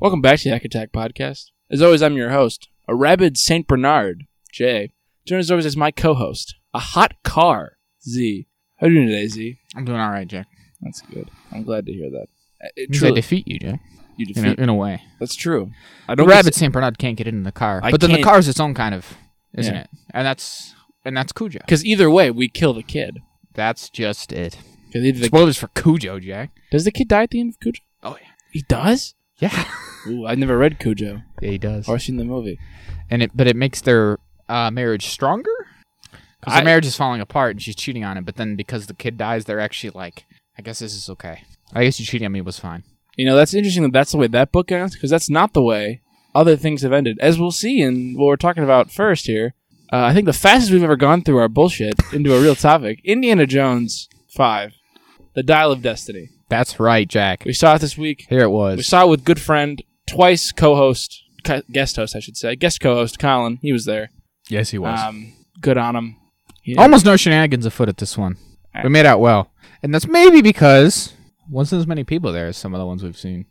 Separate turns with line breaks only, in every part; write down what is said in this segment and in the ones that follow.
Welcome back to the Hack Attack Podcast. As always, I'm your host, a rabid St. Bernard, Jay. Joining us always is my co host, a hot car, Z. How are you doing today, Z?
I'm doing all right, Jack.
That's good. I'm glad to hear that. Uh, It,
Means I
truly,
defeat you, Jack.
you
In
defeat.
a, in a way,
That's true. I
the
don't
rabbit Saint Bernard can't get in the car,
I
but then the
can't-
car's its own kind of, isn't
Yeah.
it? And that's and that's Cujo.
Because either way, we kill the kid.
That's just it.
'Cause either the,
Spoilers for Cujo, Jack.
does the kid die at the end of Cujo?
Oh yeah,
He does?
yeah,
Ooh, I've never read Cujo
he does.
or seen the movie.
And it, but it makes their uh, marriage stronger because
I-
their marriage is falling apart, and she's cheating on him. But then because the kid dies, they're actually like, I guess this is okay. I guess you cheating on me was fine.
You know, that's interesting that that's the way that book ends because that's not the way other things have ended. As we'll see in what we're talking about first here, uh, I think the fastest we've ever gone through our bullshit into a real topic Indiana Jones 5, The Dial of Destiny.
That's right, Jack.
We saw it this week.
Here it
We
was.
saw it with good friend, twice co host, guest host, I should say, guest co host, Colin. He was there.
Yes, he
Um, good on him. He-
Almost no shenanigans afoot at this one.
Alright.
We made out well. And that's maybe because wasn't as many people there as some of the ones we've seen.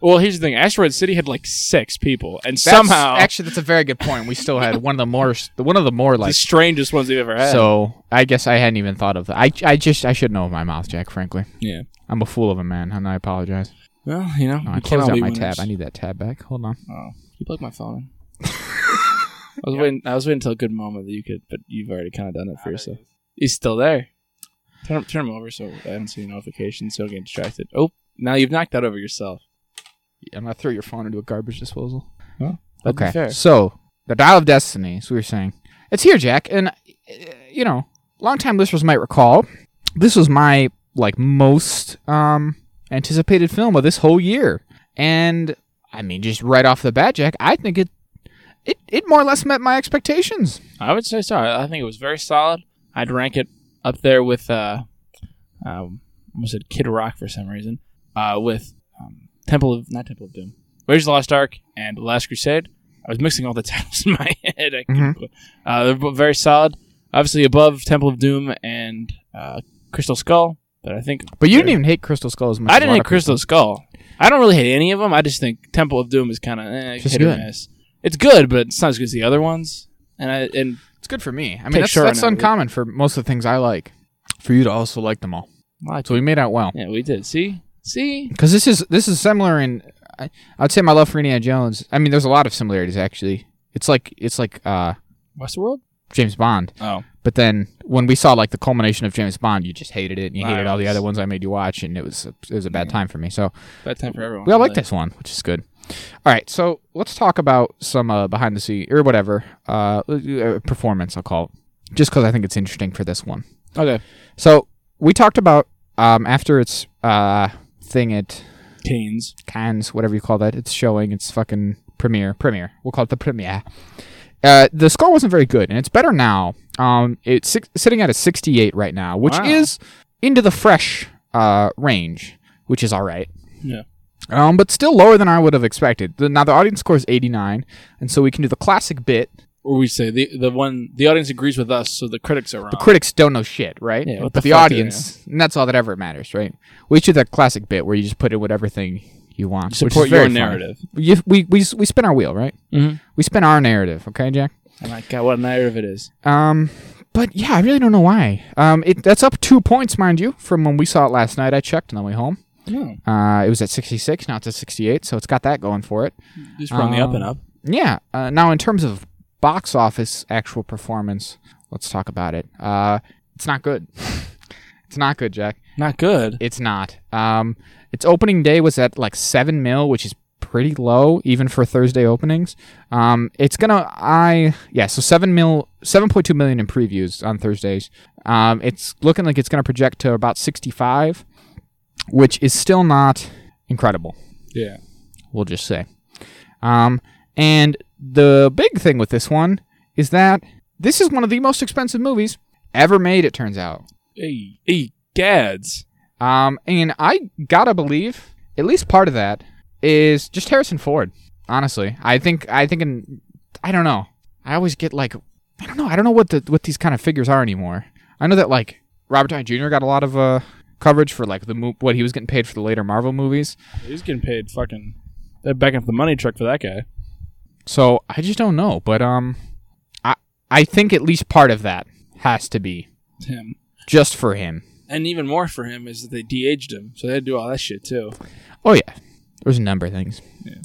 Well, here's the thing Asteroid City had like six people, and somehow
actually that's a very good point. We still had one of the more one of the more
the
like
strangest ones they've ever had.
so I guess I hadn't even thought of that. I I just I should know of my mouth, Jack, frankly.
Yeah.
I'm a fool of a man, and I apologize.
Well, you know,
No, I
we
closed
cannot
out
be
my
winners.
tab. I need that tab back. Hold on.
Oh, you plugged my phone in. I was waiting. I was waiting until a good moment that you could, but you've already kind of done it for yourself. He's still there. Turn him, turn him over so I don't see notifications. So I don't get distracted. Oh, now you've knocked that over yourself.
I'm gonna throw your phone into a garbage disposal.
That'd be
okay.
fair.
So the Dial of Destiny, as we were saying, it's here, Jack, and uh, you know, longtime listeners might recall this was my like most um anticipated film of this whole year, and I mean, just right off the bat, Jack, I think it it it more or less met my expectations.
I would say so. I I think it was very solid. I'd rank it up there with uh, um, I almost said Kid Rock for some reason. Uh, with um, Temple of not Temple of Doom, Raiders of the Lost Ark, and The Last Crusade. I was mixing all the titles in my head. I keep-
Mm-hmm.
uh, they're bo- very solid. Obviously above Temple of Doom and uh, Crystal Skull, but I think
But you didn't even hate Crystal Skull as much.
I
as a
didn't
lot
hate
of people.
Crystal Skull. I don't really hate any of them. I just think Temple of Doom is kind of eh,
Just
hit or
good.
miss. It's good, but it's not as good as the other ones. And I and
It's good for me. I
Take
mean, that's,
Shore
that's
now, dude.
uncommon for most of the things I like. For you to also like them all,
well, I
so we made out well.
Yeah, we did. See, see.
because this is this is similar in I, I'd say my love for Indiana Jones. I mean, there's a lot of similarities actually. It's like it's like uh,
Westworld.
James Bond,
Oh,
but then when we saw like the culmination of James Bond, you just hated it and you
I
hated all the
was-
other ones I made you watch, and it was it was a bad time for me. So
bad time for everyone.
we all like this one, which is good. All right, so let's talk about some uh, behind the scene or whatever uh, uh, performance. I'll call it, just because I think it's interesting for this one.
Okay.
So we talked about um, after its uh, thing at
Teens.
Cannes, whatever you call that. It's showing. It's fucking premiere. Premiere. We'll call it the premiere. Uh, the score wasn't very good, and it's better now. Um, it's six, sitting at a 68 right now, which
Wow.
is into the fresh uh, range, which is all right.
Yeah.
Um, but still lower than I would have expected. The, now the audience score is 89, and so we can do the classic bit.
Or we say the the one the audience agrees with us, so the critics are wrong.
The critics don't know shit, right?
Yeah, what
but
the
the,
fuck do they
audience, and that's all that ever matters, right? We should do that classic bit where you just put in whatever thing you want. which is
Support
very
your
funny.
narrative.
You, we, we, we spin our wheel, right?
Mm-hmm.
We spin our narrative, okay, Jack?
Oh my god, what a narrative it is!
Um, but yeah, I really don't know why. Um, it that's up two points, mind you, from when we saw it last night. I checked on the way home.
No,
Uh, it was at 66, now it's at 68, so it's got that going for it.
just on the up and up.
Yeah. Uh, now, in terms of box office actual performance, let's talk about it. Uh, it's not good. it's not good, Jack.
Not good.
It's not. Um, its opening day was at like seven mil, which is pretty low even for Thursday openings. Um, it's gonna I yeah, so seven mil, seven point two million in previews on Thursdays. Um, it's looking like it's gonna project to about sixty five, which is still not incredible
Yeah.
we'll just say. Um, and the big thing with this one is that this is one of the most expensive movies ever made. It turns out.
Hey, hey, gads.
Um, and I gotta believe at least part of that is just Harrison Ford. Honestly, I think I think in, I don't know. I always get like I don't know. I don't know what the what these kind of figures are anymore. I know that like Robert Downey Jr. got a lot of uh coverage for like the mo- what he was getting paid for the later Marvel movies.
He's getting paid fucking. they're backing up the money truck for that guy.
So I just don't know, but um, I I think at least part of that has to be
Him.
just for him.
And even more for him is that they de-aged him, so they had to do all that shit too.
Oh yeah, there's a number of things.
Yeah.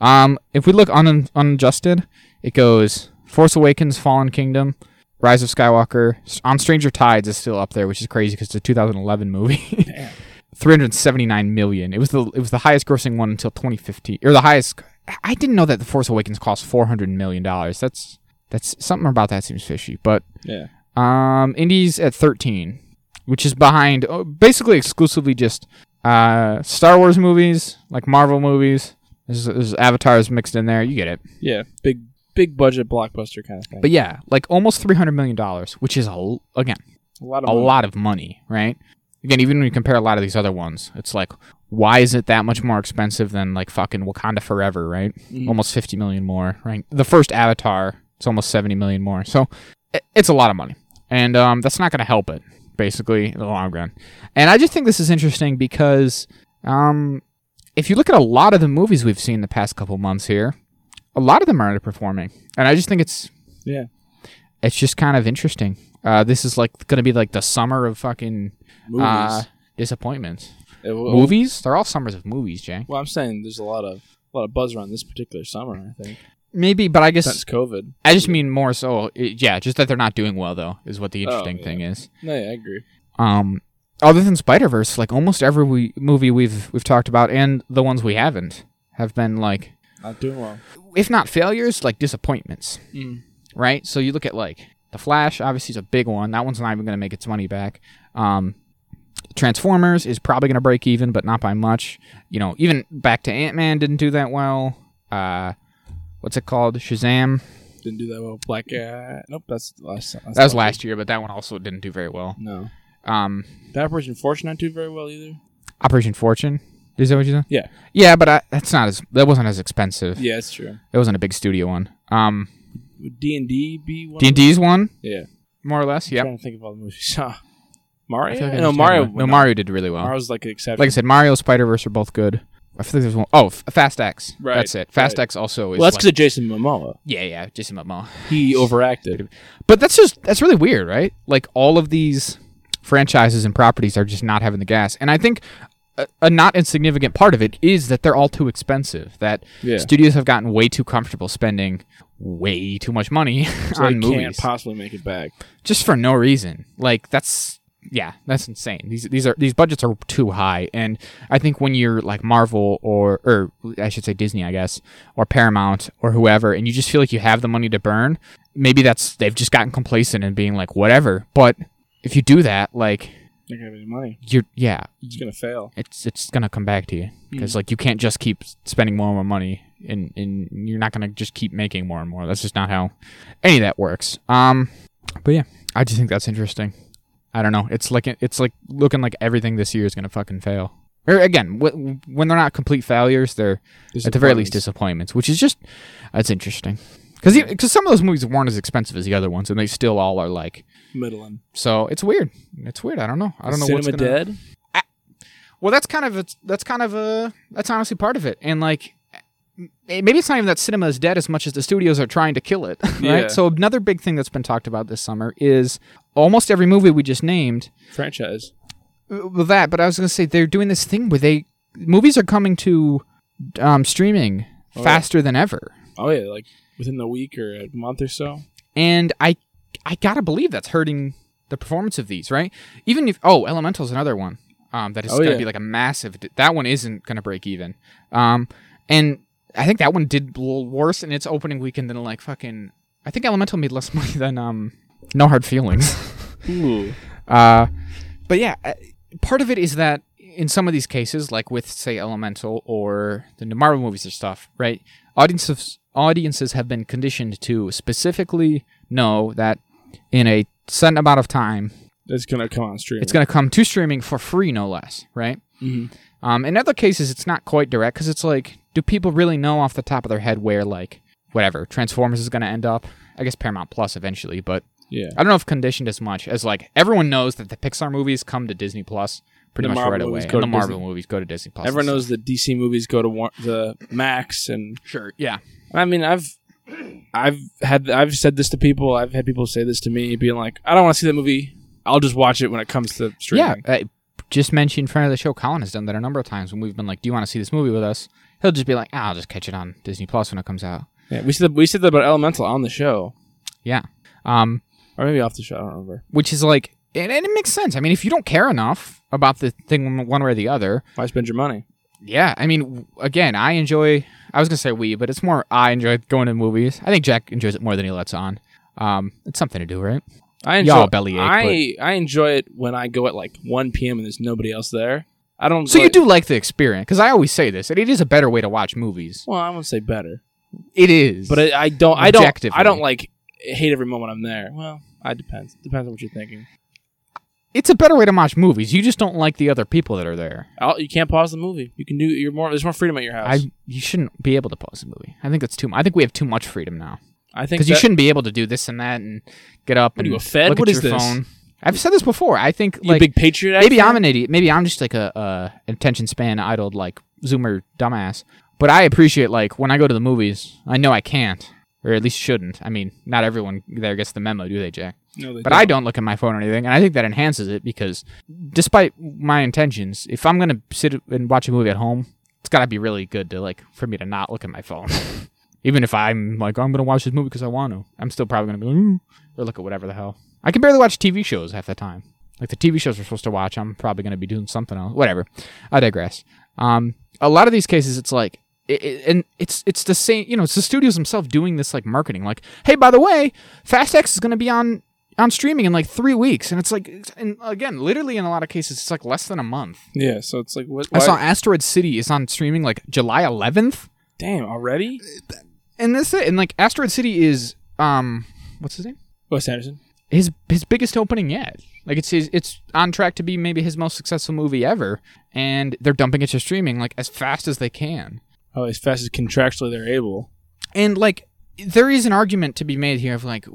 Um, if we look un- unadjusted, it goes Force Awakens, Fallen Kingdom, Rise of Skywalker, S- on Stranger Tides is still up there, which is crazy because it's a 2011 movie.
Damn.
379 million. It was the it was the highest grossing one until 2015, or the highest. I didn't know that the Force Awakens cost 400 million dollars. That's that's something about that seems fishy, but
Yeah.
um, Indies at 13, which is behind oh, basically exclusively just uh, Star Wars movies, like Marvel movies. There's, there's avatars mixed in there. You get it.
Yeah. Big big budget blockbuster kind of thing.
But yeah, like almost $300 million, which is, a, l- again,
a lot of
a
money.
lot of money, right? Again, even when you compare a lot of these other ones, it's like, why is it that much more expensive than like fucking Wakanda Forever, right?
Mhm.
Almost 50 million more, right? The first Avatar, it's almost 70 million more. So i- it's a lot of money. And um, that's not going to help it, basically, in the long run. And I just think this is interesting because um, if you look at a lot of the movies we've seen the past couple months here, a lot of them are underperforming. And I just think it's
Yeah.
it's just kind of interesting. Uh, this is like going to be like the summer of fucking
movies.
uh, disappointments.
It will-
Movies? They're all summers of movies, Jay.
Well, I'm saying there's a lot of a lot of buzz around this particular summer. I think
Maybe, but I guess
since COVID.
I just mean more so. it- Yeah, just that they're not doing well though is what the interesting
Oh, yeah.
thing is.
No, yeah, I agree.
Um, other than Spider Verse, like almost every we- movie we've we've talked about and the ones we haven't have been like,
Not doing well.
if not failures, like disappointments.
Mm.
right? So you look at like the Flash, obviously is a big one. That one's not even going to make its money back. Um, Transformers is probably going to break even, but not by much. You know, even back to Ant Man didn't do that well. Uh, what's it called? Shazam.
Didn't do that well. Black. Uh, nope. That's the last.
That was last year, but that one also didn't do very well.
No.
Um,
Did Operation Fortune not do very well either.
Operation Fortune. Is that what you said?
Yeah.
Yeah, but I, that's not as that wasn't as expensive.
Yeah, that's true.
It wasn't a big studio one. Um,
Would D and D be one?
D and
Of
D's one,
them? Yeah.
more or less.
I'm
Yep.
Trying to think of all the movies. Huh. Mario.
I feel like I
no,
just
Mario.
had one. No, Mario did really well.
Mario's like an exception.
like I said, Mario, Spider Verse are both good. I feel like there's one oh F- Fast X.
Right,
That's it. Fast
right.
X also is.
well, that's because
like,
of Jason Momoa.
yeah, yeah, Jason Momoa.
He overacted.
But that's just that's really weird, right? Like all of these franchises and properties are just not having the gas, and I think a, a not insignificant part of it is that they're all too expensive. That
Yeah.
studios have gotten way too comfortable spending way too much money
So
on
they
movies
can't possibly make it back.
just for no reason. Like that's yeah, that's insane. These these are these budgets are too high, and I think when you're like Marvel or or I should say Disney, I guess, or Paramount or whoever, and you just feel like you have the money to burn, maybe that's they've just gotten complacent and being like whatever. But if you do that, like
They're gonna have any money.
you're yeah,
It's gonna fail.
it's it's gonna come back to you because like you can't just keep spending more and more money and and you're not gonna just keep making more and more that's just not how any of that works um but yeah i just think that's interesting i don't know it's like it's like looking like everything this year is gonna fucking fail or again wh- when they're not complete failures they're at the very least
Disappointments.
disappointments which is just that's interesting because because some of those movies weren't as expensive as the other ones and they still all are like
middling.
so it's weird it's weird i don't know i don't know
Cinema
what's gonna
dead.
well, that's kind of it's that's kind of a that's honestly part of it, and like m- maybe it's not even that cinema is dead as much as the studios are trying to kill it, right?
Yeah.
So another big thing that's been talked about this summer is almost every movie we just named
franchise.
uh, well, that, but I was gonna say they're doing this thing where they movies are coming to um, streaming
Oh, yeah.
faster than ever,
Oh yeah, like within the week or a month or so.
and I I gotta believe that's hurting the performance of these, right? Even if oh, Elemental's another one um, that is
Oh,
gonna
yeah.
be like a massive. That one isn't gonna break even, um, and I think that one did l- worse in its opening weekend than like fucking. I think Elemental made less money than um, No Hard Feelings.
Ooh.
Uh, but yeah, uh, part of it is that in some of these cases, like with say Elemental or the new Marvel movies or stuff, right? Audiences audiences have been conditioned to specifically know that in a certain amount of time,
It's gonna come on stream.
it's going to come to streaming for free, no less, right?
Mhm.
Um, in other cases, it's not quite direct because it's like, do people really know off the top of their head where like whatever Transformers is going to end up? I guess Paramount Plus eventually, but
Yeah.
I don't know if conditioned as much as like everyone knows that the Pixar movies come to Disney Plus, pretty
The
much
Marvel
right
movies
away.
go
And
to
the Marvel
Disney.
movies go to Disney Plus.
Everyone knows that DC movies go to war- the Max, and
Sure. Yeah.
I mean, I've, I've had, I've said this to people. I've had people say this to me, being like, "I don't want to see that movie. I'll just watch it when it comes to streaming."
Yeah. Uh, just mentioned friend of the show, Colin has done that a number of times when we've been like, "Do you want to see this movie with us?" He'll just be like, ah, "I'll just catch it on Disney Plus when it comes out."
Yeah, we said we said that about Elemental on the show,
Um,
or maybe off the show. I don't remember.
which is like, and, and it makes sense. I mean, if you don't care enough about the thing one way or the other,
Why spend your money?
yeah. I mean, w- again, I enjoy. I was gonna say we, but it's more I enjoy going to movies. I think Jack enjoys it more than he lets on. Um, it's something to do, right?
I enjoy.
Y'all bellyache. but-
I I enjoy it when I go at like 1 p.m. and there's nobody else there. I don't.
So you
like-
do like the experience because I always say this, and it is a better way to watch movies.
Well, I won't say better,
It is,
but I, I don't. I don't.
Objectively.
I don't like hate every moment I'm there. Well, I depends. Depends on what you're thinking.
it's a better way to watch movies. You just don't like the other people that are there.
I'll, you can't pause the movie. You can do. You're more. There's more freedom at your house.
I you shouldn't be able to pause a movie. I think that's too. mu- I think we have too much freedom now
I, think
because you
that-
shouldn't be able to do this and that and get up
What are
and
you, a fed?
look
What
at
is
your
this?
phone. I've said this before. I think
You
like
big patriot.
maybe
act
I'm an idiot. Maybe I'm just like a uh, attention span idled like Zoomer dumbass. But I appreciate like when I go to the movies. I know I can't or at least shouldn't. I mean, not everyone there gets the memo, do they, Jack?
here? No, they
But I don't look at my phone or anything, and I think that enhances it because, despite my intentions, if I'm gonna sit and watch a movie at home, it's gotta be really good to like for me to not look at my phone. Even if I'm like, I'm gonna watch this movie because I want to, I'm still probably gonna be like, "Ooh," or look at whatever the hell. I can barely watch TV shows half the time. Like the TV shows we're supposed to watch, I'm probably gonna be doing something else. Whatever. I digress. Um, a lot of these cases, it's like, it, it- and it's it's the same. You know, it's the studios themselves doing this like marketing. Like, hey, by the way, Fast X is gonna be on on streaming in like three weeks, and it's like, it's- and again, literally in a lot of cases, it's like less than a month.
Yeah. So it's like what?
I saw
why-
Asteroid City is on streaming like July 11th,
Damn. Already?
and that's it. And like Asteroid City is um, what's his name?
Wes Anderson.
His his biggest opening yet. Like it's his, it's on track to be maybe his most successful movie ever, and they're dumping it to streaming like as fast as they can.
Oh, as fast as contractually they're able.
And like there is an argument to be made here of like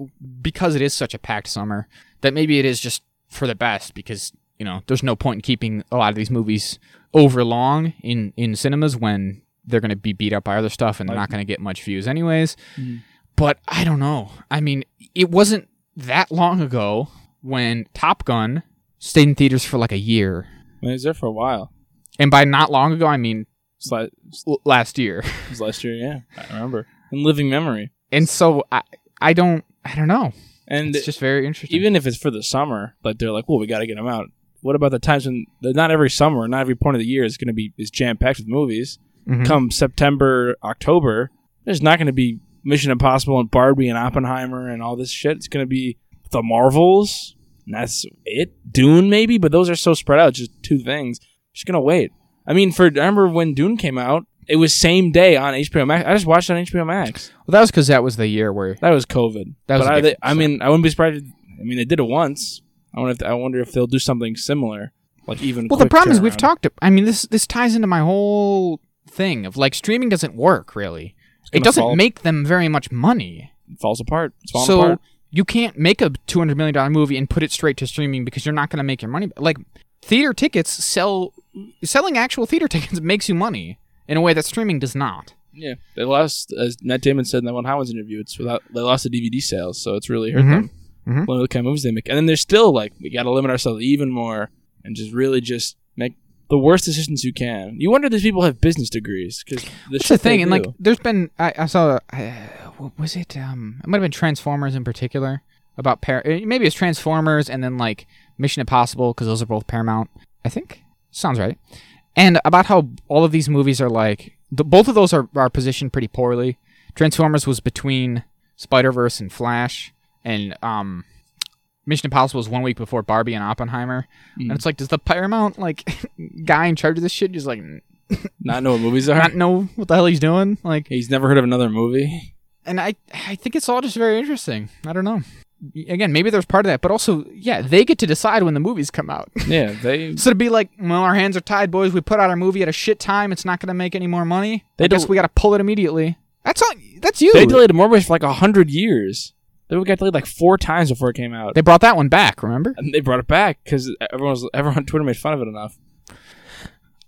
because it is such a packed summer that maybe it is just for the best because you know there's no point in keeping a lot of these movies over long in in cinemas when they're going to be beat up by other stuff and they're not going to get much views anyways.
Mhm.
But I don't know. I mean, it wasn't that long ago when Top Gun stayed in theaters for like a year.
I mean, it was there for a while.
And by not long ago, I mean
It's like-
l- last year.
It was last year, yeah. I remember. In living memory.
And so I I don't I don't know.
And
it's just very interesting.
even if it's for the summer, like they're like, well, we got to get them out. What about the times when not every summer, not every point of the year is going to be is jam packed with movies?
Mhm.
Come September, October, there's not going to be Mission Impossible and Barbie and Oppenheimer and all this shit. It's going to be the Marvels. And that's it. Dune maybe, but those are so spread out. Just two things. Just gonna wait. I mean, for I remember when Dune came out, it was same day on HBO Max. I just watched it on HBO Max.
Well, that was because that was the year where
That was COVID.
That was
but
a
I, they,
different
I mean, I wouldn't be surprised. If, I mean, they did it once. I wonder if I wonder if they'll do something similar, like even.
Well, the
quick
problem is we've
turnaround.
talked. I mean, this this ties into my whole thing of like streaming doesn't work really. It
gonna
doesn't
fall-
make them very much money.
It falls apart. It's falling
So
apart.
you can't make a two hundred million dollar movie and put it straight to streaming because you're not going to make your money. ba- Like theater tickets sell, selling actual theater tickets makes you money in a way that streaming does not.
Yeah, they lost. As Nat Damon said in that one Howard's interview, it's without they lost the DVD sales, so it's really hurt
Mhm.
them.
Mhm.
One of the kind of movies they make, and then they're still like, we got to limit ourselves even more, and just really just make the worst decisions you can. You wonder if these people have business degrees because
That's the thing, and like, there's been I, I saw uh, what was it? Um, it might have been Transformers in particular about Par- eh, maybe it's Transformers and then like Mission Impossible because those are both Paramount. I think sounds right. And about how all of these movies are like the, both of those are, are positioned pretty poorly. Transformers was between Spider Verse and Flash, and um, Mission Impossible was one week before Barbie and Oppenheimer. And
Mm.
it's like, does the Paramount like guy in charge of this shit just like
not know what movies are.
not know what the hell he's doing? Like
He's never heard of another movie.
and I I think it's all just very interesting. I don't know. Again, maybe there's part of that, but also, yeah, they get to decide when the movies come out.
Yeah, they
so to be like, well, our hands are tied, boys. We put out our movie at a shit time. It's not going to make any more money.
They
I guess
don't-
we got to pull it immediately. That's all. That's you.
They delayed Morbius for like a hundred years. They got delayed like four times before it came out,
They brought that one back. Remember?
and they brought it back because everyone was everyone on Twitter made fun of it enough.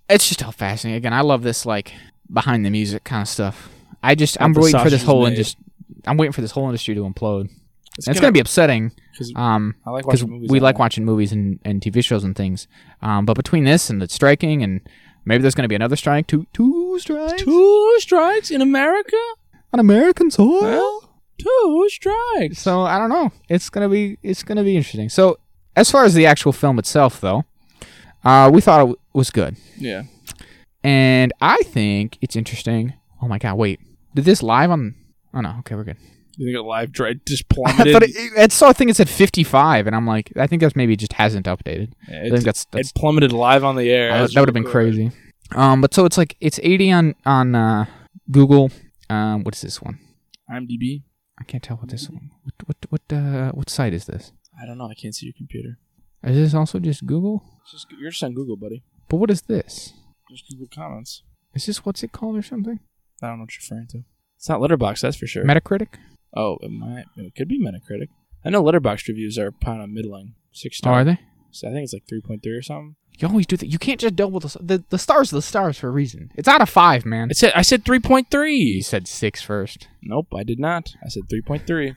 it's just all fascinating. Again, I love this like behind the music kind of stuff. I just I'm
the
waiting for
sausage
this
is
whole
made.
industry. I'm waiting for this whole industry to implode. And it's gonna be upsetting.
'Cause
Um,
I like
because
watching movies.
we
on
like
that.
watching movies and, and TV shows and things. Um, but between this and the striking, and maybe there's going to be another strike, two two strikes
two strikes in America.
on American soil.
Well, two strikes.
so I don't know. It's gonna be it's gonna be interesting. So as far as the actual film itself, though, uh, we thought it w- was good,
yeah,
and I think it's interesting. Oh my god! Wait, did this live on? Oh no. Okay, we're good.
you think a live drive just
I
plummeted?
thought it, it saw a thing that said 55, and I'm like, I think that's maybe just hasn't updated.
Yeah,
I
it,
think that's, that's
it plummeted live on the air.
Uh,
as
that would have been
recorded.
crazy. Um, but so it's like it's 80 on on uh, Google. Um, what is this one?
IMDb.
I can't tell what this one. What what what uh, what site is this?
I don't know. I can't see your computer.
Is this also just Google?
It's just, you're just on Google, buddy.
But what is this?
Just Google Comments.
Is this what's it called or something?
I don't know what you're referring to. It's not Letterbox, that's for sure.
Metacritic?
oh, it might. It could be Metacritic. I know Letterbox reviews are kind of middling, six
Oh,
star.
are they?
So I think it's like three point three or something.
You always do that. You can't just double the s- the, the stars. Are the stars for a reason. It's out of five, man.
It said I said three point three.
You said six first.
Nope, I did not. I said three point three.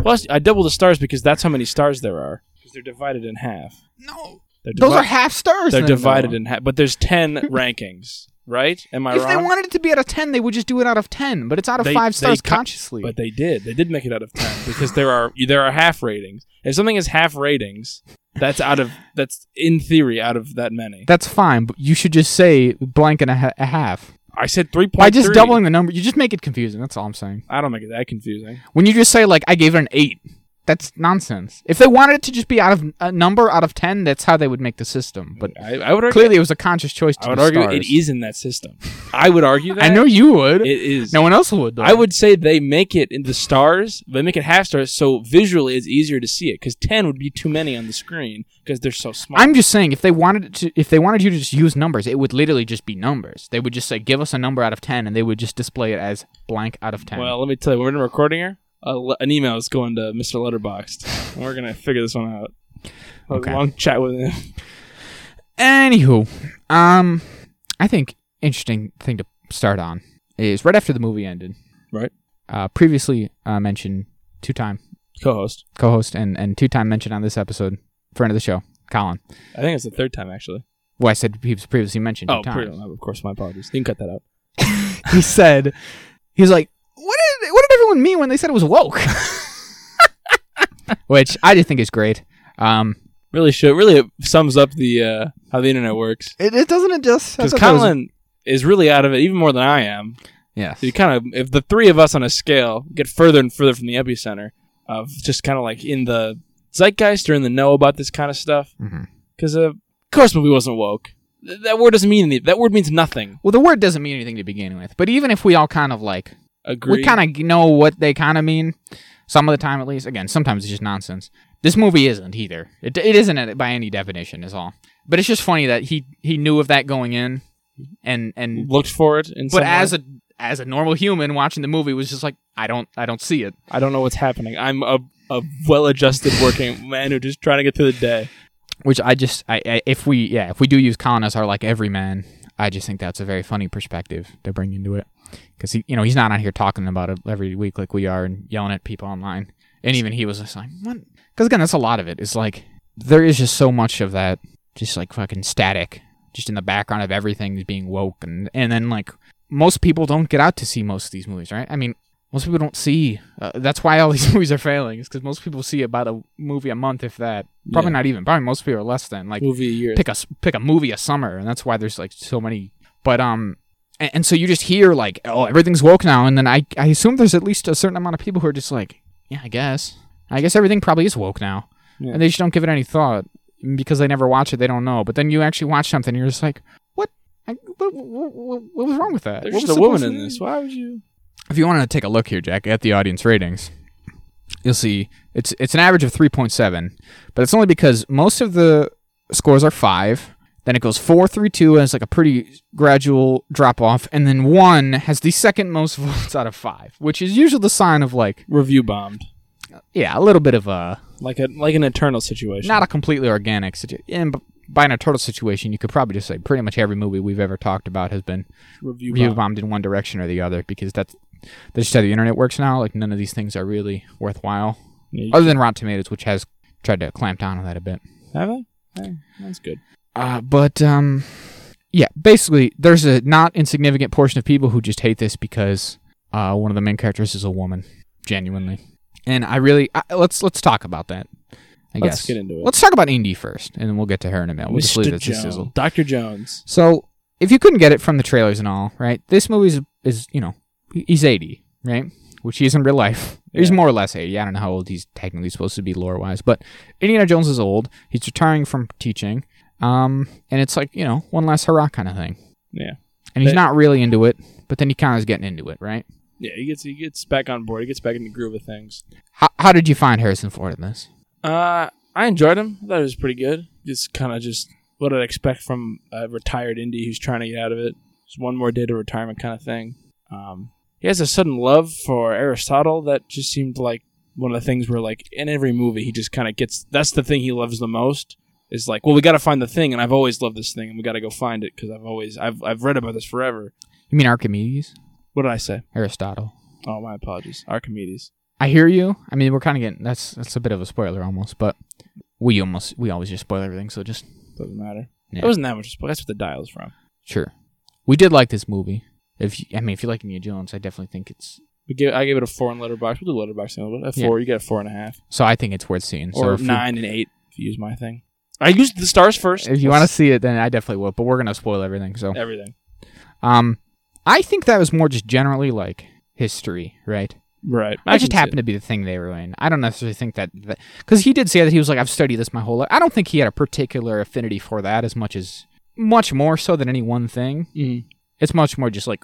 Plus, I doubled the stars because that's how many stars there are. Because they're divided in half.
No,
They're
those
divi-
are half stars.
They're
then, though.
divided in half, but there's ten rankings, right? Am I
If
wrong?
they wanted it to be out of ten, they would just do it out of ten. But it's out of
They-
five
they
stars
cut-
consciously.
But they did. They did make it out of ten because there are there are half ratings. If something is half ratings, that's out of that's in theory out of that many.
That's fine, but you should just say blank and a, ha- a half.
I said three point.
By just doubling the number, you just make it confusing. That's all I'm saying.
I don't make it that confusing.
When you just say like I gave it an eight, that's nonsense. If they wanted it to just be out of a number out of ten, that's how they would make the system. But
But I, I would argue,
clearly, it was a conscious choice to
I would
do
argue
stars.
it is in that system. I would argue that
I know you would.
it is.
no one else would. Though.
I would say they make it in the stars. They make it half stars, so visually it's easier to see it because ten would be too many on the screen because they're so small.
I'm just saying, if they wanted it to, if they wanted you to just use numbers, it would literally just be numbers. They would just say, "Give us a number out of 10, and they would just display it as blank out of ten.
Well, let me tell you, we're in a recording here. A le- an email is going to Mr. Letterboxed. and we're gonna figure this one out. A
Okay.
long chat with him.
Anywho, um, I think interesting thing to start on is right after the movie ended.
Right.
Uh, previously uh, mentioned two time
Co-host.
co host and, and two time mentioned on this episode, friend of the show, Colin.
I think it's the third time actually.
Well, I said he was previously mentioned two
Oh,
times.
pre- of course. My apologies. You can cut that out.
He said, he was like, what did, what did everyone mean when they said it was woke? Which I just think is great. Um,
Really show. Really sums up the uh, how the internet works.
it, it doesn't it just
Because Colin is really out of it even more than I am.
yeah,
So you kind of if the three of us on a scale get further and further from the epicenter of just kind of like in the zeitgeist or in the know about this kind of stuff.
Mhm.
Because uh, of course, movie wasn't woke. Th- that word doesn't mean anything. That word means nothing.
Well, the word doesn't mean anything to begin with, but even if we all kind of like
Agree.
we kind of know what they kind of mean some of the time at least again sometimes it's just nonsense this movie isn't either it, it isn't it by any definition is all but it's just funny that he he knew of that going in and and
looked for it. In
but
some
as
way.
a as a normal human watching the movie was just like i don't i don't see it
I don't know what's happening. I'm a, a well-adjusted working man who just trying to get through the day.
which i just I, I if we yeah if we do use colin as our like everyman i just think that's a very funny perspective to bring into it because he you know he's not out here talking about it every week like we are and yelling at people online and even he was just like what because again that's a lot of it it's like there is just so much of that just like fucking static just in the background of everything is being woke and and then like most people don't get out to see most of these movies right i mean most people don't see uh, that's why all these movies are failing is because most people see about a movie a month if that probably
Yeah.
not even probably most people are less than like
Movie a year.
pick a s- pick a movie a summer and that's why there's like so many but um and, and so you just hear like oh everything's woke now and then I I assume there's at least a certain amount of people who are just like yeah I guess I guess everything probably is woke now
Yeah.
and they just don't give it any thought because they never watch it they don't know but then you actually watch something and you're just like what I, what, what, what, what was wrong with that
There's
What
just
was
a woman
supposed
in
to-
this. Why would you?
if you want to take a look here, Jack, at the audience ratings, you'll see it's it's an average of three point seven, but it's only because most of the scores are five. Then it goes four, three, two, and it's like a pretty gradual drop off, and then one has the second most votes out of five, which is usually the sign of like
Review bombed.
yeah, a little bit of a
Like a like an eternal situation.
not a completely organic situation. And b- binary turtle situation, you could probably just say pretty much every movie we've ever talked about has been
Review,
review
bomb.
bombed in one direction or the other because that's that's just how the internet works now. Like none of these things are really worthwhile,
Yeah, you-
other than Rotten Tomatoes, which has tried to clamp down on that a bit.
Have I? Hey, that's good.
Uh, but um, yeah, basically, there's a not insignificant portion of people who just hate this because uh, one of the main characters is a woman, genuinely. And I really I, let's let's talk about that. I
Let's
guess
get into it.
let's talk about Indy first, and then we'll get to her in a minute. We'll just leave
Mr.
it to sizzle.
Jones. Dr. Jones.
So, if you couldn't get it from the trailers and all, right? This movie is, is you know, he's 80, right? Which he is in real life. He's
Yeah.
more or less 80. I don't know how old he's technically supposed to be lore wise, but Indiana Jones is old. He's retiring from teaching. Um, and it's like, you know, one last hurrah kind of thing.
Yeah.
And he's
But-
not really into it, but then he kind of is getting into it, right?
Yeah, he gets he gets back on board. He gets back in the groove of things.
How, how did you find Harrison Ford in this?
Uh, I enjoyed him. I thought it was pretty good. Just kind of just what I'd expect from a retired indie who's trying to get out of it. Just one more day to retirement kind of thing. Um, he has a sudden love for Aristotle that just seemed like one of the things where like in every movie he just kind of gets that's the thing he loves the most is like well we got to find the thing and I've always loved this thing and we got to go find it because I've always I've I've read about this forever.
You mean Archimedes?
What did I say?
Aristotle.
Oh, my apologies. Archimedes.
I hear you. I mean, we're kind of getting that's that's a bit of a spoiler almost, but we almost we always just spoil everything, so just
Doesn't matter.
Yeah.
It wasn't that much. of a spoil- That's what the dial's from.
Sure. We did like this movie. If you, I mean, if you like Indiana Jones, I definitely think it's
We gave, I gave it a four in letterbox. We'll do letterbox in a little bit. A
Yeah.
four, you get a four and a half.
so I think it's worth seeing. so
or
if you-
nine and eight if you use my thing. I used the stars first.
if you want to see it, then I definitely will. But we're gonna spoil everything. So,
everything.
um, I think that was more just generally like history, right?
Right.
That just happened to be the thing they were in. I don't necessarily think that because he did say that he was like, I've studied this my whole life. I don't think he had a particular affinity for that as much as much more so than any one thing.
Mm-hmm.
it's much more just like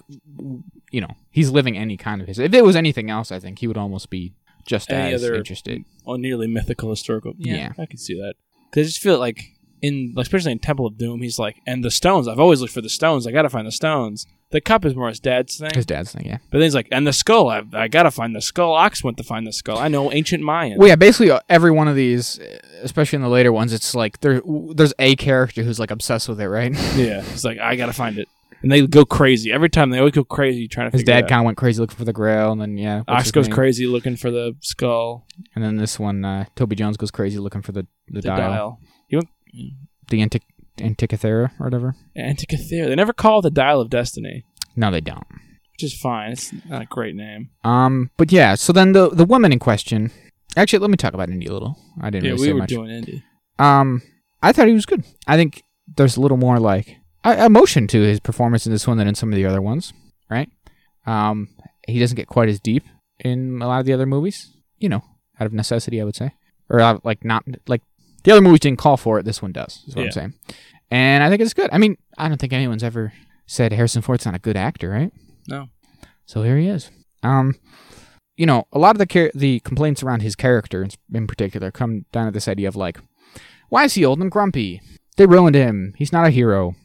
you know he's living any kind of his if it was anything else i think he would almost be just
Any
as
other-
interested
Oh, nearly mythical historical.
Yeah.
I can see that. Because I just feel like in, like, especially in Temple of Doom, he's like, and the stones. I've always looked for the stones. I gotta find the stones. The cup is more his dad's thing.
his dad's thing yeah
But then he's like, and the skull. I, I gotta find the skull. Ox went to find the skull. I know ancient Mayan.
well yeah basically uh, every one of these uh, especially in the later ones it's like there w- there's a character who's like obsessed with it right
Yeah, it's like I gotta find it, and they go crazy every time. They always go crazy trying to.
his
figure
dad
it out.
kind of went crazy looking for the grail and then yeah what's
Ox
his
goes
name?
crazy looking for the skull,
and then this one uh, toby jones goes crazy looking for the
the,
the, dial,
dial,
the antic antikythera or whatever
Antikythera. They never call it the Dial of Destiny,
no they don't
which is fine. It's not a great name.
um but yeah so then the the woman in question actually let me talk about indy a little i didn't
Yeah,
really
we
say
were
much
doing indie.
Um, I thought he was good. I think there's a little more like I, emotion to his performance in this one than in some of the other ones, right? Um, he doesn't get quite as deep in a lot of the other movies. You know, out of necessity, I would say, or out of, like not like the other movies didn't call for it. This one does. Is what
Yeah.
I'm saying. And I think it's good. I mean, I don't think anyone's ever said Harrison Ford's not a good actor, right?
No.
So here he is. Um, you know, a lot of the char- the complaints around his character in, in particular come down to this idea of like, why is he old and grumpy? They ruined him. He's not a hero.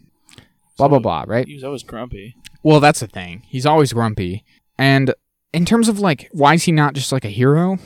Blah blah blah. Right.
He was always grumpy.
Well, that's the thing. He's always grumpy. And in terms of like, why is he not just like a hero?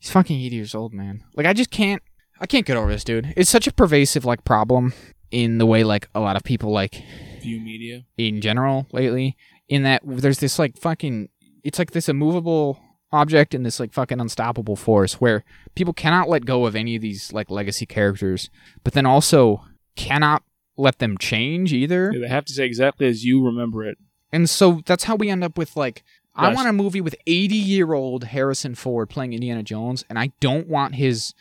He's fucking eighty years old, man. Like, I just can't. I can't get over this, dude. It's such a pervasive like problem in the way like a lot of people like
View media.
in general lately in that there's this like fucking it's like this immovable object and this like fucking unstoppable force where people cannot let go of any of these like legacy characters but then also cannot let them change either
Yeah, they have to say exactly as you remember it.
and so that's how we end up with like I
Yes.
want a movie with 80 year old Harrison Ford playing Indiana Jones, and I don't want his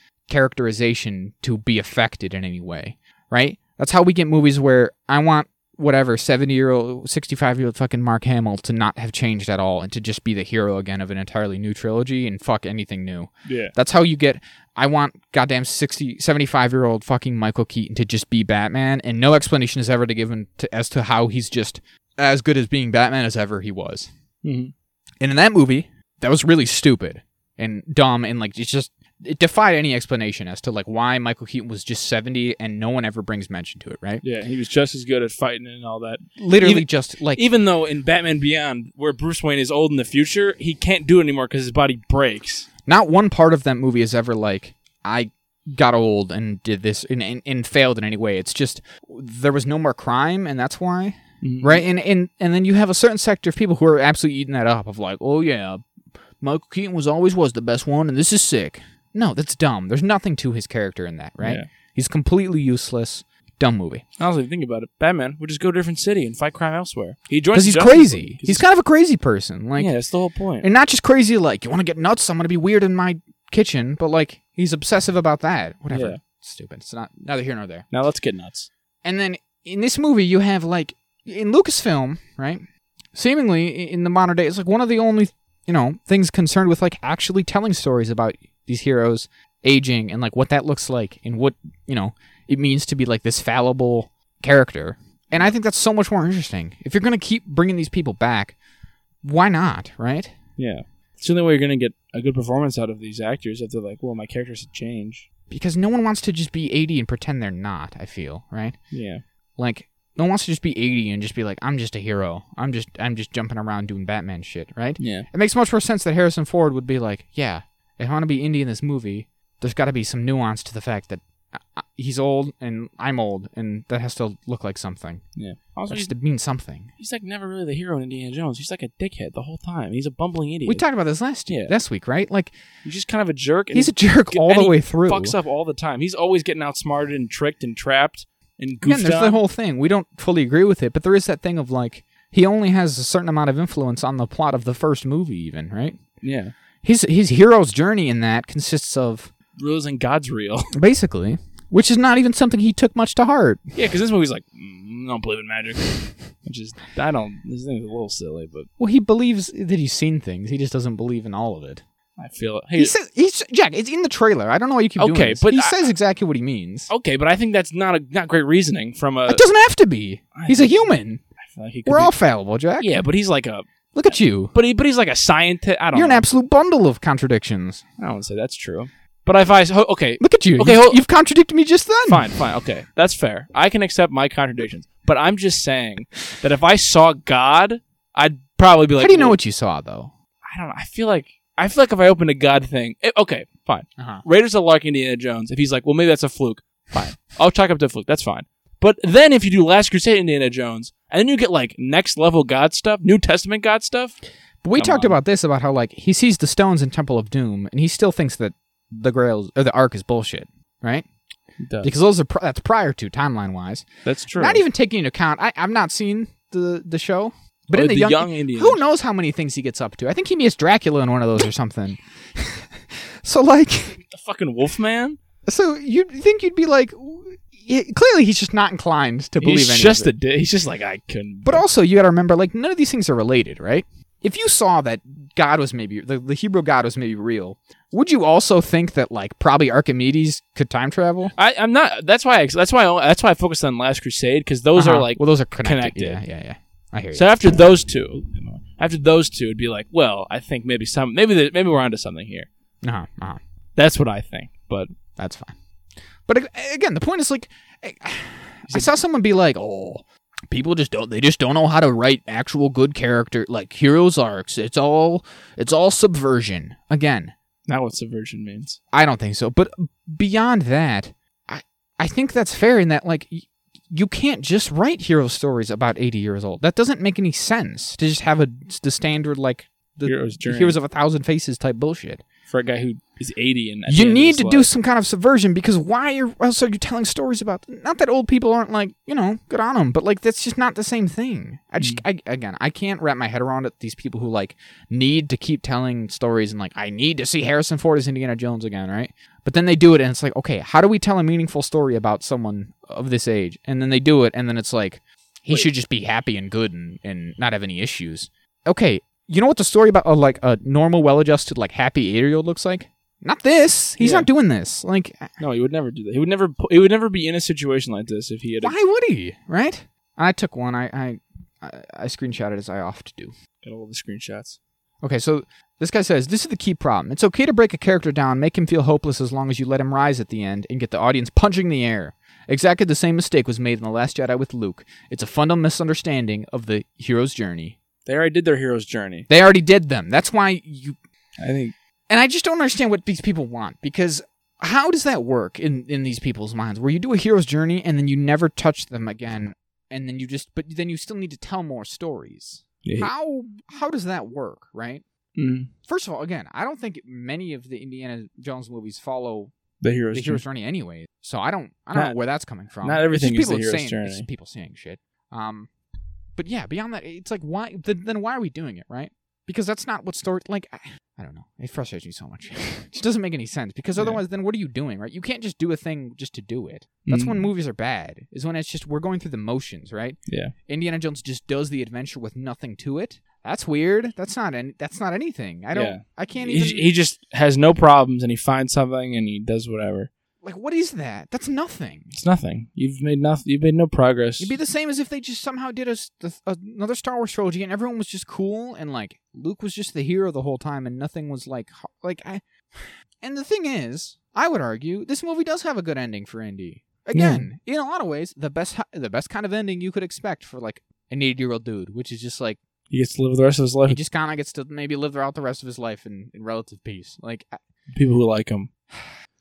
characterization to be affected in any way, right? That's how we get movies where I want whatever 70 year old, 65 year old fucking Mark Hamill to not have changed at all and to just be the hero again of an entirely new trilogy and fuck anything new.
Yeah.
That's how you get. I want goddamn 60, 75 year old fucking Michael Keaton to just be Batman, and no explanation is ever to given to, as to how he's just as good as being Batman as ever he was.
Mhm.
And in that movie, that was really stupid and dumb, and like it's just it defied any explanation as to like why Michael Keaton was just seventy and no one ever brings mention to it, right?
Yeah, he was just as good at fighting and all that.
Literally,
Even-
just like
Even though in Batman Beyond, where Bruce Wayne is old in the future, he can't do it anymore because his body breaks.
not one part of that movie is ever like I got old and did this and, and, and failed in any way. It's just there was no more crime, and that's why
Mm-hmm.
right? And and and then you have a certain sector of people who are absolutely eating that up of like, oh yeah, Michael Keaton was always was the best one, and this is sick. No, that's dumb. There's nothing to his character in that, right?
Yeah.
He's completely useless. Dumb movie
Honestly, think about it. Batman would just go to a different city and fight crime elsewhere. He joins
because
the
he's
Justice League
crazy.
'cause
He's kind of a crazy person, like,
yeah, that's the whole point.
and not just crazy like you want to get nuts. I'm gonna be weird in my kitchen, but like he's obsessive about that. Whatever.
Yeah.
Stupid. It's not neither here nor there.
now let's get nuts.
And then in this movie, you have like in Lucasfilm, right? Seemingly i- in the modern day, it's like one of the only you know things concerned with like actually telling stories about these heroes aging and like what that looks like and what you know it means to be like this fallible character. And I think that's so much more interesting. If you're gonna keep bringing these people back, why not? Right?
Yeah. It's the only way you're going to get a good performance out of these actors if they're like, well, my character's a change.
Because no one wants to just be 80 and pretend they're not. I feel right.
Yeah.
Like no one wants to just be 80 and just be like I'm just a hero. I'm just I'm just jumping around doing Batman shit, right?
Yeah.
It makes much more sense that Harrison Ford would be like, yeah, if I want to be indie in this movie, there's got to be some nuance to the fact that uh, uh, he's old and I'm old and that has to look like something.
Yeah.
That
Also,
has
he's,
to mean something.
he's like never really the hero in Indiana Jones. He's like a dickhead the whole time. He's a bumbling idiot.
We talked about this last
Yeah.
this week, right? Like
he's just kind of a jerk. and
he's a jerk
and
all the
he
way through.
fucks up all the time. He's always getting outsmarted and tricked and trapped and
Again,
goofed
there's
up.
the whole thing. We don't fully agree with it, but there is that thing of like he only has a certain amount of influence on the plot of the first movie, even right?
yeah.
His his hero's journey in that consists of
Realizing God's real.
basically, which is not even something he took much to heart.
yeah, because this movie's like, mm, I don't believe in magic. Which is, I don't, this thing's a little silly, but
Well, he believes that he's seen things. He just doesn't believe in all of it.
I feel it.
He
Hey,
says, "He's Jack." It's in the trailer. I don't know why you keep doing
Okay,
this.
but
he
I-
says exactly what he means.
okay, but I think that's not a not great reasoning from a.
it doesn't have to be.
Oh, uh, I
He's a
think-
human.
I feel like he could
We're
be-
all fallible, Jack.
Yeah, but he's like a
Look at you.
But he, but he's like a scientist. I don't.
You're an
know.
absolute bundle of contradictions.
I don't want to say that's true. But if I ho- okay,
Look at you.
Okay,
you,
hold-
have contradicted me just then.
fine, fine, okay, that's fair. I can accept my contradictions. But I'm just saying that if I saw God, I'd probably be like,
How do you know
"Well,
what you saw though?
I don't. know. I feel like I feel like if I opened a God thing, eh, okay, fine.
Uh-huh.
Raiders of the Lark Indiana Jones. If he's like, well, maybe that's a fluke. Fine, I'll chalk up to a fluke. That's fine. But then if you do Last Crusade Indiana Jones, and then you get like next level God stuff, New Testament God stuff.
But we
Come
talked
on.
about this about how like he sees the stones in Temple of Doom, and he still thinks that the Grail or the Ark is bullshit, right? Because those are pri- that's prior to timeline wise.
That's true.
Not even taking into account. I, I'm not seeing the the show, but
Or
in Oh, the, young,
Indiana.
who knows how many things he gets up to. I think he meets Dracula in one of those or something. so like,
the fucking Wolfman.
so you'd think you'd be like, w- yeah, clearly he's just not inclined to believe
he's
any
just
of it.
a di- he's just like I couldn't.
But also, you got to remember, like, none of these things are related, right? If you saw that God was maybe the, the Hebrew God was maybe real, would you also think that like probably Archimedes could time travel?
I, I'm not. That's why. I, that's why. I, that's why I focused on Last Crusade because those
Uh-huh.
are like.
well, those are connected.
connected.
Yeah, yeah, yeah. I hear you.
So after those two, after those two, it'd be like, well, I think maybe some, maybe the, maybe we're onto something here.
uh-huh, uh-huh.
That's what I think. But
That's fine. But ag- again, the point is like, I I saw someone be like, "Oh, people just don't. They just don't know how to write actual good character like heroes arcs. It's all it's all subversion." Again,
not what subversion means.
I don't think so. But beyond that, I I think that's fair in that like. Y- you can't just write hero stories about 80 years old. That doesn't make any sense to just have a the standard like the
Hero's journey.
heroes of a thousand faces type bullshit
For a guy who is 80 and at the
you
end of
need
his
to
life-
do some kind of subversion because why are, else are you telling stories about not that old people aren't like you know good on them but like that's just not the same thing i just
Mm.
I, again i can't wrap my head around it these people who like need to keep telling stories and like i need to see harrison ford as indiana jones again right but then they do it and it's like okay how do we tell a meaningful story about someone of this age and then they do it and then it's like he
Wait.
should just be happy and good and, and not have any issues okay you know what the story about uh, like a normal well-adjusted like happy 80-year-old looks like not this. He's
Yeah.
not doing this. Like,
No, he would never do that. He would never. pu- He would never be in a situation like this if he had.
why would he? Right? I took one. I I I- I screenshotted as I oft do.
Got all the screenshots.
Okay, so this guy says this is the key problem. It's okay to break a character down, make him feel hopeless as long as you let him rise at the end and get the audience punching the air. Exactly the same mistake was made in the Last Jedi with Luke. It's a fundamental misunderstanding of the hero's journey.
They already did their hero's journey.
They already did them. That's why you
I think.
and I just don't understand what these people want because how does that work in in these people's minds where you do a hero's journey and then you never touch them again and then you just but then you still need to tell more stories
Yeah.
how how does that work right
Mm.
first of all again i don't think many of the indiana jones movies follow
The hero's
the hero's journey anyway so i don't i don't
Not-
know where that's coming from
not
It's
everything
just
is the
people
hero's
saying, it's
journey.
just people saying shit um but yeah beyond that it's like why then, then why are we doing it right because that's not what story like I, I don't know it frustrates me so much it just doesn't make any sense because
Yeah.
otherwise then what are you doing right you can't just do a thing just to do it that's
Mm. Mm-hmm.
when movies are bad, is when it's just we're going through the motions, right?
Yeah.
Indiana Jones just does the adventure with nothing to it. That's weird. That's not any, that's not anything. I don't
Yeah.
I can't
he,
even
he just has no problems and he finds something and he does whatever.
like what is that? That's nothing.
It's nothing. You've made nothing. You've made no progress.
It'd be the same as if they just somehow did a, s- a- another Star Wars trilogy and everyone was just cool and like Luke was just the hero the whole time and nothing was like ho- like I And the thing is, I would argue this movie does have a good ending for Indy. Again, in a lot of ways, the best hi- the best kind of ending you could expect for like an 80-year-old dude, which is just like
he gets to live the rest of his life
he
with
just kind of gets to maybe live out the rest of his life in, in relative peace. Like I-
people who like him.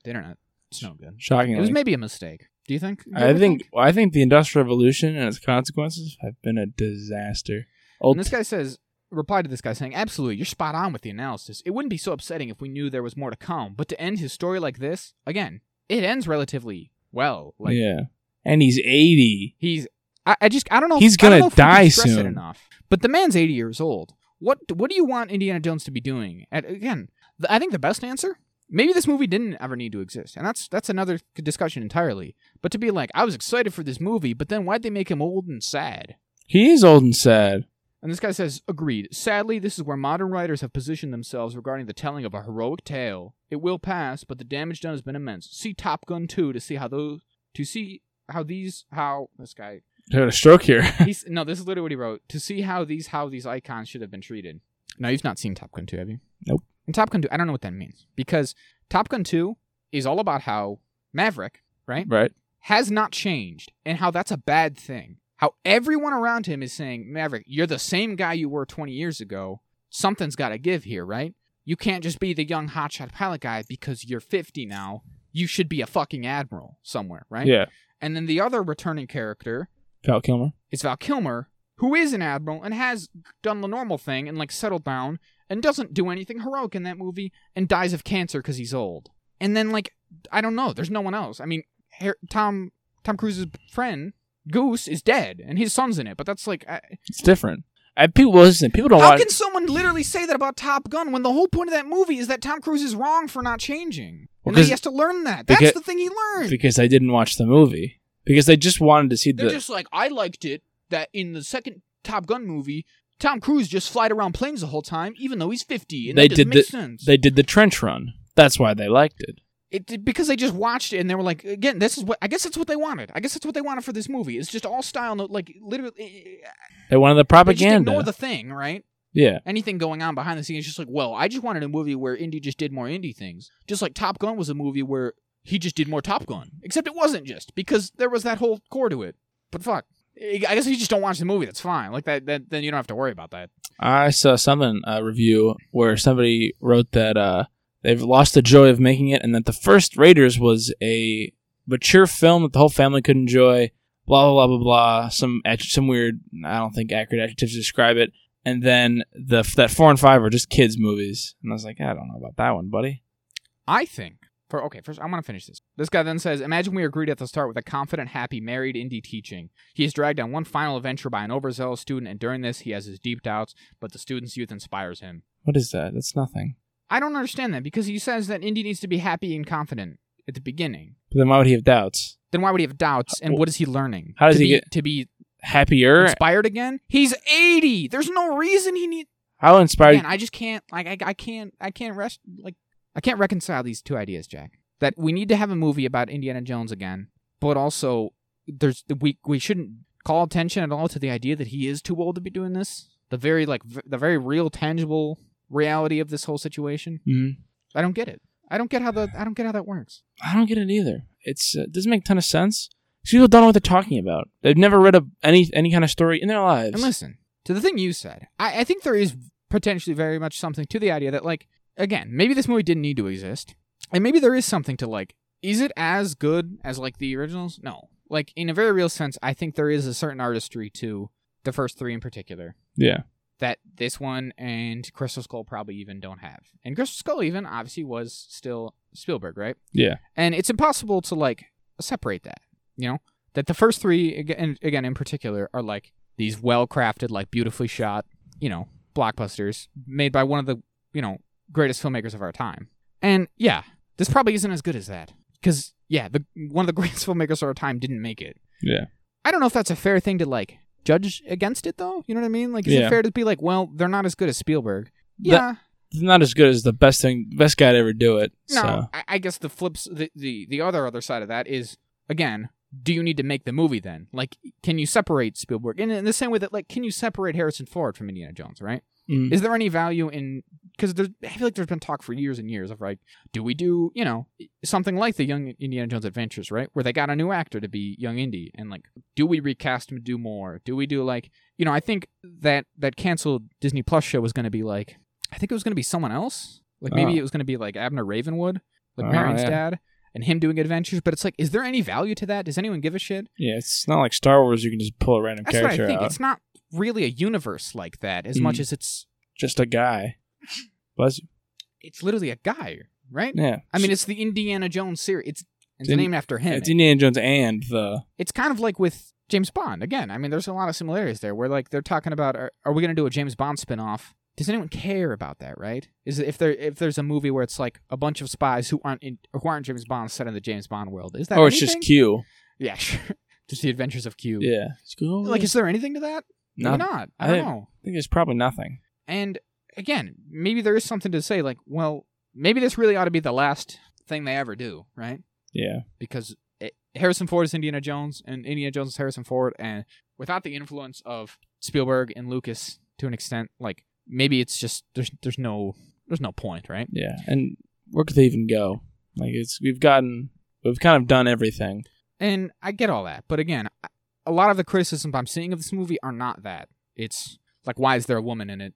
the internet, it's no good. It
Shockingly,
was maybe a mistake. Do you think?
I think well, I think the Industrial Revolution and its consequences have been a disaster. Old
And this guy says, reply to this guy saying, absolutely, you're spot on with the analysis. It wouldn't be so upsetting if we knew there was more to come. But to end his story like this, again, it ends relatively well. Like
yeah, and he's eighty.
he's, I, I just, I don't know.
He's
I don't
gonna
know if we can
die
stress it
soon.
enough. But the man's 80 years old. What, what do you want Indiana Jones to be doing? And again, the, I think the best answer. Maybe this movie didn't ever need to exist, and that's that's another discussion entirely. But to be like, I was excited for this movie, but then why'd they make him old and sad?
He is old and sad.
And this guy says, agreed. Sadly, this is where modern writers have positioned themselves regarding the telling of a heroic tale. It will pass, but the damage done has been immense. See Top Gun 2 to see how those to see how these how this guy
I had a stroke here.
he's no, this is literally what he wrote. To see how these how these icons should have been treated. Now you've not seen Top Gun 2, have you?
Nope.
And Top Gun 2, I don't know what that means. Because Top Gun 2 is all about how Maverick, right?
right?
has not changed and how that's a bad thing. How everyone around him is saying, Maverick, you're the same guy you were 20 years ago. Something's got to give here, right? You can't just be the young hotshot pilot guy because you're 50 now. You should be a fucking admiral somewhere, right?
Yeah.
And then the other returning character
Val Kilmer.
is Val Kilmer, who is an admiral and has done the normal thing and like settled down and doesn't do anything heroic in that movie and dies of cancer because he's old. And then like I don't know, there's no one else. I mean, Har- Tom Tom Cruise's friend Goose is dead and his son's in it, but that's like I,
It's different. I, people well, listen. People don't
how
watch.
can someone literally say that about Top Gun when the whole point of that movie is that Tom Cruise is wrong for not changing
Well,
and that
'cause-
he has to learn that. That's
because-
the thing he learned.
because I didn't watch the movie because they just wanted to see
They're
the.
just like, I liked it that in the second Top Gun movie, Tom Cruise just flied around planes the whole time, even though he's fifty, and
They
that
did
doesn't make
the-
sense.
they did the trench run. That's why they liked it.
it, it- because they just watched it and they were like, again, this is what I guess that's what they wanted. I guess that's what they wanted for this movie. It's just all style, no, like literally eh,
They wanted the
they just
propaganda.
ignore the thing, right?
yeah,
Anything going on behind the scenes, just like, well, I just wanted a movie where Indy just did more indie things, just like Top Gun was a movie where he just did more Top Gun, except it wasn't just because there was that whole core to it. But fuck. I I guess if you just don't watch the movie, that's fine. Like that, that then you don't have to worry about that.
I saw something a review where somebody wrote that uh, they've lost the joy of making it, and that the first Raiders was a mature film that the whole family could enjoy. Blah blah blah blah blah. Some ad- some weird. I don't think accurate adjectives to describe it. And then the that four and five are just kids movies, and I was like, I don't know about that one, buddy.
I think. For, okay, first I want to finish this. This guy then says, "Imagine we agreed at the start with a confident, happy, married indie teaching. He is dragged on one final adventure by an overzealous student, and during this, he has his deep doubts. But the student's youth inspires him.
What is that? That's nothing.
I don't understand that because he says that indie needs to be happy and confident at the beginning.
But then why would he have doubts?
Then why would he have doubts? And what is he learning?
How does
to
he
be,
get-
to be
Happier?
inspired again? He's eighty. There's no reason he needs.
How inspired?
Man, I just can't like I, I can't I can't rest like I can't reconcile these two ideas, Jack. That we need to have a movie about Indiana Jones again, but also there's we we shouldn't call attention at all to the idea that he is too old to be doing this. The very like v- the very real tangible reality of this whole situation.
Mhm.
I don't get it. I don't get how the I don't get how that works.
I don't get it either. It's uh, it doesn't make a ton of sense. These people don't know what they're talking about. They've never read a, any any kind of story in their lives.
And listen to the thing you said. I, I think there is potentially very much something to the idea that, like, again, maybe this movie didn't need to exist. and maybe there is something to like is it as good as like the originals no like in a very real sense i think there is a certain artistry to the first three in particular
Yeah.
that this one and crystal skull probably even don't have and crystal skull even obviously was still spielberg right
Yeah.
and it's impossible to like separate that you know that the first three again, again in particular are like these well crafted like beautifully shot you know blockbusters made by one of the you know greatest filmmakers of our time and yeah this probably isn't as good as that because yeah the one of the greatest filmmakers of our time didn't make it
Yeah.
i don't know if that's a fair thing to like judge against it though you know what i mean like is
Yeah.
it fair to be like well they're not as good as spielberg
That-
yeah
It's not as good as the best thing, best guy to ever do it.
No,
So
I, I guess the flips the, the the other other side of that is again, do you need to make the movie then? Like, can you separate Spielberg? And in the same way that like, can you separate Harrison Ford from Indiana Jones? Right?
Mm.
Is there any value in? Because there's I feel like there's been talk for years and years of like, do we do you know something like the Young Indiana Jones Adventures, right? Where they got a new actor to be Young Indy, and like, do we recast him? Do more? Do we do like you know? I think that that canceled Disney Plus show was going to be like, I think it was going to be someone else. Like maybe
Oh.
it was going to be like Abner Ravenwood, like
Oh,
Marion's
yeah.
dad, and him doing adventures. But it's like, is there any value to that? Does anyone give a shit?
yeah, it's not like Star Wars. You can just pull a random
That's what I
character
think.
out, Mm.
It's not really a universe like that as much as it's
just a guy. Bless you.
it's literally a guy, right?
Yeah.
I mean, it's the Indiana Jones series. It's it's
In-
named after him.
it's Indiana Jones and the
it's kind of like with James Bond. Again, I mean, there's a lot of similarities there where, like, they're talking about are, are we going to do a James Bond spinoff? Does anyone care about that, right? Is if there if there's a movie where it's like a bunch of spies who aren't in, who aren't James Bond set in the James Bond world, is that?
or oh, it's just
anything?
Q.
yeah, sure. just the Adventures of Q.
Yeah.
Like, is there anything to that?
no,
Maybe not. I
I
don't
think-
know.
I think there's probably nothing.
And again, maybe there is something to say. Like, well, maybe this really ought to be the last thing they ever do, right?
Yeah.
because it, Harrison Ford is Indiana Jones, and Indiana Jones is Harrison Ford, and without the influence of Spielberg and Lucas to an extent, like maybe it's just there's there's no there's no point, right?
Yeah, and where could they even go? Like it's we've gotten we've kind of done everything.
And I get all that, but again, I- a lot of the criticisms I'm seeing of this movie are not that. It's like why is there a woman in it,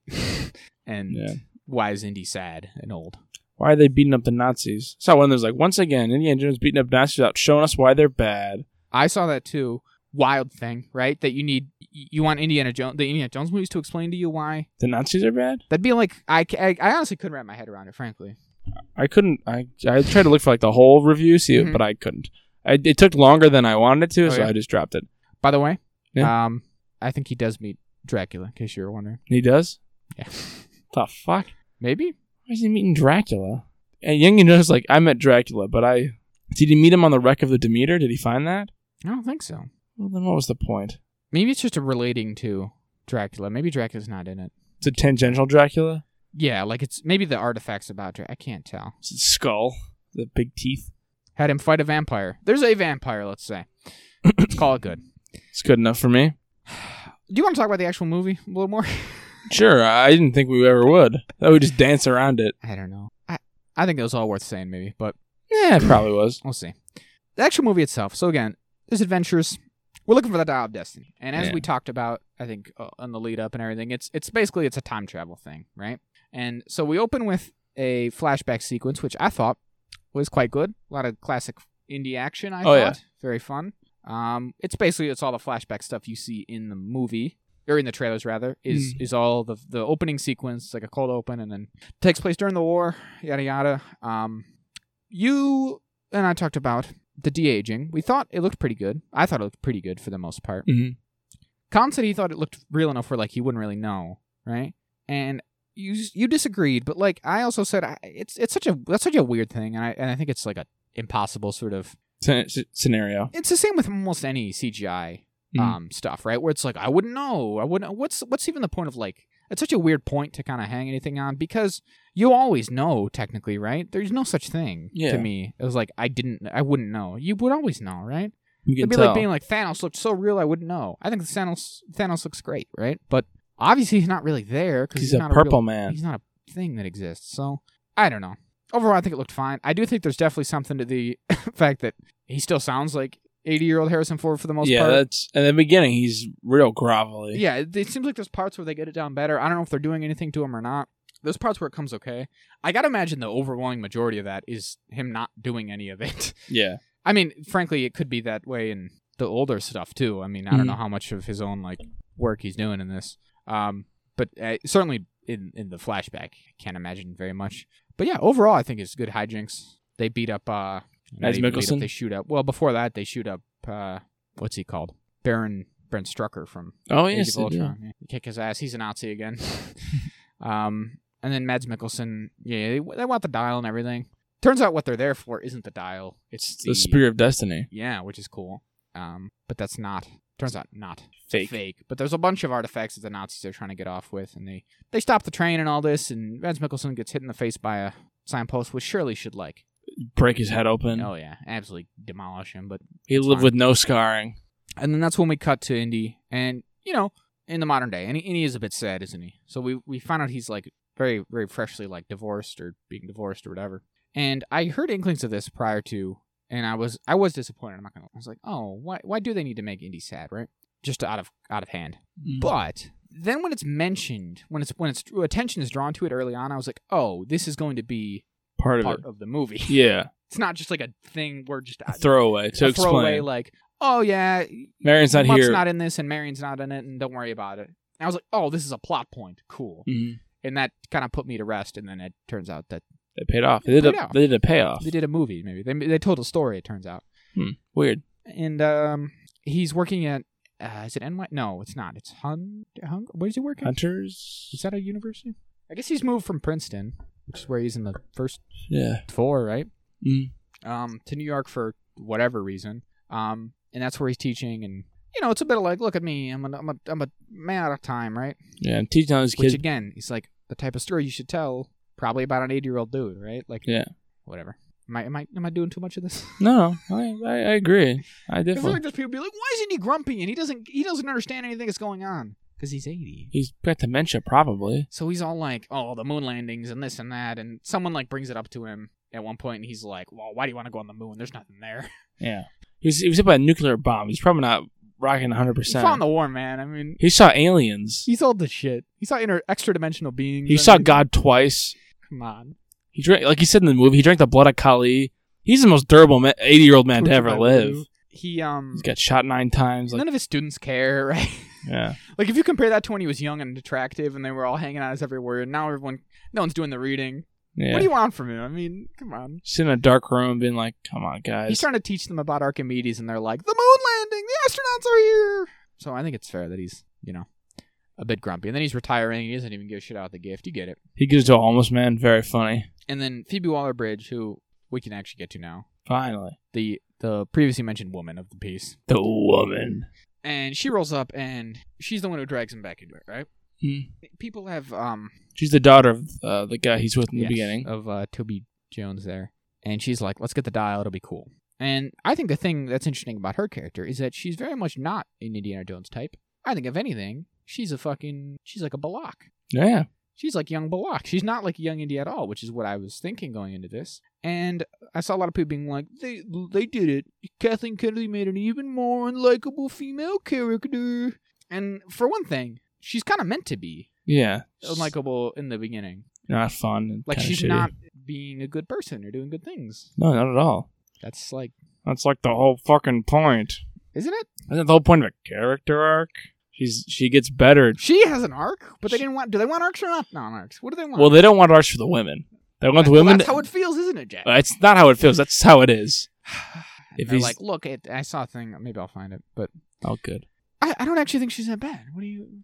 and
Yeah.
why is Indy sad and old?
Why are they beating up the Nazis? I saw one that was like, once again, Indiana Jones beating up Nazis without showing us why they're bad.
I saw that too. Wild thing, right? That you need you want Indiana Jones the Indiana Jones movies to explain to you why
The Nazis are bad.
that'd be like I ca- I, I honestly couldn't wrap my head around it, frankly.
I couldn't. I I tried to look for like the whole review, see it,
Mhm.
but I couldn't. I, it took longer than I wanted it to,
Oh,
so
yeah.
I just dropped it.
By the way,
Yeah.
um, I think he does meet Dracula. In case you were wondering,
He does.
yeah,
The fuck?
maybe.
Why is he meeting Dracula? And Young and Jones like, I met Dracula, but I did he meet him on the wreck of the Demeter? Did he find that?
I don't think so.
Well, then what was the point?
Maybe it's just a relating to Dracula. Maybe Dracula's not in it.
It's a tangential Dracula.
Yeah, like it's maybe the artifacts about Dracula. I can't tell.
It's his skull, the big teeth.
Had him fight a vampire. There's a vampire. Let's say. let's call it good.
It's good enough for me.
Do you want to talk about the actual movie a little more?
Sure, I didn't think we ever would. That we just dance around it.
I don't know. I I think it was all worth saying, maybe, but
Yeah, it probably was.
we'll see. The actual movie itself. So again, this adventures. We're looking for the dial of destiny, and as
Yeah.
we talked about, I think uh, on the lead up and everything, it's it's basically it's a time travel thing, right? And so we open with a flashback sequence, which I thought was quite good. A lot of classic indie action. I
Oh,
thought
yeah.
very fun. Um, it's basically it's all the flashback stuff you see in the movie or in the trailers rather is is all the the opening sequence like a cold open and then takes place during the war yada yada um you and i talked about the de-aging we thought it looked pretty good i thought it looked pretty good for the most part
Mm-hmm.
Khan said he thought it looked real enough where like he wouldn't really know, right? And you you disagreed, but like I also said, I, it's it's such a that's such a weird thing, and I and I think it's like a impossible sort of.
scenario.
It's the same with almost any CGI
Mm.
um stuff, right? Where it's like I wouldn't know, I wouldn't. What's what's even the point of like? It's such a weird point to kind of hang anything on because you always know technically, right? There's no such thing
Yeah.
to me. It was like I didn't, I wouldn't know. You would always know, right?
You can
It'd be
tell.
like being like Thanos looked so real I wouldn't know. I think Thanos Thanos looks great, right? But obviously he's not really there because
he's,
he's,
a
not
purple
A real,
man.
he's not a thing that exists. So I don't know. Overall, I think it looked fine. I do think there's definitely something to the fact that he still sounds like 80 year old Harrison Ford for the most
Yeah,
part.
that's in the beginning. He's real grovelly.
Yeah, it, it seems like there's parts where they get it down better. I don't know if they're doing anything to him or not. There's parts where it comes okay. I gotta imagine the overwhelming majority of that is him not doing any of it.
Yeah.
I mean, frankly, it could be that way in the older stuff too. I mean, I don't
Mhm.
know how much of his own like work he's doing in this, um, but uh, certainly in in the flashback, I can't imagine very much. But yeah, overall, I think it's good hijinks. They beat up uh, you know,
Mads
they beat up-
Mikkelsen?
They shoot up. Well, before that, they shoot up. Uh, what's he called? Baron Baron Strucker from
Oh
Age
yes.
of
they do.
Ultron. Yeah. Kick his ass. He's a Nazi again. um, and then Mads Mikkelsen. Yeah, they, they want the dial and everything. Turns out what they're there for isn't the uh, dial. It's
The Spear of Destiny.
Yeah, which is cool. Um, but that's not. Turns out not
Fake.
But there's a bunch of artifacts that the Nazis are trying to get off with, and they they stop the train and all this, and Mads Mikkelsen gets hit in the face by a signpost, which Shirley should like.
Break his head open.
Oh yeah, absolutely demolish him. But
he
it's
lived
fine.
with no scarring.
And then that's when we cut to Indy, and you know, in the modern day, and he, and he is a bit sad, isn't he? So we we find out he's like very very freshly like divorced or being divorced or whatever. And I heard inklings of this prior to, and I was I was disappointed. I'm not gonna. I was like, oh, why why do they need to make Indy sad, right? Just out of out of hand. But then when it's mentioned, when it's when it's attention is drawn to it early on, I was like, oh, this is going to be
part of
part
it.
of the movie.
Yeah.
it's not just like a thing we're just
A throwaway to
a
explain.
throwaway like, oh yeah,
Marion's not
Mutt's
here.
not in this, and Marion's not in it, and don't worry about it. And I was like, oh, this is a plot point. Cool.
Mhm.
And that kind of put me to rest. And then it turns out that
They paid off. They did,
Paid
a,
off.
they did a payoff.
they did a movie. Maybe they they told a story. It turns out.
Weird.
And um, he's working at uh, is it NY? No, it's not. It's Hun. Hun- Where's he working?
Hunters?
Is that a university? I guess he's moved from Princeton, which is where he's in the first
Yeah.
four, right?
Mm.
um, to New York for whatever reason. Um, and that's where he's teaching. And, you know, it's a bit of like, look at me. I'm a, I'm a, I'm a man out of time, right?
Yeah. I'm teaching all these
Which,
kids.
again, is like the type of story you should tell probably about an 80 year old dude, right? Like,
Yeah.
Whatever. Am I, am I, am I doing too much of this?
no, I, I, I agree. I
I feel
definitely.
like there's people be like, why isn't he grumpy? And he doesn't, he doesn't understand anything that's going on because he's 80.
He's got dementia, probably.
So he's all like, oh, the moon landings and this and that. And someone like brings it up to him at one point and he's like, well, why do you want to go on the moon? There's nothing there.
Yeah. He was, he was hit by a nuclear bomb. He's probably not rocking 100%.
He fought in the war, man. I mean,
He saw aliens.
He saw the shit. He saw inter- extra dimensional beings.
He
and
saw
everything.
God twice.
Come on.
He drank, like he said in the movie, he drank the blood of Kali. He's the most durable eighty-year-old man to ever live.
He um.
He's got shot nine times. Like,
None of his students care, right?
yeah,
like if you compare that to when he was young and attractive, and they were all hanging out his every word. Now everyone, no one's doing the reading.
yeah.
What do you want from him? I mean, come on.
Sitting in a dark room, being like, "Come on, guys."
He's trying to teach them about Archimedes, and they're like, the moon landing, the astronauts are here. So I think it's fair that he's, you know, a bit grumpy, and then he's retiring. He doesn't even give a shit out the gift. You get it.
he gives to a homeless man. Very funny.
And then Phoebe Waller-Bridge, who we can actually get to now,
Finally,
the the previously mentioned woman of the piece.
the woman.
and she rolls up and she's the one who drags him back into it right
Hmm.
people have um
She's the daughter of uh, the guy he's with in
yes,
the beginning.
of uh toby jones there and she's like let's get the dial it'll be cool and i think the thing that's interesting about her character is that she's very much not an indiana jones type i think if anything she's a fucking she's like a balak
yeah,
she's like young Balak. She's not like young Indy at all, which is what I was thinking going into this. And I saw a lot of people being like, they they did it. Kathleen Kennedy made an even more unlikable female character. And for one thing, she's kind of meant to be
yeah.
unlikable in the beginning.
not fun. and
Oh Like
kinda
she's
shitty.
not being a good person or doing good things.
No, not at all.
That's like,
That's like the whole fucking point.
isn't it?
Isn't that the whole point of a character arc? She's she gets better.
She has an arc, but they didn't want. Do they want arcs or not? Non arcs. What do they want?
Well, they don't want arcs for the women. They want the
Well,
women.
that's how it feels, isn't it, Jack?
Uh, It's not how it feels. That's how it is.
if
if
they're
he's-
like, look, it, I saw a thing. Maybe I'll find it, but.
Oh, good.
I, I don't actually think she's that bad. What do you?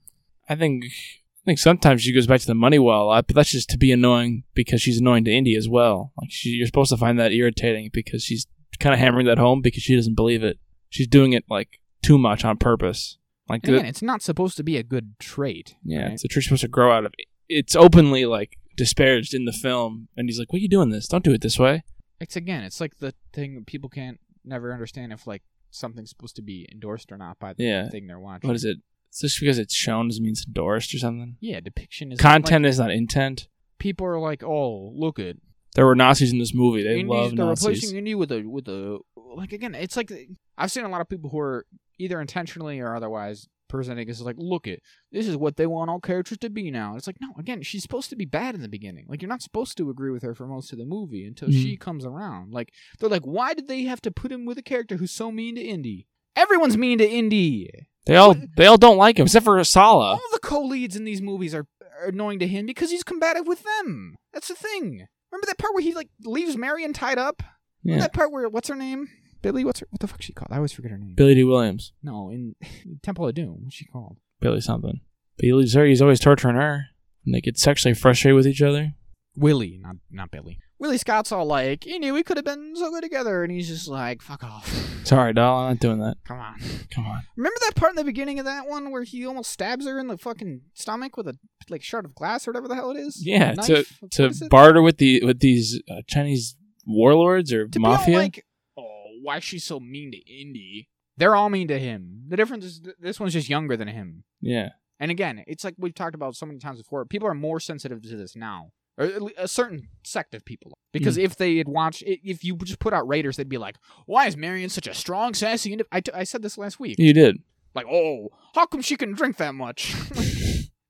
I think I think sometimes she goes back to the money well a lot, but that's just to be annoying because she's annoying to Indy as well. Like she, you're supposed to find that irritating because she's kind of hammering that home because she doesn't believe it. She's doing it like too much on purpose. Like
And
the-
Again, it's not supposed to be a good trait.
yeah,
right?
it's a tree supposed to grow out of. It's openly like disparaged in the film, and he's like, "What are you doing this? Don't do it this way."
It's again, it's like the thing that people can't never understand if like something's supposed to be endorsed or not by the
Yeah.
thing they're watching.
What is it? It's just because it's shown doesn't mean it's endorsed or something.
Yeah, depiction is
Content
Like,
is not intent.
people are like, oh, look at
There were Nazis in this movie. They
Indies-
love
they're
Nazis.
replacing Indy with a with a like again. It's like I've seen a lot of people who are either intentionally or otherwise presenting is like, look it, this is what they want all characters to be now. It's like, no, again, she's supposed to be bad in the beginning. Like you're not supposed to agree with her for most of the movie until
Mm-hmm.
she comes around. Like they're like, why did they have to put him with a character who's so mean to Indy? Everyone's mean to Indy.
They all they all don't like him except for Sala.
All the co-leads in these movies are, are annoying to him because he's combative with them. That's the thing. Remember that part where he like leaves Marion tied up?
Yeah.
That part where what's her name? Billy, what's her, what the fuck she called? I always forget her name.
Billy D. Williams,
No, in Temple of Doom, what's she called?
Billy something. But he leaves her. He's always torturing her, and they get sexually frustrated with each other.
Willie, not not Billy. Willie Scott's all like, you knew we could have been so good together, and he's just like, fuck off,
Sorry, doll, I'm not doing that.
come on.
Come on.
Remember that part in the beginning of that one where he almost stabs her in the fucking stomach with a like shard of glass or whatever the hell it is?
Yeah,
Knife?
to
What is
to
it?
barter with the with these uh, Chinese warlords or
to be
mafia.
all like, oh, why is she so mean to Indy? They're all mean to him. The difference is th- this one's just younger than him.
yeah,
And again, it's like we've talked about so many times before. People are more sensitive to this now, or at le- a certain sect of people. are. Because if they had watched, i- if you just put out Raiders, they'd be like, "Why is Marion such a strong, sassy?" Indi-? I, t- I said this last week.
you did.
Like, oh, how come she can drink that much?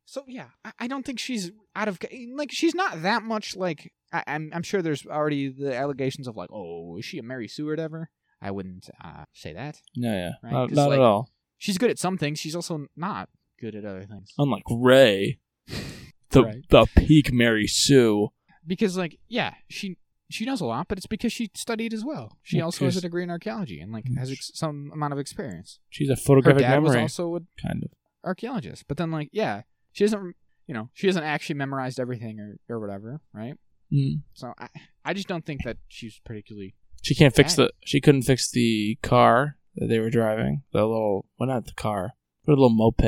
so yeah, I, I don't think she's out of ca- like she's not that much like I, I'm. I'm sure there's already the allegations of like, oh, is she a Mary Seward ever? I wouldn't uh, say that.
No, yeah,
Right,
not,
'cause,
not
like-
at all.
She's good at some things. She's also not good at other things.
Unlike Ray, the
Right.
the peak Mary Sue.
because like yeah she she knows a lot but it's because she studied as well she
Yeah,
also has a
she's-
degree in archaeology and like has ex- some amount of experience
She's a
her
photographic
dad was
memory,
also an
kind of.
archaeologist but then like yeah she doesn't you know she hasn't actually memorized everything or, or whatever right
Mm.
so I, I just don't think that she's particularly
She can't fix
Dang.
the. She couldn't fix the car that they were driving. The little, well, not the car, but a little moped.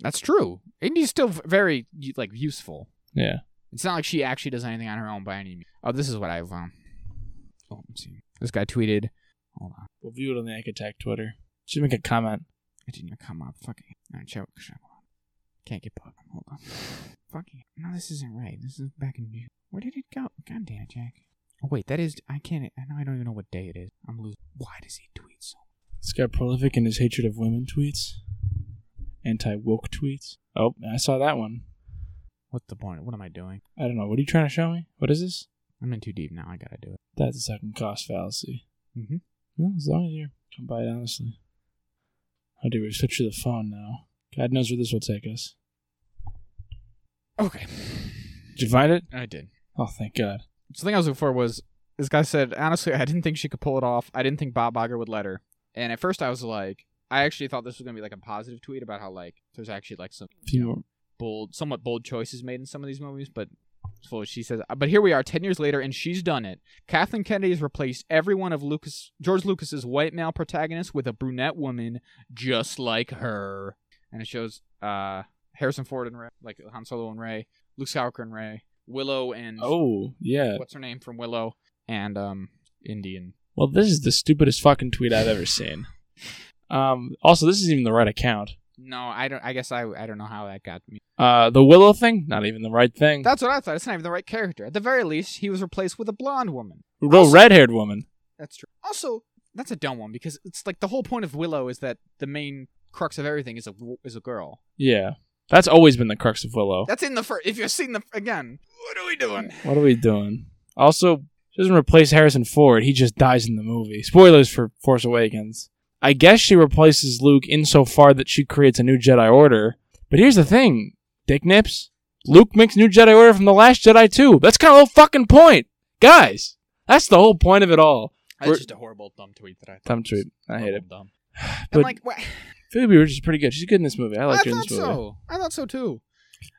that's true indy's still v- very u- like useful
Yeah,
It's not like she actually does anything on her own by any means. Oh, this is what I found. Oh, let's see. This guy tweeted. Hold on.
we'll view it on the Attack Twitter. Should make a comment.
It didn't even come up. Fucking. No, check. check one. Can't get bug. Hold on. Fucking. No, this isn't right. This is back in June. Where did it go? God damn it, Jack. Oh, wait, that is. I can't. I know I don't even know what day it is. I'm losing. Why does he tweet so?
This guy prolific in his hatred of women tweets, anti woke tweets. Oh, I saw that one.
What's the point? What am I doing?
I don't know. What are you trying to show me? What is this?
I'm in too deep now. I gotta do it.
That's a second cost fallacy.
Mm-hmm.
Well, as long as you come by it honestly. How do we switch to the phone now? God knows where this will take us.
Okay.
Did you find it?
I did.
Oh, thank God.
So the thing I was looking for was this guy said, honestly, I didn't think she could pull it off. I didn't think Bob Iger would let her. And at first I was like, I actually thought this was gonna be like a positive tweet about how like there's actually like some
If you were-
bold, somewhat bold choices made in some of these movies, but so she says. But here we are, ten years later, and she's done it. Kathleen Kennedy has replaced every one of Lucas George Lucas's white male protagonists with a brunette woman just like her, and it shows uh, Harrison Ford and Ray, like Han Solo and Ray, Luke Skywalker and Ray, Willow and
Oh, yeah.
what's her name from Willow, and um, Indian.
Well, this is the stupidest fucking tweet I've ever seen. Um, also, this isn't even the right account.
No, I don't. I guess I I don't know how that got me.
Uh, the Willow thing? Not even the right thing.
That's what I thought. It's not even the right character. At the very least, he was replaced with a blonde woman.
Well, red haired woman.
That's true. Also, that's a dumb one because it's like the whole point of Willow is that the main crux of everything is a is a girl.
Yeah. That's always been the crux of Willow.
That's in the first. If you've seen the again, what are we doing?
What are we doing? Also, she doesn't replace Harrison Ford. He just dies in the movie. Spoilers for Force Awakens. I guess she replaces Luke insofar that she creates a new Jedi Order. But here's the thing, dick nips. Luke makes new Jedi Order from the last Jedi too. That's kind of the whole fucking point, guys. That's the whole point of it all. We're-
That's just a horrible dumb tweet that I. Thought
Thumb
was
tweet. I hate it.
horrible Dumb.
But
and like, wha-
Phoebe Bridgers is pretty good. She's good in this movie. I
I,
liked her in
thought
this movie.
so. I thought so too.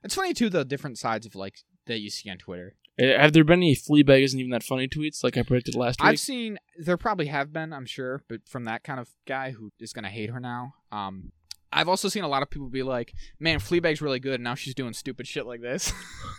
It's funny too the different sides of like that you see on Twitter.
Uh, Have there been any Fleabag isn't even that funny tweets like I predicted last week?
I've seen there probably have been, I'm sure, but from that kind of guy who is gonna hate her now. Um, I've also seen a lot of people be like, "Man, Fleabag's really good, and now she's doing stupid shit like this,"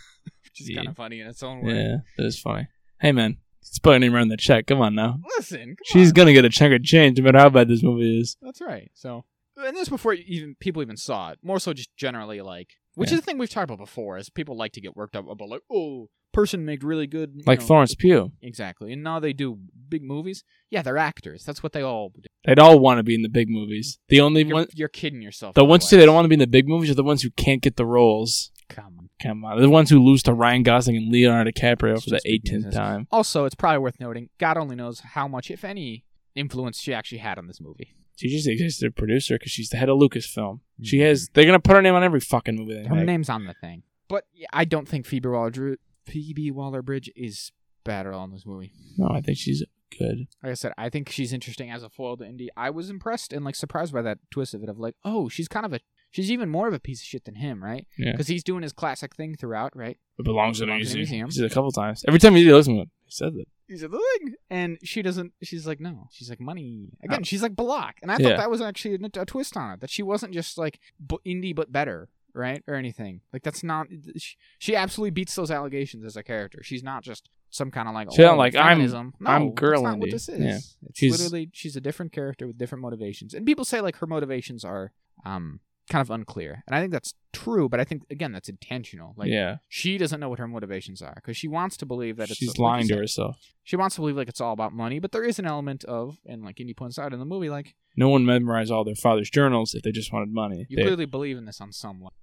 which is
Yeah.
kind of funny in its own way.
yeah, that is funny. Hey man, it's putting name around the check. Come on now.
Listen, come
She's
on.
gonna get a chunk of change no matter how bad this movie is.
that's right. So, and this before even people even saw it. More so, just generally like, which
Yeah.
is the thing we've talked about before, is people like to get worked up about like, oh, person made really good, you
Like
know,
Florence Pugh.
exactly, and now they do big movies, yeah, they're actors. That's what they all do.
They'd all want to be in the big movies. The only
You're,
one,
you're kidding yourself.
the ones who say they
otherwise.
don't want to be in the big movies are the ones who can't get the roles.
Come on.
Come on, the ones who lose to Ryan Gosling and Leonardo DiCaprio
It's
for the
just big
18th
business.
time.
Also, it's probably worth noting God only knows how much, if any, influence she actually had on this movie.
She just exists as a producer because she's the head of Lucasfilm. She has. They're gonna put her name on every fucking movie they
Mm-hmm. Her
make.
name's on the thing. But yeah, I don't think Phoebe Waller Phoebe Waller Bridge is bad at all in this movie.
No, I think she's good.
Like I said, I think she's interesting as a foil to Indy. I was impressed and like surprised by that twist of it of like, oh, she's kind of a she's even more of a piece of shit than him, right?
Yeah.
Because he's doing his classic thing throughout, right?
It belongs in a
Belongs in a
museum.
museum.
She said a couple times. Every time you do listen to it, he said that.
He's a thing, and she doesn't. She's like, no, she's like money again. She's like block, and I thought
Oh. Yeah.
that was actually a, a twist on it that she wasn't just like b- indie but better, right, or anything. Like that's not she, she. absolutely beats those allegations as a character. She's not just some kind of like
She's not
oh,
like, I'm-
feminism. No,
I'm girl
That's not what
indie.
this is.
Yeah.
It's
She's-
literally she's a different character with different motivations, and people say like her motivations are um kind of unclear, and I think that's true. But I think again that's intentional. Like
yeah,
she doesn't know what her motivations are because she wants to believe that it's
she's
like you
lying
said,
to herself.
she wants to believe like it's all about money, but there is an element of, and like Indy points out in the movie, like
No one memorized all their father's journals if they just wanted money.
you
They-
clearly believe in this on some level.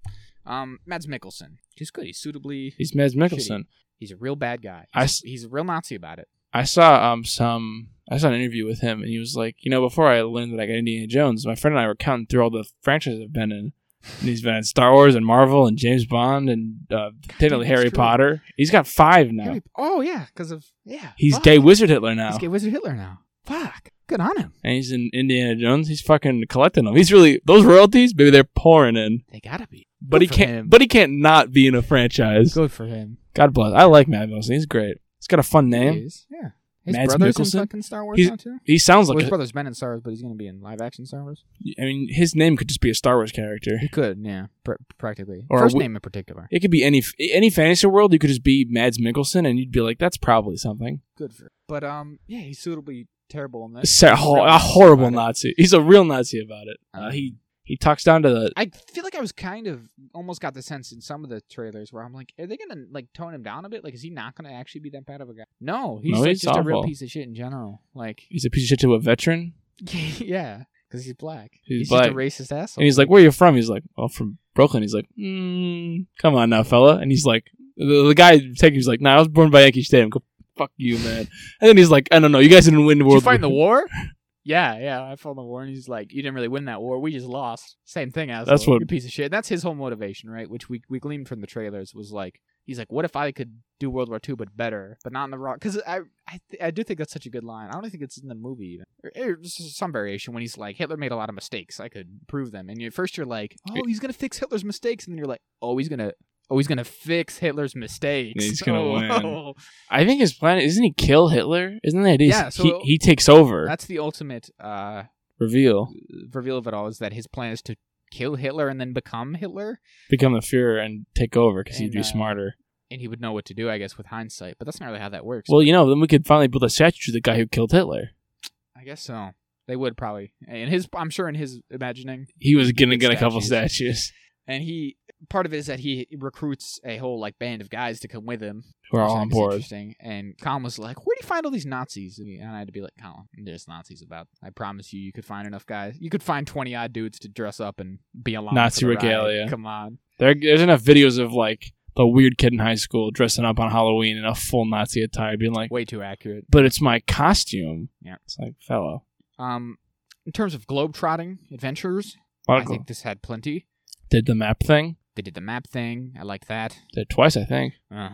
Um, Mads Mikkelsen, he's good. He's suitably,
he's Mads Mikkelsen.
he's a real bad guy.
I
He's,
s-
he's a real Nazi about it.
I saw um some I saw an interview with him and he was like, you know, before I learned that I got Indiana Jones, my friend and I were counting through all the franchises I've been in. And he's been in Star Wars and Marvel and James Bond and uh,
damn,
technically
that's
Harry
true.
Potter. He's got five now.
Harry- oh yeah, because of yeah,
He's
fuck.
gay wizard Hitler now,
He's gay wizard Hitler now. Fuck, good on him.
and he's in Indiana Jones. He's fucking collecting them. He's really those royalties. Maybe they're pouring in,
They gotta be
but
Good
he
for
can't.
him.
But he can't not be in a franchise.
good for him.
God bless. I like Matt Mikkelsen. He's great. He's got a fun
He
name.
is, yeah. His
Mads
brother's in
Mikkelsen?
fucking Star Wars
He's-
now too.
He sounds
Well,
like. A,
his brother's been in Star Wars, but he's gonna be in live action Star Wars.
I mean, his name could just be a Star Wars character.
He could, yeah, pr- practically.
Or a
First
wi-
name in particular.
It could be any any fantasy world. You could just be Mads Mikkelsen, and you'd be like, "That's probably something."
good for. But um, yeah, he's suitably terrible in
A,
this.
sa- ho- a horrible Nazi. He's a real Nazi about it. Uh,
Um,
he he talks down to the.
I feel like I was kind of almost got the sense in some of the trailers where I'm like, are they gonna like tone him down a bit? Like, is he not gonna actually be that bad of a guy? No, he's,
No,
like,
he's
just a real
awful.
piece of shit in general. Like,
He's a piece of shit to a veteran,
yeah, because he's black.
He's
just a racist asshole.
and he's like, "Where you from?" He's like, "Well, from Brooklyn." He's like, mm, "Come on now, fella," and he's like, the, the guy taking he's like, "Nah, I was born by Yankee Stadium." Go fuck you, man. and then he's like, "I don't know. You guys didn't win the
Did you
world."
fight in the war? Yeah, yeah, I fought in the war, and he's like, "You didn't really win that war. We just lost." Same thing, asshole.
That's what-
you piece of shit. That's his whole motivation, right? Which we we gleaned from the trailers was like, he's like, "What if I could do World War II, but better, but not in the rock?" Because I I, th- I do think that's such a good line. I don't think it's in the movie even. Or, or just some variation when he's like, "Hitler made a lot of mistakes. I could prove them." And you, at first you're like, "Oh, he's gonna fix Hitler's mistakes," and then you're like, "Oh, he's gonna." Oh, he's gonna fix Hitler's mistakes.
He's gonna
Oh,
win. I think his plan isn't he kill Hitler? Isn't that it?
Yeah,
He's-
so-
he he takes over.
That's the ultimate uh,
reveal
reveal of it all is that his plan is to kill Hitler and then become Hitler,
become the Führer and take over because he'd
And,
be
uh,
smarter.
and he would know what to do, I guess, with hindsight. But that's not really how that works.
Well, you know, then we could finally build a statue to the guy who killed Hitler.
I guess so. They would probably, in his, I'm sure, in his imagining,
He was gonna
Good
get a couple
statues.
statues.
and he part of it is that he recruits a whole like band of guys to come with him.
Who are
which I
all
think
on
is
board.
Interesting. And Colin was like, "Where do you find all these Nazis?" And he- and I had to be like, "Colin, there's Nazis about. I promise you, you could find enough guys. You could find twenty odd dudes to dress up and be along for
Nazi
the ride.
regalia.
Come on."
There, there's enough videos of like the weird kid in high school dressing up on Halloween in a full Nazi attire, being like,
Way too accurate.
"But it's my costume."
Yeah.
it's like fellow.
Um, in terms of globetrotting adventures, I
Michael
think this had plenty.
did the map thing.
They did the map thing. I liked that.
Did it twice, I think.
Uh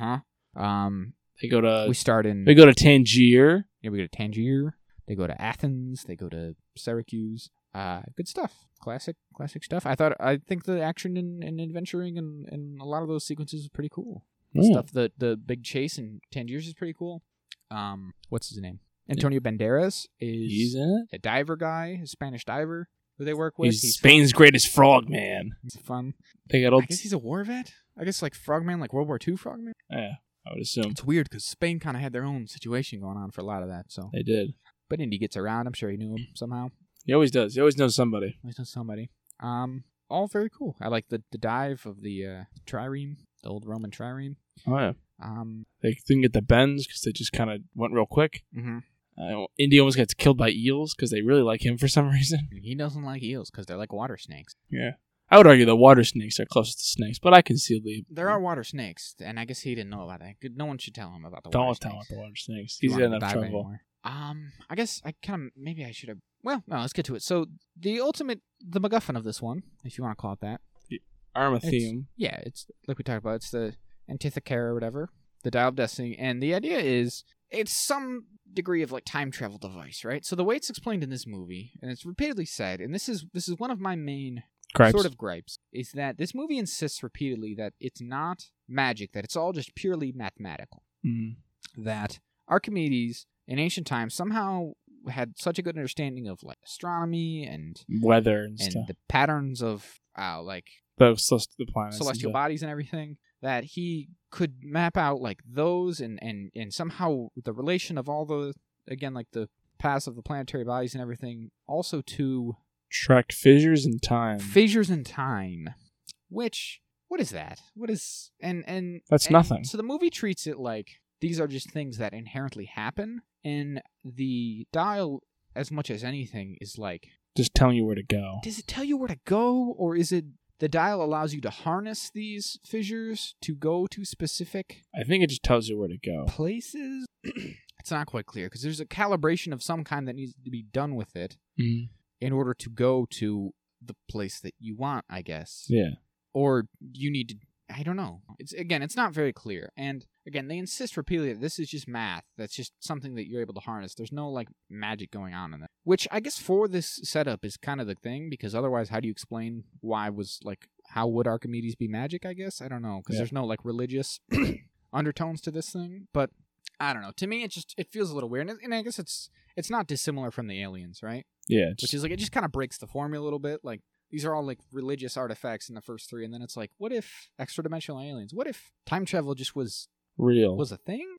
huh. Um,
They go to
we start in.
they go to Tangier.
yeah, we go to Tangier. They go to Athens. They go to Syracuse. Uh, good stuff. Classic, classic stuff. I thought. I think the action and, and adventuring and, and a lot of those sequences was pretty cool. The
Yeah.
Stuff. The the big chase in Tangiers is pretty cool. Um, what's his name? Antonio Banderas is
He's in it.
a diver guy, a Spanish diver who they work with.
He's, Spain's greatest frog man.
He's fun.
They got
I
old.
guess he's a war vet. I guess like Frogman, like World War II Frogman.
Yeah, I would assume
It's weird because Spain kind of had their own situation going on for a lot of that. So,
they did.
but Indy gets around. I'm sure he knew him
Mm.
somehow.
He always does. He always knows somebody.
At least knows somebody. Um, all very cool. I like the the dive of the uh, trireme, the old Roman trireme.
Oh yeah.
Um,
They didn't get the bends because they just kind of went real quick.
mhm.
Uh, Indy almost gets killed by eels because they really like him for some reason.
He doesn't like eels because they're like water snakes.
Yeah. I would argue the water snakes are closest to snakes, but I conceivably
There are water snakes, and I guess he didn't know about that. Good- No one should tell him about the water
don't
snakes.
tell about the water snakes.
if you
He's got
want him to
enough
dive
trouble.
anymore. Um, I guess I kind of maybe I should have. Well, no, let's get to it. So the ultimate, the MacGuffin of this one, if you want to call it that.
Armathium.
Yeah, it's like we talked about. It's the Antikythera or whatever, the Dial of Destiny, and the idea is it's some degree of like time travel device, right? So the way it's explained in this movie, and it's repeatedly said, and this is this is one of my main
Cripes.
sort of gripes is that this movie insists repeatedly that it's not magic, that it's all just purely mathematical.
Mm.
That Archimedes in ancient times somehow had such a good understanding of like astronomy and
Weather and,
and
stuff.
the patterns of uh, like
The, celest- the planets. and
celestial
stuff.
bodies and everything that he could map out like those and and and somehow the relation of all the again like the paths of the planetary bodies and everything also to
Tracked fissures in time.
fissures in time which what is that what is and and
That's
and
nothing.
so the movie treats it like these are just things that inherently happen and the dial as much as anything is like
Just telling you where to go.
does it tell you where to go or is it the dial allows you to harness these fissures to go to specific
I think it just tells you where to go.
places it's not quite clear because there's a calibration of some kind that needs to be done with it
Mm.
in order to go to the place that you want i guess
Yeah.
or you need to i don't know it's again it's not very clear and again they insist repeatedly that this is just math that's just something that you're able to harness there's no like magic going on in that which i guess for this setup is kind of the thing because otherwise how do you explain why was like how would archimedes be magic i guess i don't know because
Yeah.
there's no like religious undertones to this thing but i don't know to me it just it feels a little weird and, and i guess it's it's not dissimilar from the aliens right
Yeah.
which
Just,
is like it just kind of breaks the formula a little bit like these are all like religious artifacts in the first three and then it's like what if extra dimensional aliens what if time travel just was
real.
was a thing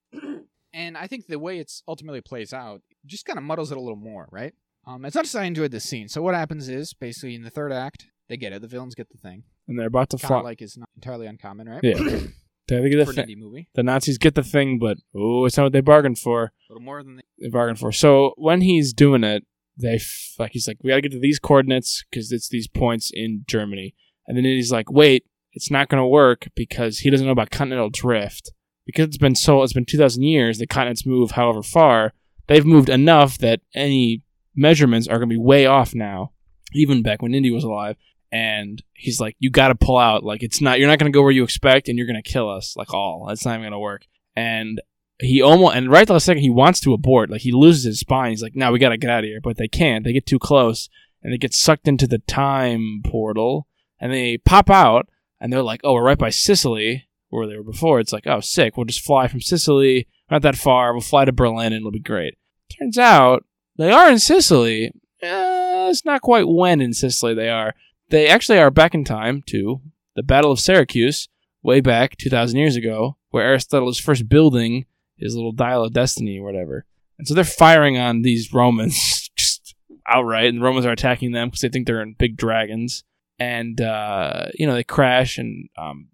and i think the way it's ultimately plays out just kind of muddles it a little more right um as much as i enjoyed this scene so what happens is basically in the third act they get it the villains get the thing
and they're about to
kind
fly.
of like is not entirely uncommon right
Yeah. they get
for
the,
an
thi-
indie movie
the Nazis get the thing, but oh, it's not what they bargained for.
a little more than the
They bargained for. So when he's doing it, they f- like he's like, we gotta get to these coordinates because it's these points in Germany. And then he's like, wait, it's not gonna work because he doesn't know about continental drift because it's been so it's been two thousand years. The continents move however far. They've moved enough that any measurements are gonna be way off now, even back when Indy was alive. And he's like, you gotta pull out. Like it's not you're not gonna go where you expect, and you're gonna kill us. Like all that's not even gonna work. And he almost and right the last second he wants to abort. Like he loses his spine. He's like, no, we gotta get out of here. But they can't. They get too close, and they get sucked into the time portal, and they pop out, and they're like, oh, we're right by Sicily where they were before. It's like, oh, sick. We'll just fly from Sicily, not that far. We'll fly to Berlin, and it'll be great. Turns out they are in Sicily. Uh, it's not quite when in Sicily they are. They actually are back in time to the Battle of Syracuse, way back 2,000 years ago, where Aristotle is first building his little dial of destiny or whatever. And so they're firing on these Romans just outright, and the Romans are attacking them because they think they're in big dragons. And, uh, you know, they crash, and, um,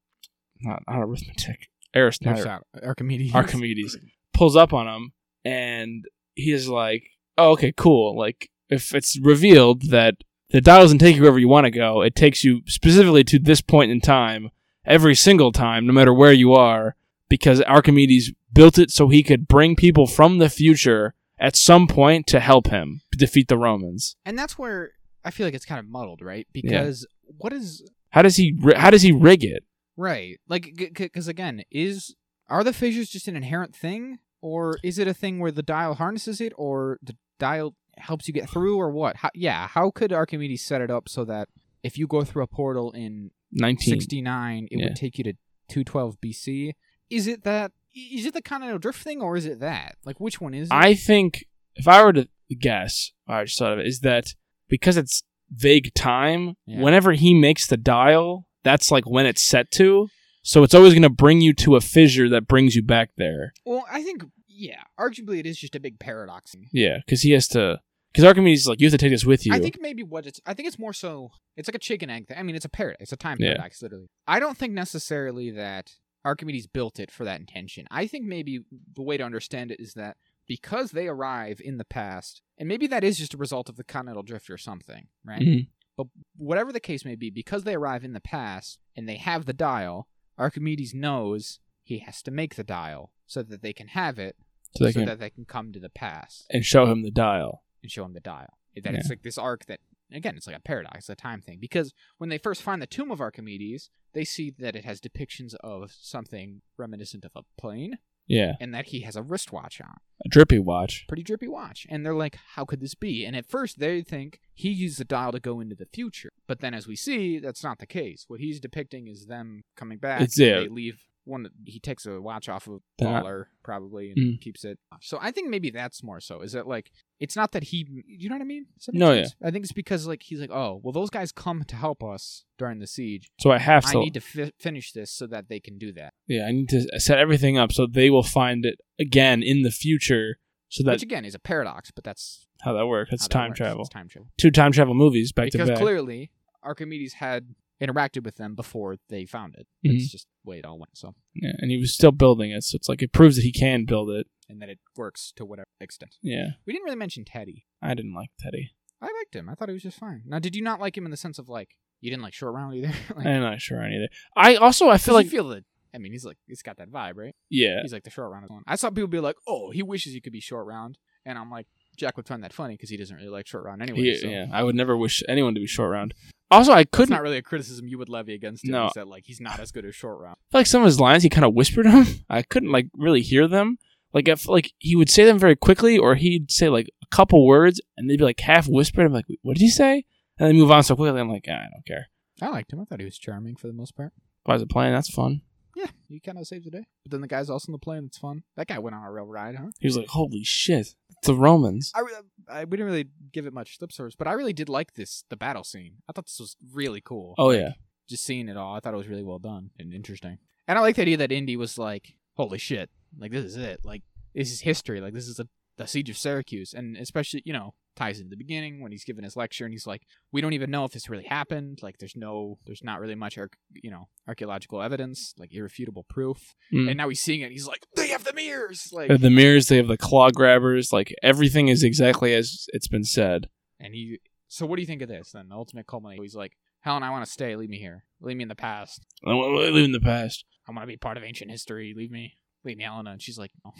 not, not arithmetic, Aristotle,
archimedes
Archimedes pulls up on him, and he's like, "Oh, okay, cool. Like, if it's revealed that the dial doesn't take you wherever you want to go, it takes you specifically to this point in time every single time, no matter where you are, because Archimedes built it so he could bring people from the future at some point to help him defeat the Romans.
and that's where i feel like it's kind of muddled right because what is
How does he? ri- How does he rig it?
Right. Like, because again, is are the fissures just an inherent thing, or is it a thing where the dial harnesses it, or the dial helps you get through, or what? How, yeah. How could Archimedes set it up so that if you go through a portal in
Nineteen.
69, it
Yeah.
would take you to 212 BC? Is it that? Is it the continental drift thing, or is it that? Like, which one is? It?
I think if I were to guess, I just thought of it is that because it's vague time,
Yeah.
whenever he makes the dial, that's like when it's set to. So it's always going to bring you to a fissure that brings you back there.
well, I think yeah. Arguably, it is just a big paradox. thing.
Yeah, because he has to. Because Archimedes is like, you have to take this with you.
I think maybe what it's I think it's more so it's like a chicken egg thing. I mean, it's a paradox. It's a time
Yeah.
paradox, literally. I don't think necessarily that Archimedes built it for that intention. I think maybe the way to understand it is that because they arrive in the past, and maybe that is just a result of the continental drift or something, right?
Mhm.
But whatever the case may be, because they arrive in the past and they have the dial, Archimedes knows he has to make the dial so that they can have it,
So they
so
can
that they can come to the past
and show him the dial.
and show him the dial. That it's like this arc that again, it's like a paradox, a time thing. Because when they first find the tomb of Archimedes, they see that it has depictions of something reminiscent of a plane,
Yeah,
and that he has a wristwatch on,
a drippy watch.
pretty drippy watch. And they're like, "How could this be?" And at first, they think he used the dial to go into the future, but then as we see, that's not the case. What he's depicting is them coming back.
It's it.
They leave. One, he takes a watch off of
That-
Baller probably and
Mm.
keeps it. So I think maybe that's more so. Is that like it's not that he, you know what I mean? Does that make
No, yeah.
sense? I think it's because like he's like, oh, well, those guys come to help us during the siege.
So I have to.
I need to fi- finish this so that they can do that.
yeah, I need to set everything up so they will find it again in the future. So
Which
that's
again is a paradox, but that's
how that works. That's
how that
time
works.
travel.
It's time travel.
Two time travel movies back
because
to back.
clearly Archimedes had interacted with them before they found it.
Mhm.
It's just the way it all went. So
yeah, and he was still building it, so it's like it proves that he can build it.
and then it works to whatever extent.
Yeah,
We didn't really mention Teddy.
I didn't like Teddy.
I liked him. I thought he was just fine. Now, did you not like him in the sense of like you didn't like short round either? like,
I'm not sure either. I also I
'cause
feel like
you feel the. I mean, he's like he's got that vibe, right?
yeah,
He's like the short round is one. I saw people be like, "Oh, he wishes he could be short round," and I'm like, Jack would find that funny because he doesn't really like short round anyway.
he-
so
yeah. I would never wish anyone to be short round. Also, I
That's
couldn't
not really a criticism you would levy against him.
No.
Is that like he's not as good as short round?
I feel like some of his lines he kind of whispered them. I couldn't like really hear them. Like if like he would say them very quickly, or he'd say like a couple words and they'd be like half whispered. I'm like, what did he say? And they move on so quickly. I'm like, "Ah, I don't care.
I liked him. I thought he was charming for the most part.
Why is it playing? That's fun.
Yeah, he kind of saves the day. But then the guy's also in the plane. It's fun. That guy went on a real ride, huh?
He was like, holy shit, it's the Romans.
I, re- I we didn't really give it much lip service, but I really did like this the battle scene. I thought this was really cool.
Oh yeah,
Just seeing it all, I thought it was really well done and interesting. And I like the idea that Indy was like, "Holy shit! Like this is it. Like this is history. Like this is the the siege of Syracuse." And especially, you know, ties into the beginning when he's giving his lecture and he's like, "We don't even know if this really happened. Like there's no, there's not really much, arch- you know, archaeological evidence, like irrefutable proof."
Mm.
and now he's seeing it. He's like, they have the mirrors, like,
They have the mirrors. They have the claw grabbers. Like everything is exactly as it's been said.
and he. So what do you think of this? Then the ultimate culmination. He's like, Helen, I want to stay. Leave me here. Leave me in the past.
I don't wanna live in the past.
I want to be part of ancient history. Leave me. Leave me, Helena. And she's like, no.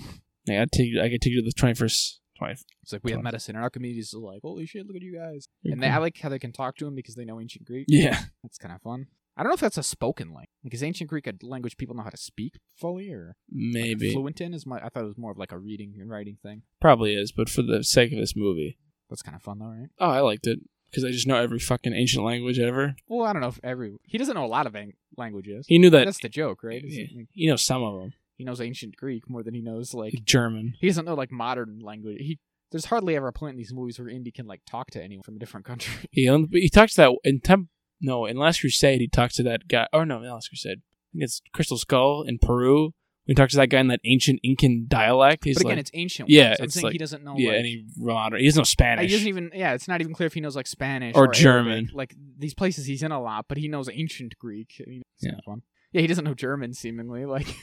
Yeah, I take. I could take you to the twenty first.
It's like we have
Tough.
medicine. And Archimedes is like, holy shit, look at you guys. And they, I like how they can talk to him because they know ancient Greek.
Yeah,
That's kind of fun. I don't know if that's a spoken language. Like, is ancient Greek a language people know how to speak fully, or like,
maybe
fluent in? Is my I thought it was more of like a reading and writing thing.
probably is, but for the sake of this movie.
That's kind of fun though, right?
Oh, I liked it because I just know every fucking ancient language ever.
Well, I don't know if every he doesn't know a lot of ang- languages.
He knew that.
That's the joke, right? Is
Yeah.
it, like,
You know some of them.
he knows ancient Greek more than he knows like
German.
he doesn't know like modern language. He there's hardly ever a point in these movies where Indy can like talk to anyone from a different country.
He owned, he talks to that in temp. No, in Last Crusade he talks to that guy. Or no, not Last Crusade. I think it's Crystal Skull in Peru. He talks to that guy in that ancient Incan dialect. He's
but again,
like,
it's ancient.
Yeah,
ones. I'm
it's
saying he
like-
doesn't know.
yeah,
like,
any modern. He doesn't know Spanish.
he doesn't even. Yeah, it's not even clear if he knows like Spanish
Or
Arabic.
German.
Like these places he's in a lot, but he knows ancient Greek. I mean, it's
Yeah.
kind of fun. Yeah, he doesn't know German seemingly. Like,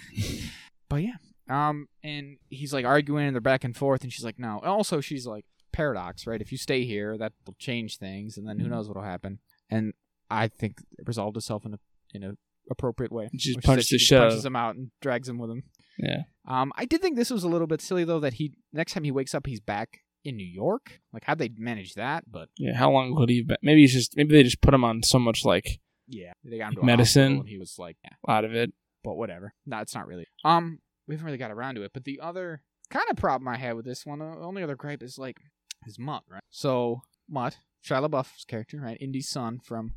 but yeah. Um, and he's like arguing, and they're back and forth, and she's like, "No." Also, she's like, "Paradox, right? If you stay here, that will change things, and then who
Mhm.
knows what'll happen." And I think it resolved itself in a in a appropriate way.
She just
which is that
punched
she
the
just
shit out
punches
of-
him out and drags him with him.
yeah,
Um, I did think this was a little bit silly though that he next time he wakes up he's back in New York. Like how'd they manage that? But
yeah. How long would he? Have been? Maybe he's just. Maybe they just put him on so much like
yeah, they got him to
Medicine.
a hospital and he was like, yeah,
out of it.
but whatever. No, it's not really. Um, we haven't really got around to it. But the other kind of problem I had with this one, the only other gripe is like is Mutt, right? So Mutt, Shia LaBeouf's character, right, Indy's son from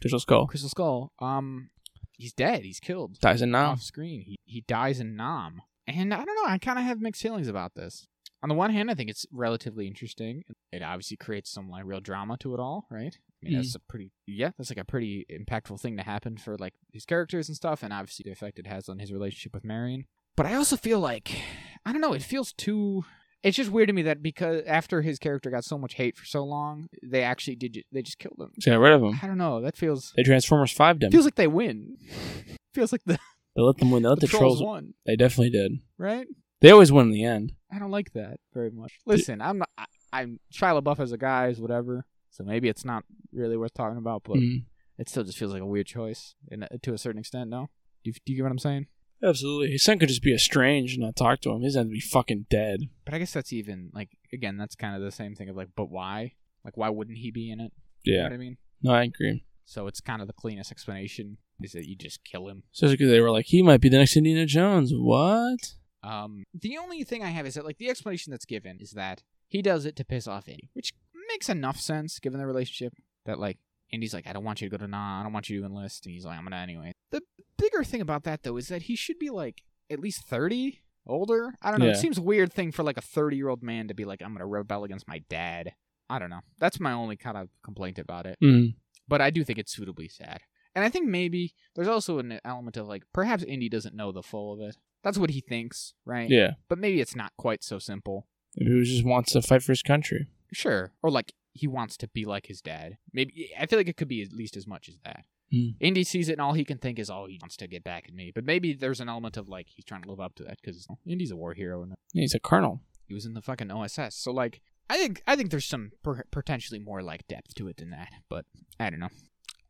Crystal Skull
Crystal Skull, um, he's dead. He's killed
dies in now.
off screen. He he dies in Nam, and I don't know. I kind of have mixed feelings about this. On the one hand, I think it's relatively interesting. It obviously creates some like real drama to it all, right? I mean, that's a pretty yeah, that's like a pretty impactful thing to happen for like his characters and stuff, and obviously the effect it has on his relationship with Marion. But I also feel like I don't know. It feels too. It's just weird to me that because after his character got so much hate for so long, they actually did. ju- They just killed him.
Just got rid of him.
I don't know. That feels
They Transformers five them.
feels like they win. feels like the,
They let them win. They let
the,
the,
trolls,
trolls.
won,
They definitely did.
right?
They always win in the end.
I don't like that very much. Listen, I'm not, I, I'm Shia LaBeouf as a guy is whatever, so maybe it's not really worth talking about, but
Mhm.
it still just feels like a weird choice, in, to a certain extent. No, do you, do you get what I'm saying?
Absolutely. His son could just be estranged and not talk to him. His son would be fucking dead.
But I guess that's even like again, that's kind of the same thing of like, but why? Like, why wouldn't he be in it? You know what I mean?
No, I agree.
So it's kind of the cleanest explanation is that you just kill him.
Especially because they were like, he might be the next Indiana Jones. What?
Um, the only thing I have is that like the explanation that's given is that he does it to piss off Indy, which makes enough sense given their relationship. That like Indy's like, I don't want you to go to Nah, I don't want you to enlist, and he's like, I'm gonna anyway. The bigger thing about that though is that he should be like at least thirty, older. I don't know.
Yeah.
It seems a weird thing for like a thirty year old man to be like, I'm gonna rebel against my dad. I don't know. That's my only kind of complaint about it
Mm.
but I do think it's suitably sad. And I think maybe there's also an element of like perhaps Indy doesn't know the full of it. That's what he thinks, right?
Yeah.
But maybe it's not quite so simple.
Maybe he just wants to fight for his country.
Sure. Or like he wants to be like his dad. Maybe I feel like it could be at least as much as that.
Hmm.
Indy sees it and all he can think is, "Oh, he wants to get back at me." But maybe there's an element of like he's trying to live up to that because Indy's a war hero and
Yeah, He's a colonel.
he was in the fucking OSS. So like, I think I think there's some per- potentially more like depth to it than that. But I don't know.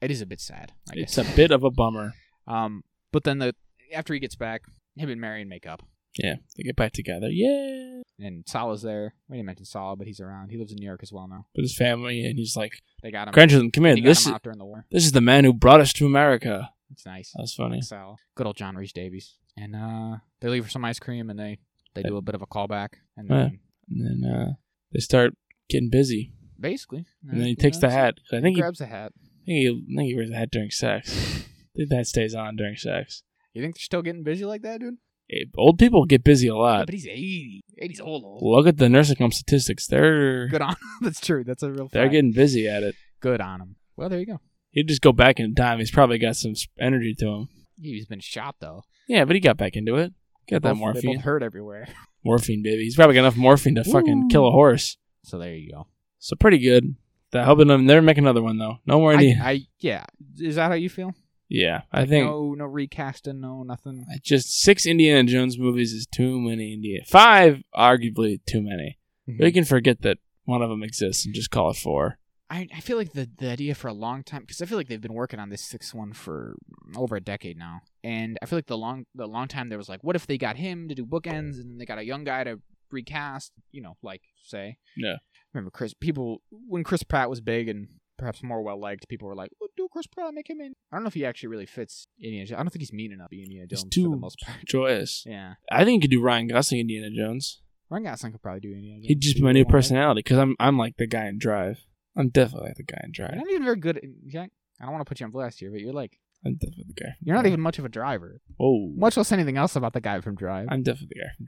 It is a bit sad. I guess.
It's a bit of a bummer.
Um, but then the after he gets back, him and Marion make up,
Yeah. They get back together. Yeah.
and Sala's there. We didn't mention Sala, but he's around. He lives in New York as well now.
With his family, and he's like,
They got him.
grandchildren, come
they
in.
got
This
him
is,
out during the war.
this is the man who brought us to America.
It's nice.
That was funny.
Sal, good old John Reese Davies, and uh, they leave for some ice cream, and they they do a bit of a callback, and
Yeah.
then
And then uh, they start getting busy.
basically, uh,
And then he takes the hat. I think he, I
grabs the hat.
think he, I think he wears the hat during sex. I think that stays on during sex.
You think they're still getting busy like that, dude?
Eh, old people get busy a
Yeah,
lot.
but he's eighty. 80's old. old.
Look at the nursing home statistics. They're
Good on. That's true. That's a real.
they're
fact.
getting busy at it.
good on him. Well, there you go.
He'd just go back in time. He's probably got some sp- energy to him.
He's been shot though.
Yeah, but he got back into it. Got that
Both- they both
morphine.
hurt everywhere.
Morphine, baby. He's probably got enough morphine to fucking
Ooh.
kill a horse.
So there you go.
So pretty good. They're helping him never make another one though. No more
I,
need.
I yeah. Is that how you feel?
Yeah, I think
no, no recasting, no nothing.
I just six Indiana Jones movies is too many. Indiana five, arguably too many.
Mm-hmm.
We can forget that one of them exists and just call it four.
I, I feel like the, the idea for a long time because I feel like they've been working on this sixth one for over a decade now, and I feel like the long the long time there was like, what if they got him to do bookends, and then they got a young guy to recast, you know, like say,
Yeah.
Remember Chris? People when Chris Pratt was big and perhaps more well liked, people were like, well, do Chris Pratt, make him in. I don't know if he actually really fits Indiana. Jo- I don't think he's mean enough to be Indiana
It's
Jones for the
too
most part.
joyous.
Yeah,
I think you could do Ryan Gosling Indiana Jones.
Ryan Gosling could probably do Indiana. Jones.
He'd just be
He'd
my new
one of them.
personality because I'm I'm like the guy in Drive. I'm definitely like the guy in
You're
Drive.
not even very good. At, Jack, I don't want to put you on blast here, but you're like
I'm definitely the guy. from
you're not
Drive.
even much of a driver,
Whoa.
much less anything else about the guy from Drive.
I'm definitely the guy from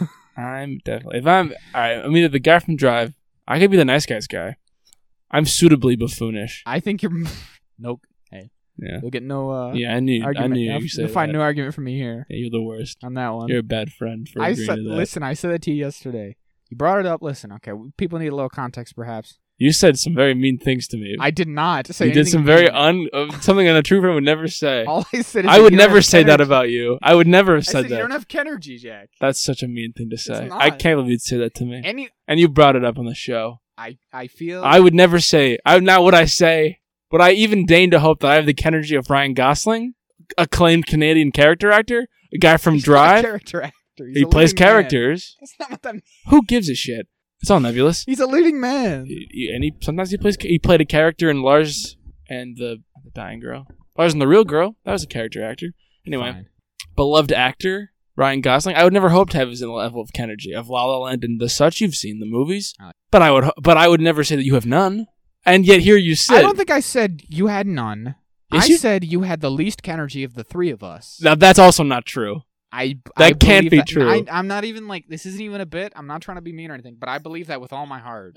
Drive. I'm definitely if I'm all right. I'm either the guy from Drive. I could be the nice guy's guy. I'm suitably buffoonish.
I think you're no. Hey,
Yeah.
you'll get no uh,
Yeah, I knew. I
argument.
knew
You'll-
you said
you'll find
that.
no argument from me here
Yeah, you're the worst.
on that one.
You're a bad friend for
Um, I
agreeing
said,
to that.
listen, I said that to you yesterday. You brought it up. Listen, okay, w- people need a little context, perhaps.
You said some very mean things to me.
I did not say
you did
anything
some very
mean.
un uh, something that a true friend would never say.
All I said, is
I
that
would
you don't
never
have
say that
energy.
about you. I would never have
I
said
said, you
that.
don't have energy, Jack.
That's such a mean thing to say. I
not.
can't believe you'd say that to me.
Any,
And you brought it up on the show.
I, I feel.
I would never say, I not what I say, but I even deign to hope that I have the energy of Ryan Gosling, acclaimed Canadian character actor, a guy from
He's not a
Drive.
Character actor. He's
He
a
plays
leading man.
characters.
That's not what that means.
Who gives a shit? It's all nebulous.
He's a leading man.
He- he- And he sometimes he plays. He played a character in Lars and the the dying girl. Lars and the real girl. That was a character actor. Anyway,
Fine.
beloved actor Ryan Gosling. I would never hope to have his level of energy of La La Land and the such. You've seen the movies,
Oh.
but I would, ho- but I would never say that you have none. And yet here you sit.
I don't think I said you had none.
Yes,
I
you-
said you had the least energy of the three of us.
now that's also not true.
I I
That can't
believe
be
that-
true.
I, I'm not even like this isn't even a bit. I'm not trying to be mean or anything, but I believe that with all my heart.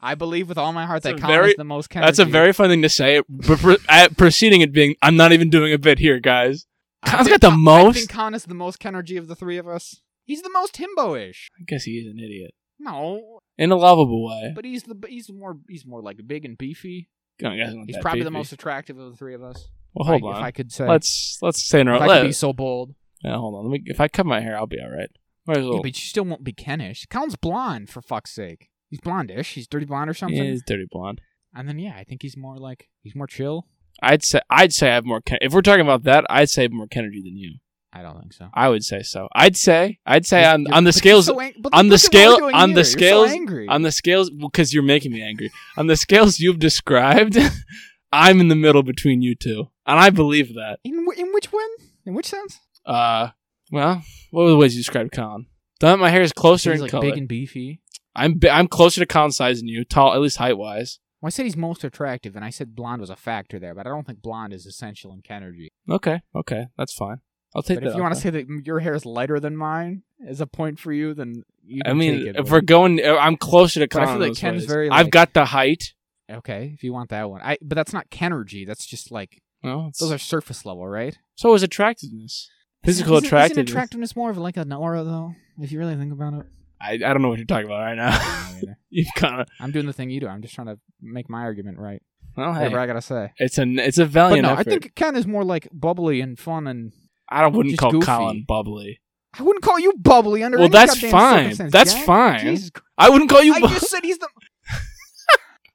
I believe with all my heart
That's
that
a
Colin
very-
is the most. Energy.
That's a very fun thing to say. But pre- at- preceding it being, I'm not even doing a bit here, guys.
I
Colin's
think
got the
Col- I
most-
think Colin is the most energy of the three of us. He's the most himbo-ish.
I guess he is an idiot
No,
in a lovable way.
but he's the he's more he's more like big and beefy.
I guess I'm not
He's
that
probably the
beefy.
most attractive of the three of us.
Well, hold
If I-
on.
If I could say,
let's let's say in
if
our
I could be
let,
so bold.
yeah, hold on. Let me, if I cut my hair, I'll be all right. Might as
Yeah,
well.
but you still won't be Kenish. Colin's blonde, for fuck's sake. He's blondish. He's dirty blonde or something.
Yeah, he's dirty blonde.
And then yeah, I think he's more like he's more chill.
I'd say I'd say I have more. Ken- if we're talking about that, I'd say more Kennedy than you.
I don't think so.
I would say so. I'd say I'd say
You're-
on
you're-
on the
but you're
scales
so ang- but
on the
look at what we're
scale-
doing
on the
here. You're so
scales-
angry.
on the scales because you're making me angry. on the scales you've described, I'm in the middle between you two, and I believe that.
in, wh- in which one? In which sense?
Uh, well, what were the ways you described Colin? Done. My hair is closer
he's
in
like
color.
big and beefy.
I'm bi- I'm closer to Colin's size than you, tall at least height wise.
Well, I said he's most attractive, and I said blonde was a factor there, but I don't think blonde is essential in Kennergy.
Okay, okay, that's fine. I'll take
But
that.
if you want to say that your hair is lighter than mine as a point for you, then you
I
can
mean,
take it,
if
but-
we're going, uh, I'm closer to
But I
Colin.
feel like
those
Ken's
ways.
very,
I've
like-
got the height.
okay, if you want that one, I but that's not Kennergy. That's just like
No,
those are surface level, right?
so is attractiveness. Physical
Isn't- isn't
attractiveness.
attractiveness more of like an aura, though? If you really think about it,
I, I don't know what you're talking about right
I
now.
don't know either.
You've kind of
I'm doing the thing you do. I'm just trying to make my argument right.
well, hey,
Whatever I gotta say.
it's a it's a
But
valiant
no,
effort.
I think Ken is more like bubbly and fun, and
I don't wouldn't
just
call
goofy.
Colin bubbly.
I wouldn't call you bubbly under.
Well,
any
that's
goddamn
fine.
circumstance,
That's
Jack.
fine.
Jesus Christ.
I wouldn't call you.
I
bu-
just said he's the.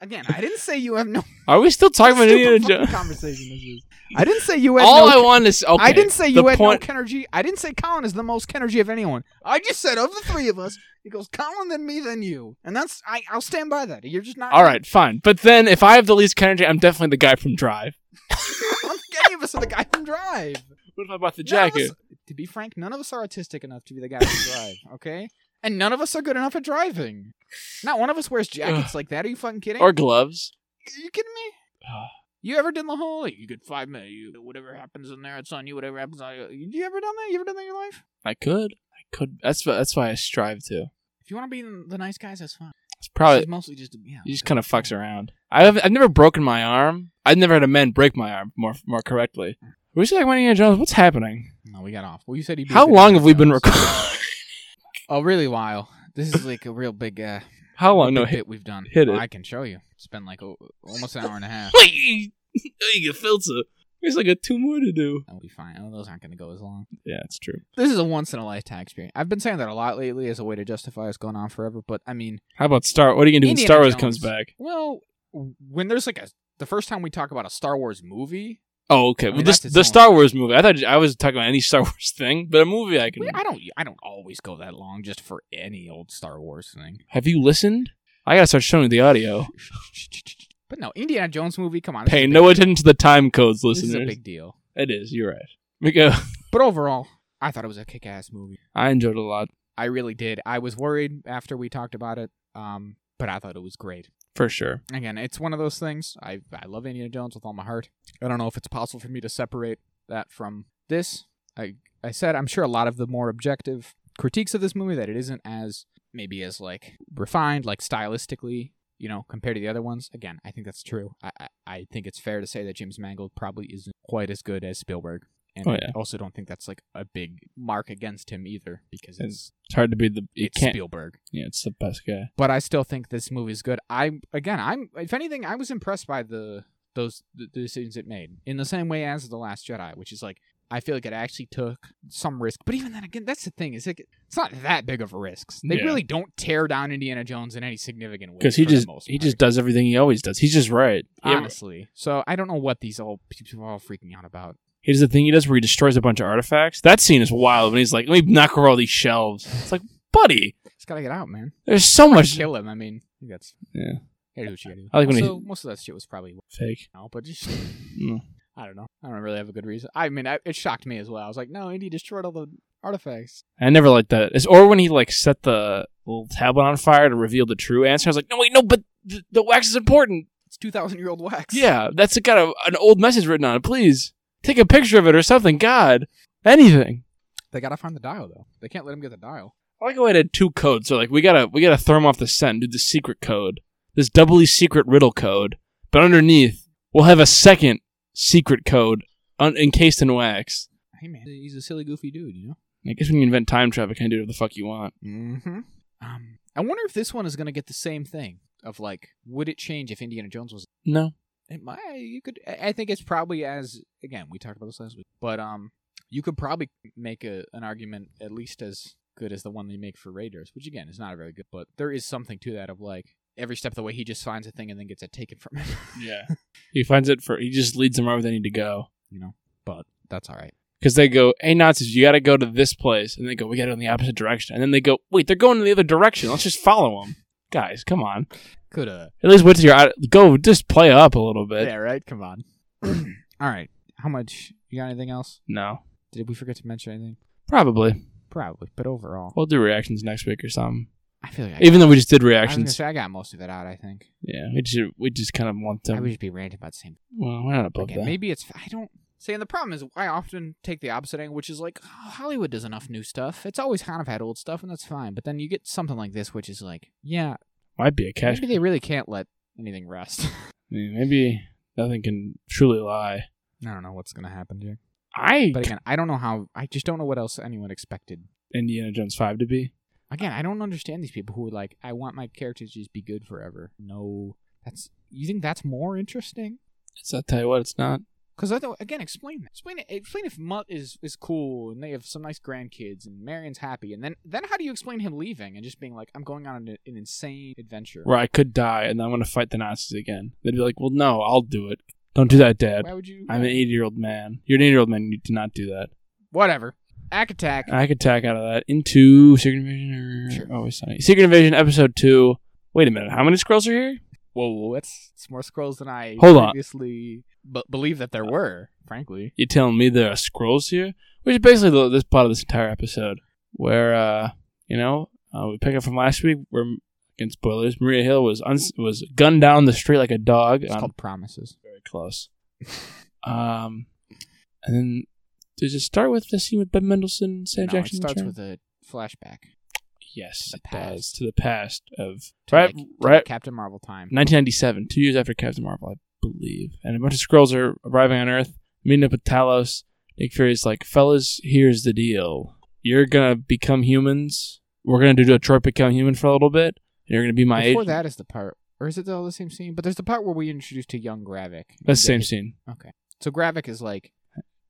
Again, I didn't say you have no
Are we still talking about Indiana
stupid fucking
Jones?
conversation. This is. I didn't say you had
All
no.
I want is okay.
I didn't say
the
you had
point,
no energy. I didn't say Colin is the most energy of anyone. I just said of the three of us, it goes Colin, then me, then you, and that's I. I'll stand by that. You're just not.
All right, fine. But then if I have the least Kennedy, I'm definitely the guy from Drive.
I don't think any of us are the guy from Drive.
What if I bought the
None of
jacket?
us- to be frank, none of us are artistic enough to be the guy to drive, okay? And none of us are good enough at driving. Not one of us wears jackets like that. Are you fucking kidding?
Or gloves?
are you kidding me?
Ugh.
You ever done the whole like, you get five minutes, you, whatever happens in there, it's on you. Whatever happens on you. You ever done that? You ever done that in your life?
I could. I could. That's wh- that's why I strive to.
If you want to be the nice guys, that's fine.
It's probably
She's mostly just a- yeah.
he just kind of fucks around. I have I've never broken my arm. I've never had a man break my arm more more correctly. We're just like Indiana Jones. What's happening?
No, we got off. Well, you said he.
How long have we been recording?
Oh, really? While this is like a real big. uh
How long? Oh, No
big
hit.
bit we've done.
hit it.
I can show you. It's been like o almost an hour and a half.
Wait, you you get filter. There's like a two more to do.
That'll be fine. Oh, those aren't going to go as long.
Yeah, it's true.
This is a once in a lifetime experience. I've been saying that a lot lately as a way to justify us going on forever, but I mean,
How about Star? What are you gonna do when
Indiana
Star Wars
Jones.
comes back?
well, when there's like a the first time we talk about a Star Wars movie,
Oh, okay.
I mean,
well, this
that's its
the
own-
Star Wars movie. I thought I was talking about any Star Wars thing, but a movie I can.
we- I don't I don't always go that long just for any old Star Wars thing.
Have you listened? I gotta start showing you the audio.
But no, Indiana Jones movie, come on. this is
Oh. Pay
a big-
no attention to the time codes,
This is a
listeners.
big deal.
It is. You're right. We go.
But overall, I thought it was a kick-ass movie.
I enjoyed it a lot
I really did. I was worried after we talked about it, um, but I thought it was great.
for sure.
again, it's one of those things. I I love Indiana Jones with all my heart. I don't know if it's possible for me to separate that from this. I I said I'm sure a lot of the more objective critiques of this movie that it isn't as maybe as like refined, like stylistically, you know, compared to the other ones. Again, I think that's true. I I, I think it's fair to say that James Mangold probably isn't quite as good as Spielberg. And
Oh,
I
yeah.
also don't think that's like a big mark against him either because it's
It's hard to be the. You
it's
can't.
Spielberg
Yeah, it's the best guy.
but I still think this movie's good. I again, I'm if anything, I was impressed by the those the decisions it made in the same way as the Last Jedi, which is like I feel like it actually took some risk. But even then, again, that's the thing is like it's not that big of a risk. They
Yeah.
really don't tear down Indiana Jones in any significant way
Because he
for the
just
most
he
part,
just does everything he always does. He's just right. He, ever-
honestly. So I don't know what these all people are all freaking out about.
he does the thing he does where he destroys a bunch of artifacts. That scene is wild. When he's like, "Let me knock over all these shelves." It's like, buddy,
It's gotta get out, man.
there's so much
Kill him. I mean, I think that's
Yeah.
Gotta do what you gotta do.
I like when he-
Also, most of that shit was probably
fake.
now, but just
Mm.
I don't know. I don't really have a good reason. I mean, I, it shocked me as well. I was like, no, Indy destroyed all the artifacts.
I never liked that. It's, or when he like set the little tablet on fire to reveal the true answer. I was like, no, wait, no, but the, the wax is important.
It's two thousand year old wax.
Yeah, that's a, got a, an old message written on it. Please take a picture of it or something. God, anything.
they gotta find the dial though. They can't let him get the dial.
I like how it had two codes. So like, we gotta we gotta throw him off the scent and do the secret code, this doubly secret riddle code. But underneath, we'll have a second secret code un- encased in wax.
Hey man, he's a silly, goofy dude, you know.
I guess when you invent time travel, you can do whatever the fuck you want.
Mm-hmm. Um, I wonder if this one is gonna get the same thing of like, would it change if Indiana Jones was?
No,
It might. You could. I I think it's probably as again we talked about this last week, but um, you could probably make a, an argument at least as good as the one they make for Raiders, which again is not very good, but there is something to that of like every step of the way he just finds a thing and then gets it taken from him.
Yeah. he finds it for, he just leads them where they need to go.
you know, but that's all right.
Because they go, hey, Nazis, you got to go to this place. And they go, we got to go in the opposite direction. And then they go, wait, they're going in the other direction. Let's just follow them. Guys, come on.
Coulda.
At least wait till you're out. Go, just play up a little bit.
Yeah, right. Come on. all right. How much? You got anything else?
No.
Did we forget to mention anything?
Probably.
Probably, but overall,
We'll do reactions next week or something.
I feel like I,
Even though we just did
I, was gonna
reactions.
say, I got most of it out. I think
yeah, we just, we just kind of want
I
them.
would just be ranting about the same.
well, we're not above
Again,
that.
maybe it's I don't see. And the problem is, I often take the opposite angle, which is like oh, Hollywood does enough new stuff. It's always kind of had old stuff, and that's fine. But then you get something like this, which is like, yeah,
Might be a cash.
maybe they really can't let anything rest.
I mean, Maybe nothing can truly lie.
I don't know what's gonna happen here.
I
But again, I don't know how. I just don't know what else anyone expected.
Indiana Jones 5 to be.
Again, I don't understand these people who are like, I want my character to just be good forever. No, that's you think that's more interesting?
It's, I'll tell you what, it's not.
Because again, explain that. Explain it. Explain if Mutt is is cool and they have some nice grandkids and Marion's happy, and then then how do you explain him leaving and just being like, I'm going on an, an insane adventure?
Where I could die and I'm going to fight the Nazis again. They'd be like, well, no, I'll do it. Don't do that, Dad.
Why would you?
I'm an 80 year old man. You're an 80 year old man. You do not do that.
Whatever. Ack attack.
I could tack out of that into Secret Invasion or
Sure.
Always Sunny. Secret Invasion episode two. Wait a minute. How many scrolls are here?
Whoa, that's it's more scrolls than I
Hold on. Uh,
previously b- believe that there were. Frankly,
You're telling me there are scrolls here? Which is basically the, this part of this entire episode where, uh, you know, uh, we pick up from last week where, against spoilers, Maria Hill was uns- was gunned down the street like a dog.
it's
Um,
called promises.
very close. um, and then does it start with the scene with Ben Mendelsohn and Sam
No,
Jackson?
it starts
return?
with a flashback.
yes,
the
it does
past.
to the past of
to,
right,
like, to, like,
right,
Captain Marvel time.
1997, two years after Captain Marvel, I believe. And a bunch of Skrulls are arriving on Earth, meeting up with Talos. Nick Fury's like, fellas, here's the deal. You're going to become humans. We're going to do Detroit Become Human for a little bit. And you're going to be my
Before
agent.
that is the part, or is it all the same scene? But there's the part where we introduce to young Gravik.
That's the
Yeah,
same
his-
scene.
Okay. So Gravik is like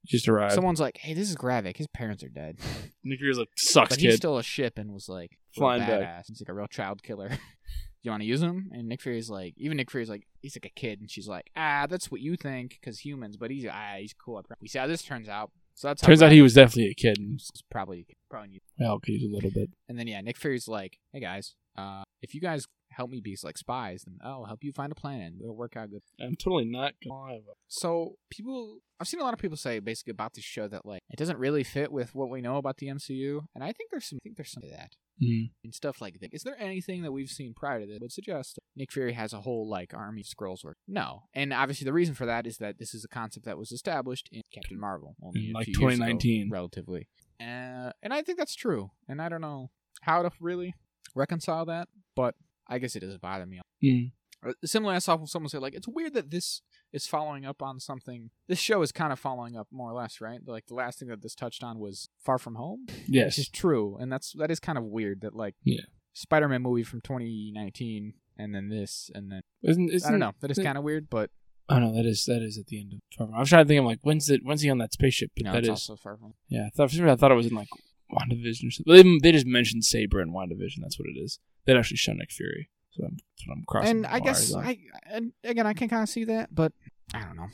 Just arrived.
someone's like, "Hey, this is Gravik. His parents are dead,
Nick Fury's like, sucks,
but he's
kid.
still a ship and was like real
Flying back.
badass. He's like a real child killer. you want to use him?" And Nick Fury's like, even Nick Fury's like, he's like a kid, and she's like, "Ah, that's what you think, because humans, but he's ah, he's cool." I prom-" We see how this turns out. So that's how
Turns out
Gravik
he was definitely a kid. And
is probably probably knew.
well, could use a little bit.
And then yeah, Nick Fury's like, "Hey guys, uh, if you guys help me be like spies, then I'll help you find a plan. It'll work out good."
I'm totally not going to
So people, I've seen a lot of people say basically about this show that like it doesn't really fit with what we know about the MCU, and I think there's some, I think there's some of that
mm.
and stuff like that. Is there anything that we've seen prior to this that would suggest that Nick Fury has a whole like army of Skrulls? Or no, and obviously the reason for that is that this is a concept that was established in Captain Marvel, only
In,
a
like,
few years ago,
2019.
relatively. Uh, and I think that's true, and I don't know how to really reconcile that, but I guess it doesn't bother me
Mm.
or similarly, I saw someone say like, "It's weird that this is following up on something. This show is kind of following up more or less, right? Like the last thing that this touched on was Far From Home,
Yes.
which is true, and that's that is kind of weird that like
Yeah.
Spider-Man movie from 2019, and then this, and then
Isn't, isn't,
I don't know. That is
isn't-
kind of weird, but
Oh no, that is that is at the end of Trevor. I was trying to think. I'm like, when's it? When's he on that spaceship? But
you know,
that
it's
is,
also Far From Home.
yeah. I thought, for some reason I thought it was in like WandaVision or something. But they, they just mentioned Saber and WandaVision. That's what it is. They'd actually show Nick Fury. So I'm, that's what I'm crossing.
and
the
I guess
wires on.
I and again I can kind of see that, but I don't know.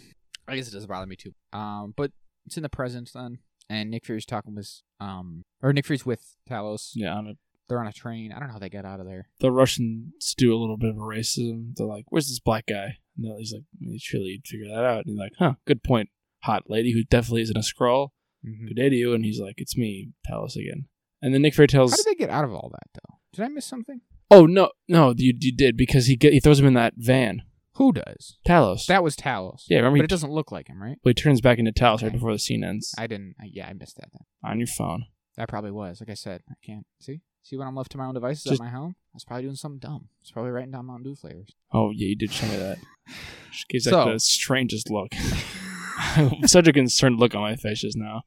I guess it doesn't bother me too. Um, but it's in the present then, and Nick Fury's talking with um or Nick Fury's with Talos.
yeah, on a,
they're on a train. I don't know how they got out of there.
the Russians do a little bit of a racism. They're like, "Where's this black guy?" And they're- he's like, "You surely you'd figure that out." And he's like, "Huh, good point, hot lady who definitely isn't a scroll."
Mm-hmm.
Good day to you. And he's like, "It's me, Talos again." And then Nick Fury tells,
How did they get out of all that though? Did I miss something?
"Oh no, no, you you did because he get, he throws him in that van,
Who does?
Talos."
That was Talos.
yeah, remember he
but it doesn't look like him, right?
Well, he turns back into Talos right
Okay.
before the scene ends
I didn't. I, yeah, I missed that. Then
on your phone.
that probably was. Like I said, I can't see. See when I'm left to my own devices
Just-
at my home, I was probably doing something dumb. I was probably writing down Mountain Dew flavors.
Oh yeah, you did show me that. She gives like
So-
the strangest look. Such a concerned look on my face just now.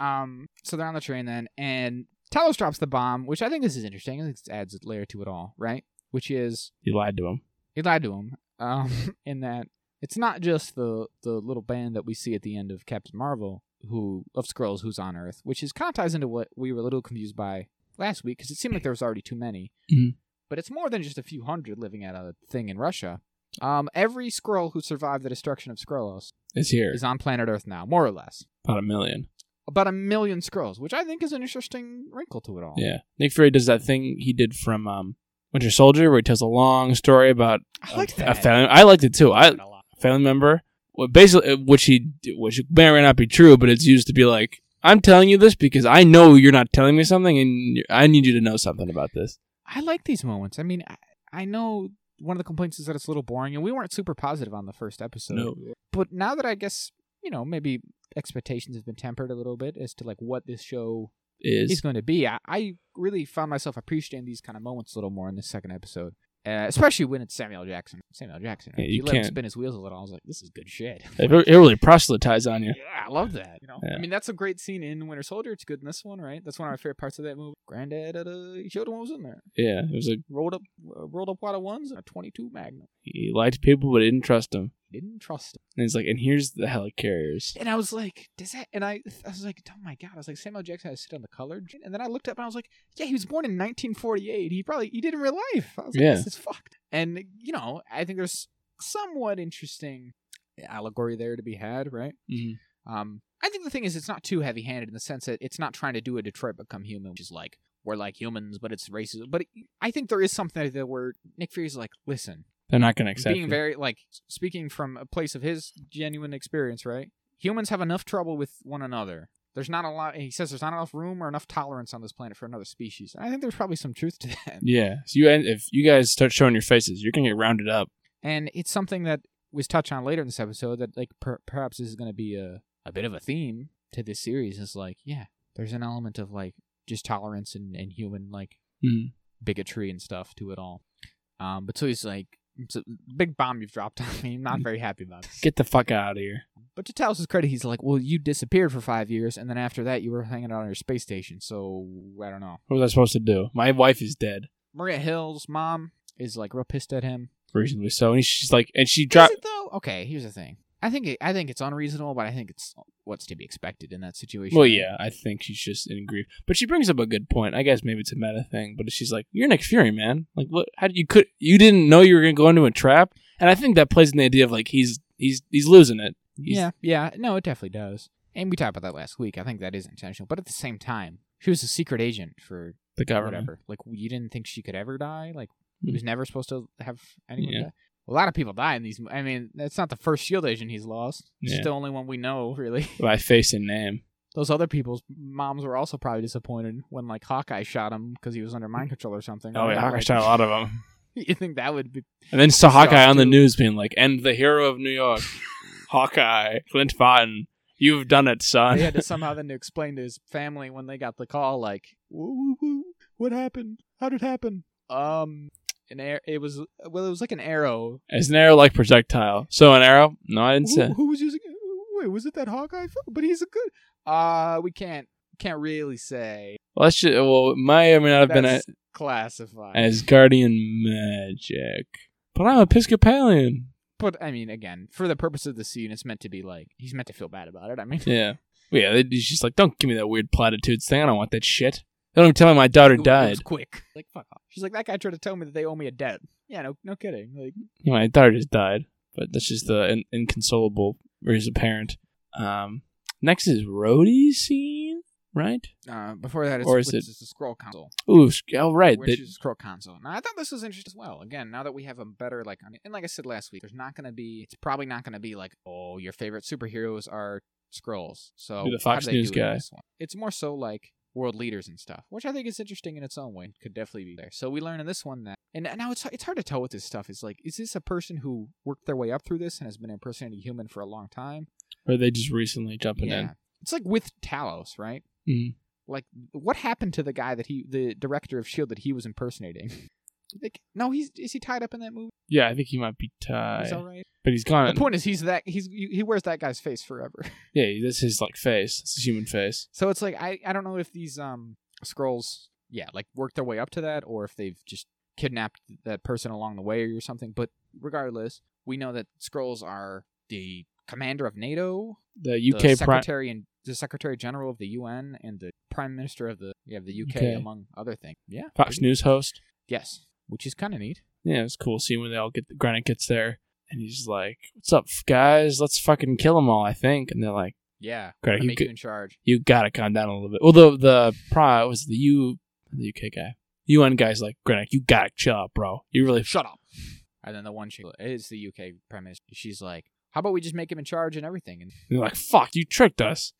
Um, so they're on the train then, and Talos drops the bomb, which I think this is interesting. I think this adds a layer to it all, right? Which is
You lied to him.
he lied to him um, in that it's not just the the little band that we see at the end of Captain Marvel who of scrolls who's on Earth, which is kind of ties into what we were a little confused by last week because it seemed like there was already too many.
Mhm.
But it's more than just a few hundred living at a thing in Russia. Um, every Skrull who survived the destruction of Skrullos
It's here.
is on planet Earth now, more or less.
About a million.
About a million Skrulls, which I think is an interesting wrinkle to it all.
Yeah. Nick Fury does that thing he did from um, Winter Soldier where he tells a long story about
I
a-
like
a
that.
family. Um, I liked it too. I
a lot.
family member. Well, basically, uh, which he which may or may not be true, but it's used to be like, I'm telling you this because I know you're not telling me something, and you- I need you to know something about this.
I like these moments. I mean, I, I know one of the complaints is that it's a little boring, and we weren't super positive on the first episode. But now that I guess, you know, maybe expectations have been tempered a little bit as to like what this show is
is
going to be, I, I really found myself appreciating these kind of moments a little more in this second episode. Uh, especially when it's Samuel Jackson. Samuel Jackson.
Yeah,
if
you
let him
can't-
spin his wheels a little. I was like, this is good shit.
it re- it really proselytized on you.
Yeah, I love that. You know,
Yeah.
I mean, that's a great scene in Winter Soldier. It's good in this one, right? That's one of my favorite parts of that movie. Granddad, uh, he showed him what was in there.
Yeah, it was like
Rolled up, uh, rolled up wad of ones and a twenty-two Magnum.
he liked people but didn't trust them.
Didn't trust him.
And he's like, and here's the helicarriers.
And I was like, does that? And I, I was like, oh my god! I was like, Samuel Jackson has to sit on the color. gene? And then I looked up and I was like, yeah, he was born in 1948. He probably he did in real life. I was like,
Yeah.
this is fucked. And you know, I think there's somewhat interesting allegory there to be had, right?
Mhm.
Um, I think the thing is, it's not too heavy-handed in the sense that it's not trying to do a Detroit Become Human, which is like we're like humans, but it's racist. But I think there is something there where Nick Fury's like, listen,
They're not going to accept.
being
it.
very like speaking from a place of his genuine experience, right? Humans have enough trouble with one another. There's not a lot. He says there's not enough room or enough tolerance on this planet for another species. And I think there's probably some truth to that.
yeah. So you, if you guys start showing your faces, you're going to get rounded up.
And it's something that was touched on later in this episode that like per- perhaps this is going to be a a bit of a theme to this series. Is like, yeah, there's an element of like just tolerance and, and human like
Mhm.
bigotry and stuff to it all. Um, but so he's like, it's a big bomb you've dropped on me. I'm not very happy about this.
Get the fuck out of here.
But to Talos' credit, he's like, "Well, you disappeared for five years, and then after that, you were hanging out on your space station." So I don't know.
What was I supposed to do? My wife is dead.
Maria Hill's mom is like real pissed at him.
Reasonably so. And she's like, and she dropped.
Is it though? Okay, here's the thing. I think it, I think it's unreasonable, but I think it's what's to be expected in that situation.
Well, yeah, I think she's just in grief. But she brings up a good point. I guess maybe it's a meta thing, but she's like, "You're Nick Fury, man. Like, what? How did you could you didn't know you were gonna go into a trap?" And I think that plays in the idea of like he's he's he's losing it. He's-
yeah, yeah. No, it definitely does. And we talked about that last week. I think that is intentional, but at the same time, she was a secret agent for
the government.
whatever. Like you didn't think she could ever die. Like
Hmm.
he was never supposed to have anyone
Yeah.
die. A lot of people die in these. I mean, that's not the first Shield agent he's lost. It's
Yeah.
the only one we know, really.
By face and name.
Those other people's moms were also probably disappointed when like Hawkeye shot him because he was under mind control or something.
Oh, yeah,
right?
Hawkeye
Like,
shot a lot of them.
You think that would be?
And then saw
Stuff,
Hawkeye on the
too.
news being like, "And the hero of New York, Hawkeye, Clint Barton, you've done it,
They
son."
had to somehow then to explain to his family when they got the call, like, "Woo, woo, woo, what happened? How did it happen? Um, an air. It was well, it was like an arrow
It's an arrow-like projectile. So an arrow? No, I didn't say.
who, who was using? Wait, was it that Hawkeye? fella? But he's a good. Uh we can't can't really say.
Well, that's just, well, it may or may not have been a,
That's classified.
as guardian magic. But I'm Episcopalian.
but I mean, again, for the purpose of the scene, it's meant to be like he's meant to feel bad about it. I mean,
Yeah. Well, yeah, they- she's like, don't give me that weird platitudes thing. I don't want that shit. They don't even tell me my daughter
it was- it
died.
was quick. Like fuck off. She's like that guy tried to tell me that they owe me a debt. Yeah, no, no kidding. Like
Yeah, my daughter just died. But that's just the in- inconsolable is apparent. Um, next is Rhodey scene, right?
uh, before that, it's,
Or is
it's
it-
just a scroll console.
Ooh, sh- oh right.
Where
that-
she's a scroll console. Now I thought this was interesting as well. Again, now that we have a better like, on- and like I said last week, there's not gonna be. It's probably not gonna be like, oh, your favorite superheroes are scrolls. So
Be the
how
Fox
do they do
News
it in
guy.
this one? It's more so like world leaders and stuff, which I think is interesting in its own way. Could definitely be there. So we learn in this one that, and and now it's it's hard to tell with this stuff. Is like, is this a person who worked their way up through this and has been impersonating a human for a long time?
or they just recently jumping in.
It's like with Talos, right?
Mhm.
Like, what happened to the guy that he, the director of Shield, E that he was impersonating? like, no, he's is he tied up in that movie?
Yeah, I think he might be
Is
tied,
that right?
but he's gone.
The point is, he's that he's he wears that guy's face forever.
yeah, that's his like face. It's his human face.
so it's like I I don't know if these um scrolls, yeah, like worked their way up to that, or if they've just kidnapped that person along the way or something. But regardless, we know that scrolls are the commander of NATO,
The
the
UK prime.
secretary and the Secretary General of the UN and the Prime Minister of the yeah, of the UK,
Okay.
among other things. Yeah,
Fox
pretty-
News host.
Yes, which is kind of neat.
Yeah, it's cool seeing when they all get. Granite gets there, and he's like, "What's up, f- guys? Let's fucking kill them all." I think, and they're like,
Yeah,
"Granite,
I
you,
make you
g-
in charge.
you gotta calm down a little bit." Well, the the pri was the U, the UK guy, UN guy's like, "Granite, you gotta chill out, bro. You really
Shut up. And then the one she is the UK Prime Minister. She's like, "How about we just make him in charge and everything?" And
And they're like, "Fuck, you tricked us."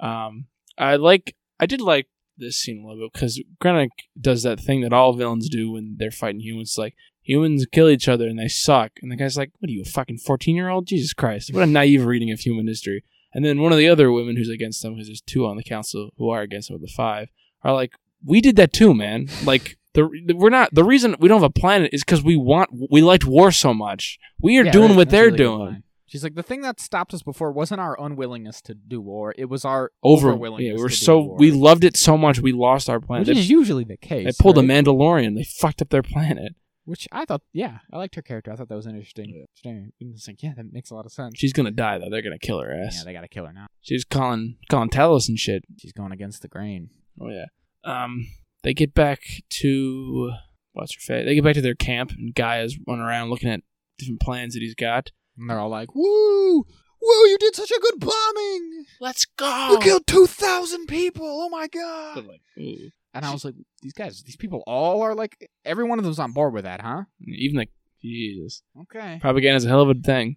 Um, I like, I did like this scene a little bit because Krennic does that thing that all villains do when they're fighting humans. Like humans kill each other and they suck, and the guy's like, "What are you, a fucking fourteen-year-old? Jesus Christ! What a naive reading of human history." And then one of the other women who's against them, because there's two on the council who are against him with the five, are like, "We did that too, man. Like." The, the- we're not the reason we don't have a planet is because we want we liked war so much. We are
Yeah,
doing
that-
what
that's a
they're
really good
doing.
line. She's like, "The thing that stopped us before wasn't our unwillingness to do war; it was our
over
overwillingness.
yeah, we
to
were
do
so
war."
we loved it so much we lost our planet.
which
They,
is usually the case.
they pulled
right?
a Mandalorian. They fucked up their planet.
Which I thought, yeah, I liked her character. I thought that was interesting. Interesting. It's like, yeah, that makes a lot of sense.
She's gonna die though. They're gonna kill her ass.
Yeah, they gotta kill her now.
She's calling calling Talos and shit.
She's going against the grain.
Oh yeah. Um, they get back to what's her face? They get back to their camp and Guy is running around looking at different plans that he's got.
And they're all like, "Woo, woo! You did such a good bombing.
Let's go.
two thousand people. Oh my
They're
god!"
like, ooh.
And I was like, "These guys, these people, all are like, every one of them's on board with that, huh?"
Even like Jesus.
Okay.
Propaganda's a hell of a thing.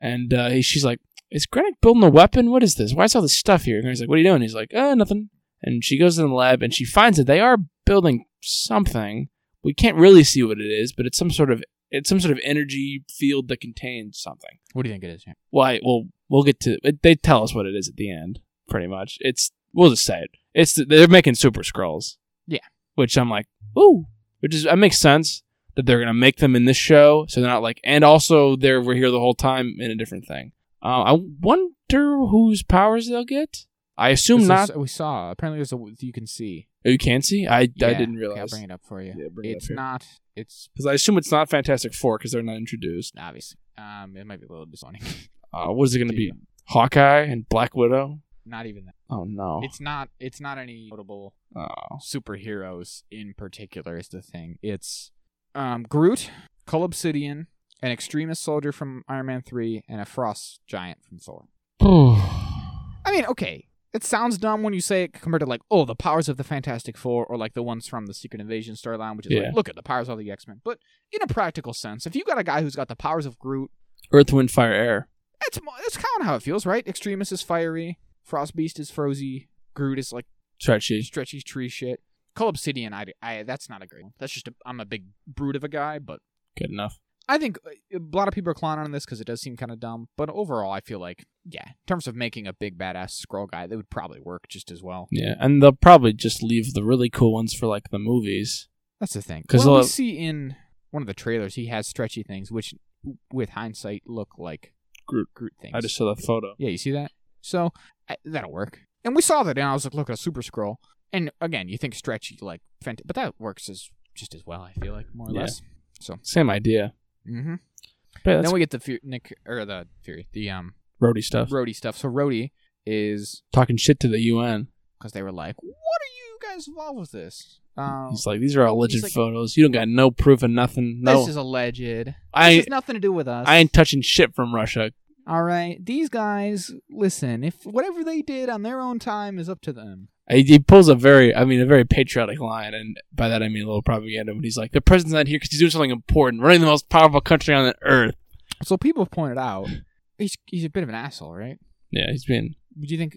And uh, he, she's like, "Is Krennic building a weapon? What is this? Why is all this stuff here?" And he's like, "What are you doing?" He's like, "Uh, nothing." And she goes in the lab and she finds that they are building something. We can't really see what it is, but it's some sort of it's some sort of energy field that contains something.
What do you think it is? Jack?
Why? Well, we'll get to. It, they tell us what it is at the end, pretty much. It's we'll just say it. It's the, they're making super scrolls.
Yeah.
Which I'm like, ooh, which is that makes sense that they're gonna make them in this show, so they're not like, and also they're we're here the whole time in a different thing. Uh, I wonder whose powers they'll get. I assume
This
not.
is- we saw. Apparently, there's a you can see.
oh, you can see. I I
Yeah,
didn't
okay, I'll
realize.
bring it up for you.
Yeah, bring it up
it's
here.
not. It's
Because I assume it's not Fantastic Four because they're not introduced.
obviously. Um, it might be a little disappointing.
Uh, what is it gonna be? Hawkeye and Black Widow.
Not even that.
Oh no.
It's not. It's not any notable
oh.
superheroes in particular is the thing. It's um, Groot, Cull Obsidian, an extremist soldier from Iron Man 3, and a frost giant from Thor. I mean, okay. It sounds dumb when you say it compared to like, oh, the powers of the Fantastic Four, or like the ones from the Secret Invasion storyline, which is
Yeah.
like, look at the powers of the X Men. But in a practical sense, if you got a guy who's got the powers of Groot,
Earth, Wind, Fire, Air.
that's mo- that's kind of how it feels, right? Extremis is fiery, Frost Beast is frozy, Groot is like
Stretchy.
stretchy tree shit. Call Obsidian, I, I that's not a great one. That's just a, I'm a big brute of a guy, but
Good enough.
I think uh, a lot of people are clowning on this because it does seem kind of dumb. But overall, I feel like yeah, in terms of making a big badass scroll guy, that would probably work just as well.
Yeah, and they'll probably just leave the really cool ones for like the movies.
That's the thing.
'Cause
Well, we
they'll-
see in one of the trailers he has stretchy things, which with hindsight look like
Groot.
Groot things.
I just saw the photo.
Yeah, you see that? So I, that'll work. And we saw that, and I was like, look at a super scroll. And again, you think stretchy, like, fant- but that works as just as well. I feel like more or
Yeah.
less. So,
Same idea.
mm-hmm.
But yeah, that's
then we get the Fu- Nick or the Fury, the um
Rhodey stuff.
Rhodey stuff. So Rhodey is
Talking shit to the UN.
because they were like, what are you guys involved with this? Um,
He's like, these are all legit
He's like-
photos. You don't got no proof of nothing. No,
this is alleged. This
I
has nothing to do with us.
I ain't touching shit from Russia.
All right, these guys, listen. If whatever they did on their own time is up to them.
Uh, He, he pulls a very, I mean, a very patriotic line, and by that I mean a little propaganda. When he's like, the president's not here because he's doing something important, running the most powerful country on the earth.
So people have pointed out he's he's a bit of an asshole, right?
Yeah, he's been.
do you think?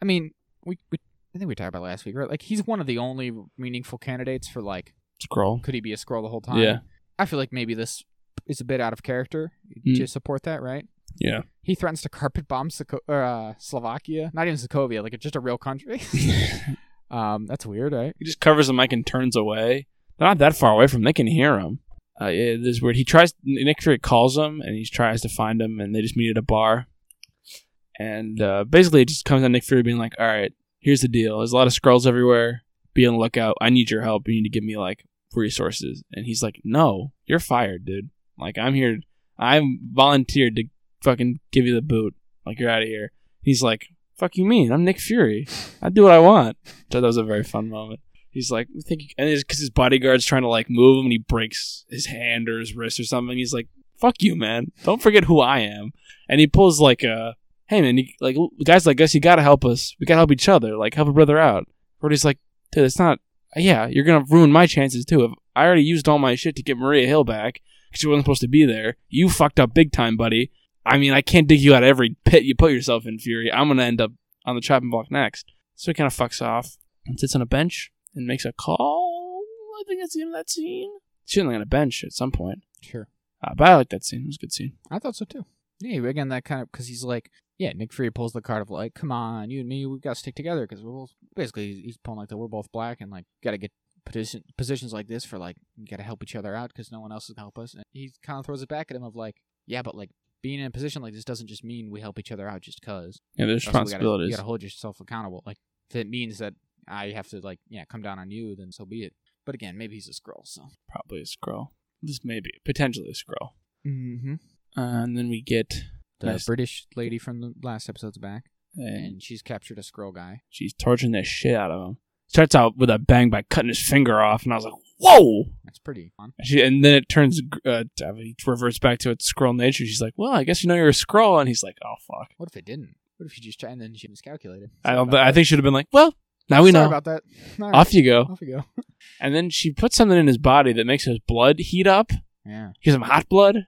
I mean, we, we I think we talked about it last week, right? Like he's one of the only meaningful candidates for like,
Scroll.
could he be a scroll the whole time?
Yeah.
I feel like maybe this is a bit out of character
Mm.
to support that, right?
Yeah.
He threatens to carpet bomb Soko- or, uh, Slovakia, not even Sokovia, like just a real country.
he
um, that's weird, right?
just covers the mic and turns away. They're not that far away from. Him. They can hear him. Uh, yeah, this is weird. He tries. Nick Fury calls him, and he tries to find him, and they just meet at a bar. And uh, basically, it just comes down to Nick Fury being like, "All right, here's the deal. There's a lot of scrolls everywhere. Be on the lookout. I need your help. You need to give me like resources." And he's like, "No, you're fired, dude. Like I'm here. I'm volunteered to fucking give you the boot. Like you're out of here." He's like, fuck you mean? I'm Nick Fury. I do what I want. So that was a very fun moment. He's like, I think, he, and because his bodyguard's trying to like move him, and he breaks his hand or his wrist or something. He's like, "Fuck you, man! Don't forget who I am." And he pulls like a, "Hey, man, you, like guys like us, you gotta help us. We gotta help each other. Like help a brother out." Brody's like, "Dude, it's not. Yeah, you're gonna ruin my chances too. If I already used all my shit to get Maria Hill back because she wasn't supposed to be there. You fucked up big time, buddy. I mean, I can't dig you out of every pit you put yourself in, Fury. I'm gonna end up on the chopping block next. So he kind of fucks off and sits on a bench and makes a call. I think that's the end of that scene. Certainly on a bench at some point.
Sure.
Uh, but I like that scene. It was a good scene.
I thought so too. Yeah, again, that kind of because he's like, yeah, Nick Fury pulls the card of like, come on, you and me, we got to stick together because we're both basically he's- he's pulling like that we're both black and like got to get position positions like this for like got to help each other out because no one else can help us. And he kind of throws it back at him of like, yeah, but like being in a position like this doesn't just mean we help each other out just cause.
Yeah, there's
Also, we gotta-
responsibilities.
You got to hold yourself accountable. Like if it means that I have to like yeah come down on you, then so be it. But again, maybe he's a scroll, so.
Probably a scroll. This may be potentially a scroll.
Mm-hmm.
Uh, and then we get
The
Nice.
British lady from the last episode's back,
and
and she's captured a scroll guy.
she's torturing the shit out of him. Starts out with a bang by cutting his finger off, and I was like, whoa.
That's pretty fun.
She, and then it turns, uh, it reverts back to its scroll nature. She's like, "Well, I guess you know you're a scroll," and he's like, "Oh fuck."
What if it didn't? What if you just tried and then she miscalculated?
I
Sorry
don't.
about
I
that.
think she'd have been like, "Well, now we
Sorry
know."
about that. All right.
Off you go.
Off you go.
And then she puts something in his body that makes his blood heat up.
Yeah,
Gives him hot blood,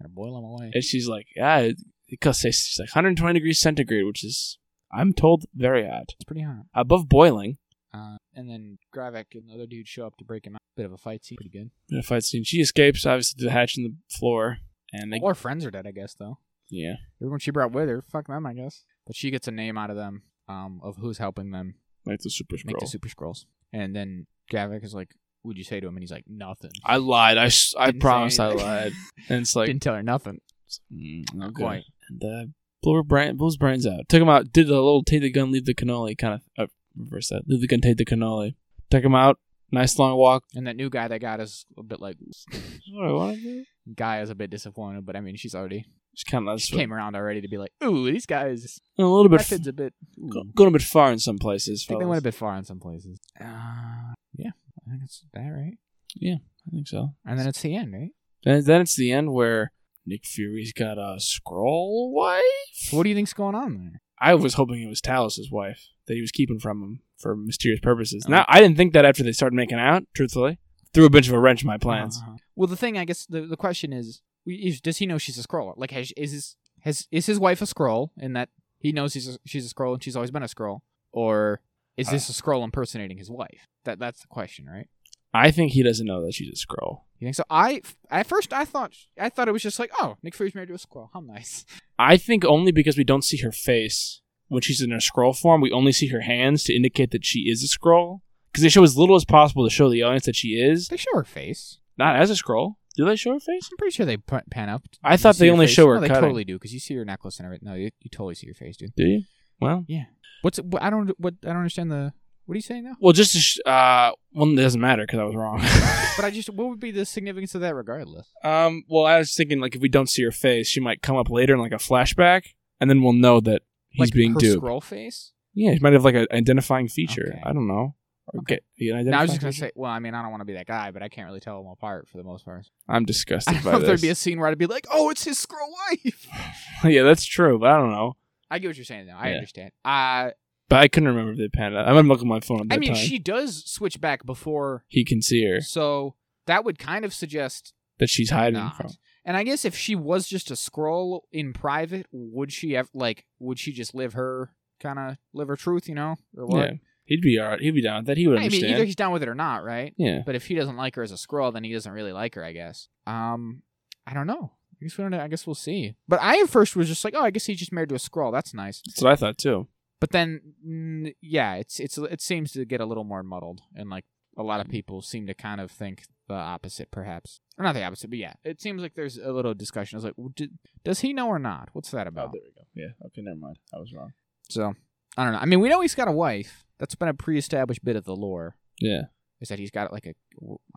gonna boil them away.
and she's like, "Yeah, it, it costs." She's like 120 degrees centigrade, which is, I'm told, very hot,
It's pretty hot.
above boiling.
Uh, and then Gravak and the other dude show up to break him out. Bit of a fight scene. Pretty good.
In a fight scene, she escapes obviously to the hatch in the floor, and they,
All her friends are dead, I guess. Though
yeah,
everyone she brought with her, fuck them, I guess. But she gets a name out of them, um, of who's helping them
like the super
make
scroll.
the super scrolls. And then Gravak is like, "What'd you say to him?" And he's like, "Nothing."
I lied. I s- I
Didn't say
promised I
anything.
lied, and it's like
Didn't tell her nothing.
Mm, not
Okay.
quite. And uh, blew her brain, blew his brains out. Took him out. Did the little take the gun, leave the cannoli kind of uh, reverse that. Leave the gun, take the cannoli. Took him out. Nice long walk.
And that new guy they got is a bit like,
What I want to do?
guy is a bit disappointed, but I mean, she's already
Just kind of
she came around already to be like, "Ooh, these guys
a little bit,
methods a bit. Ooh.
f- going a bit far in some places.
I think they
fellas.
went a bit far in some places. Uh, yeah, I think it's that right.
I think so.
And then it's the end, right?
And then it's the end where Nick Fury's got a scroll wife.
What do you think's going on there?
I was hoping it was Talos' wife that he was keeping from him for mysterious purposes.
Oh.
Now I didn't think that after they started making out. Truthfully, threw a bunch of a wrench in my plans.
Uh-huh. Well, the thing I guess the, the question is, we- is, does he know she's a scroll? Like, has, is his has is his wife a scroll? In that he knows he's a, she's a scroll and she's always been a scroll, or is this a scroll impersonating his wife? That that's the question, right?
I think he doesn't know that she's a scroll.
You think so? I at first I thought I thought it was just like, oh, Nick Fury's married to a squirrel. How nice.
I think only because we don't see her face when she's in her scroll form. We only see her hands to indicate that she is a scroll. Because they show as little as possible to show the audience that she is
They show her face.
not as a scroll. Do they show her face?
I'm pretty sure they pan pan up.
I
You
thought
see
they
your
only
face.
show her
No, they
cutting.
totally do because you see her necklace and everything. No, you, you totally see your face, dude.
Do you? Well,
What's what, I don't what I don't understand the what are you saying now?
well, just to sh- uh, well, it doesn't matter because I was wrong.
But I just what would be the significance of that regardless?
um, well, I was thinking like if we don't see her face, she might come up later in like a flashback, and then we'll know that he's
like
being
her
duped.
scroll face.
Yeah, he might have like an identifying feature.
Okay.
I don't know. Or
Okay.
get- get an
No, I
identifying
was just gonna
feature?
say. Well, I mean, I don't want to be that guy, but I can't really tell them apart for the most part.
I'm
I
disgusted
don't
by
know if there'd be a
this.
scene where I'd be like, "Oh, it's his scroll wife."
yeah, that's true, but I don't know.
I get what you're saying now. I
Yeah.
understand. Uh,
But I couldn't remember if they panned out. I'm gonna look at my phone. At
I
that
mean,
time.
she does switch back before,
he can see her
so that would kind of suggest
that she's hiding
not.
from.
And I guess if she was just a scroll in private, would she have like would she just live her kind of live her truth, you know, or what?
Yeah, he'd be alright. He'd be down with that. He would
I mean,
understand.
either he's down with it or not, right?
yeah,
But if he doesn't like her as a scroll, then he doesn't really like her, I guess. Um, I don't know. I guess we don't. know. I guess we'll see. But I at first was just like, oh, I guess he's just married to a scroll. That's nice.
that's what I thought too.
But then, mm, yeah, it's it's it seems to get a little more muddled, and like a lot of people seem to kind of think the opposite, perhaps, or not the opposite, but yeah, it seems like there's a little discussion. I was like, well, did, does he know or not? What's that
Oh,
about?
there we go. Yeah. Okay, never mind. I was wrong.
so I don't know. I mean, we know he's got a wife. That's been a pre-established bit of the lore.
Yeah.
Is that he's got like a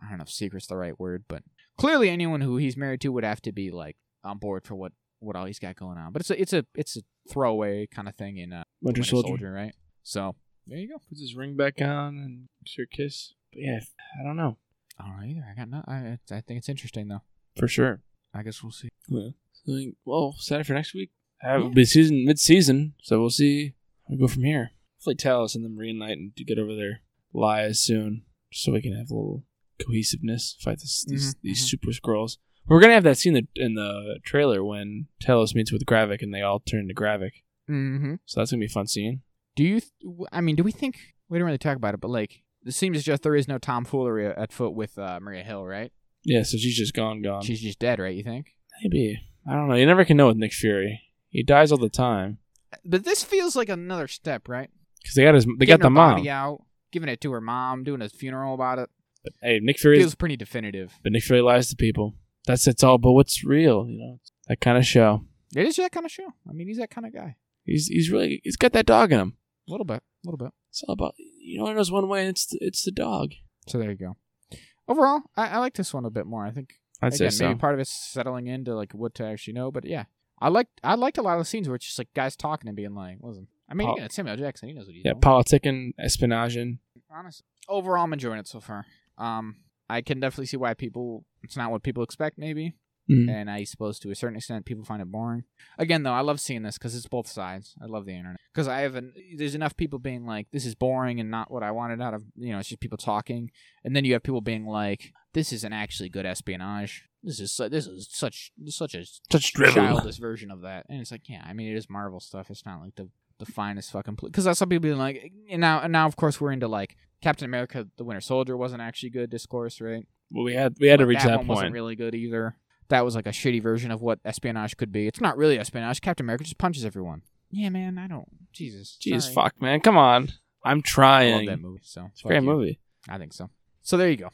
I don't know if secret's the right word, but clearly anyone who he's married to would have to be like on board for what what all he's got going on. But it's a it's a it's a throwaway kind of thing in uh,
Winter
Winter
Soldier.
Soldier. right? So there you go.
Puts his ring back on and gives her a kiss. But yeah, I don't know
I don't know either. I got no. I, I think it's interesting though.
for sure.
I guess we'll see.
Yeah. I think, well, set it for next week. Uh, It'll be season mid season, so we'll see how we go from here. Hopefully, Talos and them reunite and to get over their lies soon, so we can have a little cohesiveness. Fight this, these
Mhm,
these
mhm.
super scrolls. We're gonna have that scene in the, in the trailer when Talos meets with Gravik and they all turn to Gravik.
Mm-hmm.
So that's gonna be a fun scene.
Do you? Th- w- I mean, do we think we didn't really talk about it, but like it seems as just there is no tomfoolery at foot with uh, Maria Hill, right?
Yeah, so she's just gone, gone.
She's just dead, right? You think?
Maybe I don't know. You never can know with Nick Fury. He dies all the time
But this feels like another step, right?
because they got his they
Getting
got the
her
mom.
body out, giving it to her mom, doing a funeral about it.
But, hey, Nick Fury is
Feels pretty definitive.
But Nick Fury lies to people. That's it's all. But what's real, you know? That kind of show.
It is that kind of show. I mean, he's that kind of guy.
He's he's really he's got that dog in him.
A little bit, a little bit.
It's all about you only knows one way. And it's the, it's the dog.
So there you go. Overall, I, I like this one a bit more. I think
I'd
again,
say so.
maybe part of it's settling into like what to actually know, but yeah, I liked I liked a lot of the scenes where it's just like guys talking and being like, "Listen, I mean,
Pol-
yeah, it's Samuel Jackson. He knows what he's
yeah,
doing."
politicking, espionaging.
Honestly, overall, I'm enjoying it so far. Um, I can definitely see why people. It's not what people expect, maybe,
Mm.
and I suppose to a certain extent, people find it boring. Again, though, I love seeing this because it's both sides. I love the internet because I have an. There's enough people being like, "This is boring and not what I wanted out of." You know, it's just people talking, and then you have people being like, "This isn't actually good espionage. This is su- this is such such a
Such
childish version of that. And it's like, yeah, I mean, it is Marvel stuff. It's not like the the finest fucking because that's some people being like, and now and now of course we're into like Captain America: The Winter Soldier wasn't actually good discourse, right?
Well, we had we had to
Like,
reach that,
one
point.
wasn't really good either. That was like a shitty version of what espionage could be. It's not really espionage. Captain America just punches everyone. Yeah, man, I don't. Jesus,
Jeez,
sorry.
fuck, man, come on. I'm
I love
trying.
that movie. So
It's a great movie.
I think so. So there you go.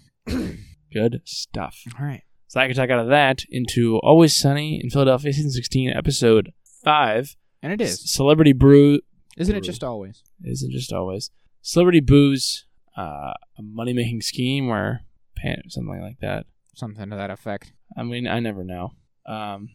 Good stuff.
All right.
So I can talk out of that into Always Sunny in Philadelphia, season 16, episode five.
And it is,
C- Celebrity Brew
isn't it?
Brew.
Just always.
isn't just always celebrity booze uh, a money making scheme or pan- something like that.
Something to that effect.
I mean, I never know. Um,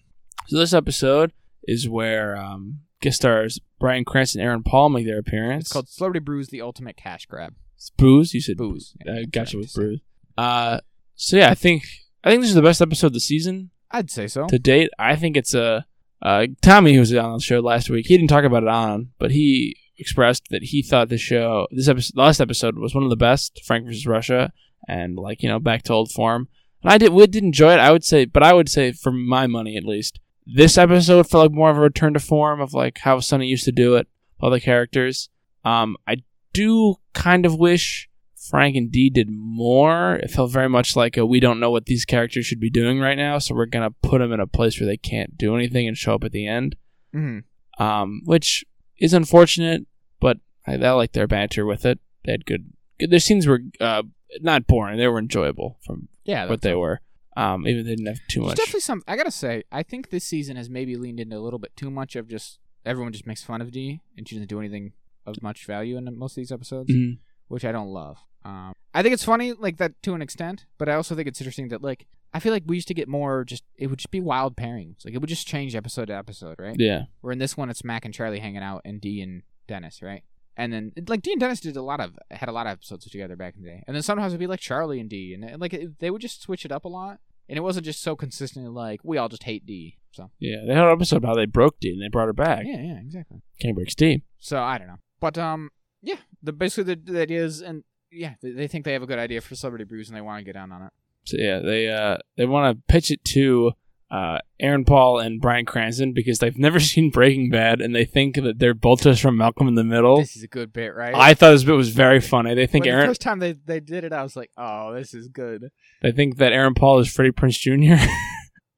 so this episode is where um, guest stars Brian Cranston and Aaron Paul make their appearance.
It's called Celebrity Brews: The Ultimate Cash Grab.
It's booze. You said booze.
Booze.
Uh, I
Yeah,
gotcha with
that's what I meant
booze. Uh, so yeah, I think I think this is the best episode of the season
I'd say so.
to date. I think it's a uh, Tommy who was on the show last week. He didn't talk about it on, but he expressed that he thought the show, this episode, last episode was one of the best, Frank versus Russia, and like you know back to old form. And I did would did enjoy it. I would say, but I would say for my money at least, this episode felt like more of a return to form of like how Sunny used to do it, all the characters. Um, I do kind of wish. Frank and Dee did more. It felt very much like a, we don't know what these characters should be doing right now, so we're gonna put them in a place where they can't do anything and show up at the end,
hmm
um, which is unfortunate. But I, I like their banter with it. They had good, good. Their scenes were uh, not boring; they were enjoyable from
Yeah,
what
that's
they were. Um, even if they didn't have too
There's
much.
definitely some. I gotta say, I think this season has maybe leaned into a little bit too much of just everyone just makes fun of D and she doesn't do anything of much value in most of these episodes,
Mhm.
which I don't love. Um, I think it's funny like that to an extent, but I also think it's interesting that like I feel like we used to get more just it would just be wild pairings, like it would just change episode to episode, right?
Yeah,
Where in this one it's Mac and Charlie hanging out and D and Dennis, right? And then like D and Dennis did a lot of had a lot of episodes together back in the day. And then sometimes it'd be like Charlie and D, and, and like it, they would just switch it up a lot. And it wasn't just so consistently like we all just hate D. So
yeah. They had an episode about how they broke Dee and they brought her back.
yeah, yeah, exactly.
Can't break Dee.
So I don't know, but um, yeah, the basically the, the idea is, and yeah, they, they think they have a good idea for Celebrity Brews and they want to get down on it.
So yeah, they uh, they want to pitch it to uh, Aaron Paul and Brian Cranston because they've never seen Breaking Bad and they think that they're both just from Malcolm in the Middle.
This is a good bit, right?
I thought this bit was very funny. They think
When the
Aaron,
first time they, they did it, I was like, oh, this is good.
they think that Aaron Paul is Freddie Prince Jr.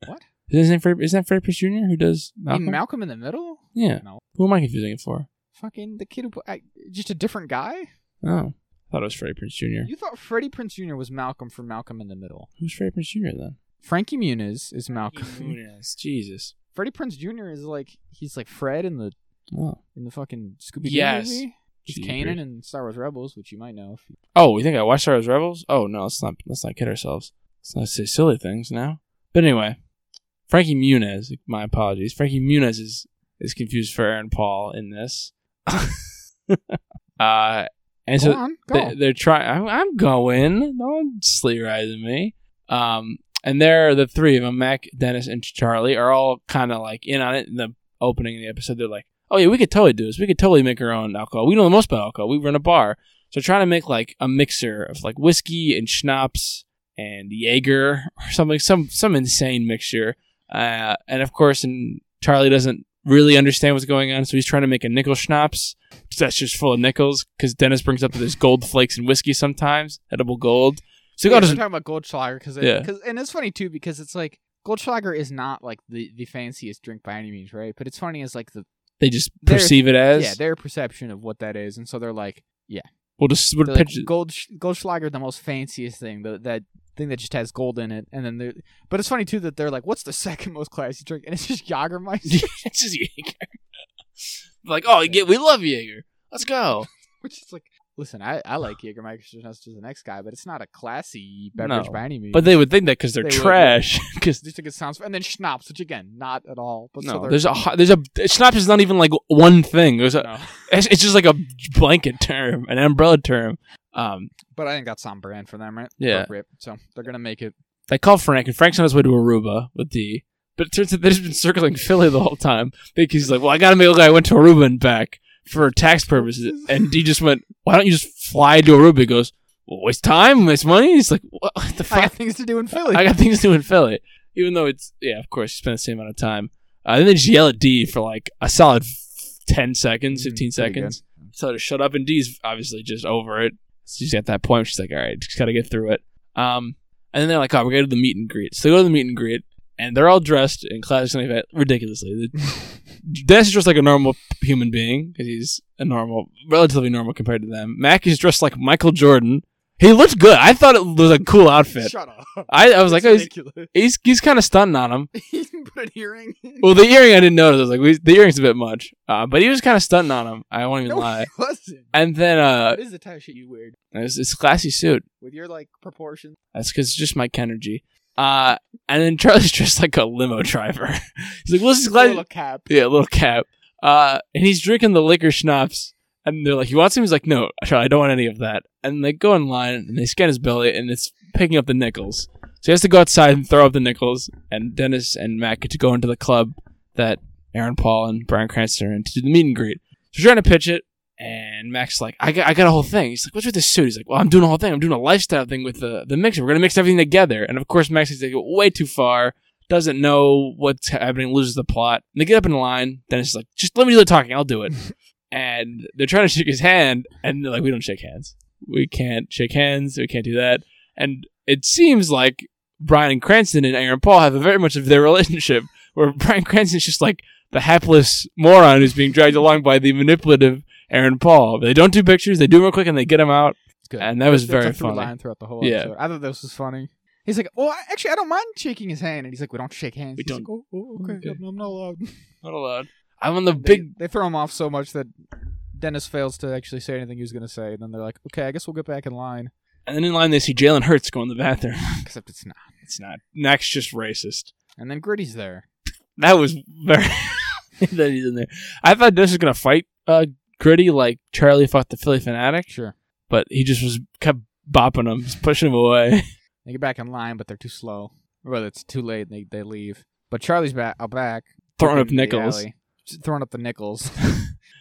What?
Is his name Freddie, isn't that Freddie Prince Jr. who does
Malcolm?
Malcolm?
In Malcolm in the Middle?
yeah.
No,
Who am I confusing it for?
fucking the kid who pl- I, just a different guy.
Oh, I thought it was Freddie Prince Jr.
You thought Freddie Prince Jr. was Malcolm from Malcolm in the Middle.
Who's Freddie Prince Jr. then?
Frankie Muniz is Malcolm.
Yes, Jesus.
Freddie Prince Jr. is like he's like Fred in the
Oh.
in the fucking Scooby Doo
Yes.
movie. He's
Jeepers.
Kanan in Star Wars Rebels, which you might know. If you...
Oh, you think I watched Star Wars Rebels? Oh no, let's not let's not kid ourselves. Let's not say silly things now. But anyway, Frankie Muniz, my apologies. Frankie Muniz is is confused for Aaron Paul in this. uh, and so
go on, go.
they, they're trying. I'm, I'm going. Don't sleep rising me. Um, and they're the three of them, Mac, Dennis, and Charlie, are all kind of like in on it. In the opening of the episode, they're like, "Oh yeah, we could totally do this. We could totally make our own alcohol. We know the most about alcohol. We run a bar, so trying to make like a mixer of like whiskey and schnapps and Jaeger or something, some some insane mixture. Uh, and of course, and Charlie doesn't really understand what's going on, so he's trying to make a nickel schnapps that's just full of nickels because Dennis brings up that there's gold flakes in whiskey sometimes, edible gold. So he
yeah,
got
we're
his-
talking about Goldschlager because
Yeah.
and it's funny too because it's like Goldschlager is not like the, the fanciest drink by any means, right? But it's funny as like the
they just
They're-
perceive it as
yeah their perception of what that is, and so they're like
we'll just we'll
they're like,
pitch it.
Gold Goldschlager the most fanciest thing the, that thing that just has gold in it, and then they but it's funny too that they're like what's the second most classy drink, and it's just Jagermeister,
it's just Jaeger. like oh yeah, we love Jaeger. Let's go.
which is like. Listen, I, I like Jägermeister just as the next guy, but it's not a classy beverage
No.
by any means.
But they would think that because they're
They would, yeah.
trash. Because
just think it sounds, and then schnapps, which again, not at all. But so
no,
they're-
there's a ho- there's a schnapps is not even like one thing. There's a,
no.
it's, it's just like a blanket term, an umbrella term. Um,
But I think that's on brand for them, right?
Yeah.
Appropriate. So they're gonna make it.
They call Frank, and Frank's on his way to Aruba with D. But it turns out they've just been circling Philly the whole time because he's like, "Well, I got to make a guy went to Aruba and back for tax purposes." And D just went, "Why don't you just fly to Aruba?" He goes, well, "Waste time, waste money." He's like, "What the
I got
fuck?
things to do in Philly.
I got things to do in Philly." Even though it's yeah, of course, you spend the same amount of time. Uh, then they just yell at D for like a solid f- ten seconds,
Mm,
fifteen
pretty good.
seconds. So to shut up, and D's obviously just over it. She's at that point. She's like, "All right, just gotta get through it." Um, and then they're like, "Oh, we're going to the meet and greet." So they go to the meet and greet, and they're all dressed in classic ridiculously. The- Dennis is dressed like a normal human being because he's a normal, relatively normal compared to them. Mac is dressed like Michael Jordan. He looks good. I thought it was a cool outfit.
Shut up.
I, I was like,
It's
oh, he's,
ridiculous.
he's, he's kind of stunting on him.
he can put an earring. in.
Well, the earring I didn't notice. I was like, we, the earring's a bit much, uh, but he was kind of stunting on him. I won't even
no,
lie.
it wasn't.
And then uh,
That is the type of shit you wear
it's, it's a classy suit.
with your like proportions.
That's because it's just my Kennergy. Uh, and then Charlie's dressed like a limo driver. he's like, well, this is
Glad
glad.
little cap.
yeah, little cap. Uh, and he's drinking the liquor schnapps. And they're like, you want some? He's like, no, Charlie, I don't want any of that. And they go in line and they scan his belly and it's picking up the nickels. So he has to go outside and throw up the nickels. And Dennis and Matt get to go into the club that Aaron Paul and Brian Cranston are in to do the meet and greet. So we're trying to pitch it. And Mac's like, I got, I got a whole thing. He's like, what's with this suit? He's like, well, I'm doing a whole thing. I'm doing a lifestyle thing with the, the mixer. We're going to mix everything together. And of course, Max is like, way too far. Doesn't know what's happening. Loses the plot. And they get up in line. Dennis is like, just let me do the talking. I'll do it. and they're trying to shake his hand. And they're like, we don't shake hands. We can't shake hands. We can't do that. And it seems like Brian Cranston and Aaron Paul have a very much of their relationship where Brian Cranston's just like the hapless moron who's being dragged along by the manipulative Aaron Paul. They don't do pictures, they do them real quick and they get him out.
It's good.
And that was
That's
very
a through
funny.
line throughout the whole
Yeah.
episode. I thought this was funny. He's like, oh, I- actually, I don't mind shaking his hand, and he's like, we don't shake hands.
We
He's
don't.
Like, oh, oh, okay,
Okay.
I'm- I'm not allowed.
Not allowed. I'm on the
They-
big
They, throw him off so much that Dennis fails to actually say anything he was gonna say, and then they're like, okay, I guess we'll get back in line.
and then in line they see Jalen Hurts go in the bathroom.
Except it's not.
It's not. Mac's just racist.
And then Gritty's there.
That was very that he's in there. I thought this was gonna fight uh gritty like Charlie fought the Philly fanatic,
Sure.
but he just was kept bopping him, just pushing him away.
They get back in line, but they're too slow. Or whether it's too late, and they, they leave. But Charlie's back out back.
Throwing up
in the
nickels.
alley, just throwing up the nickels.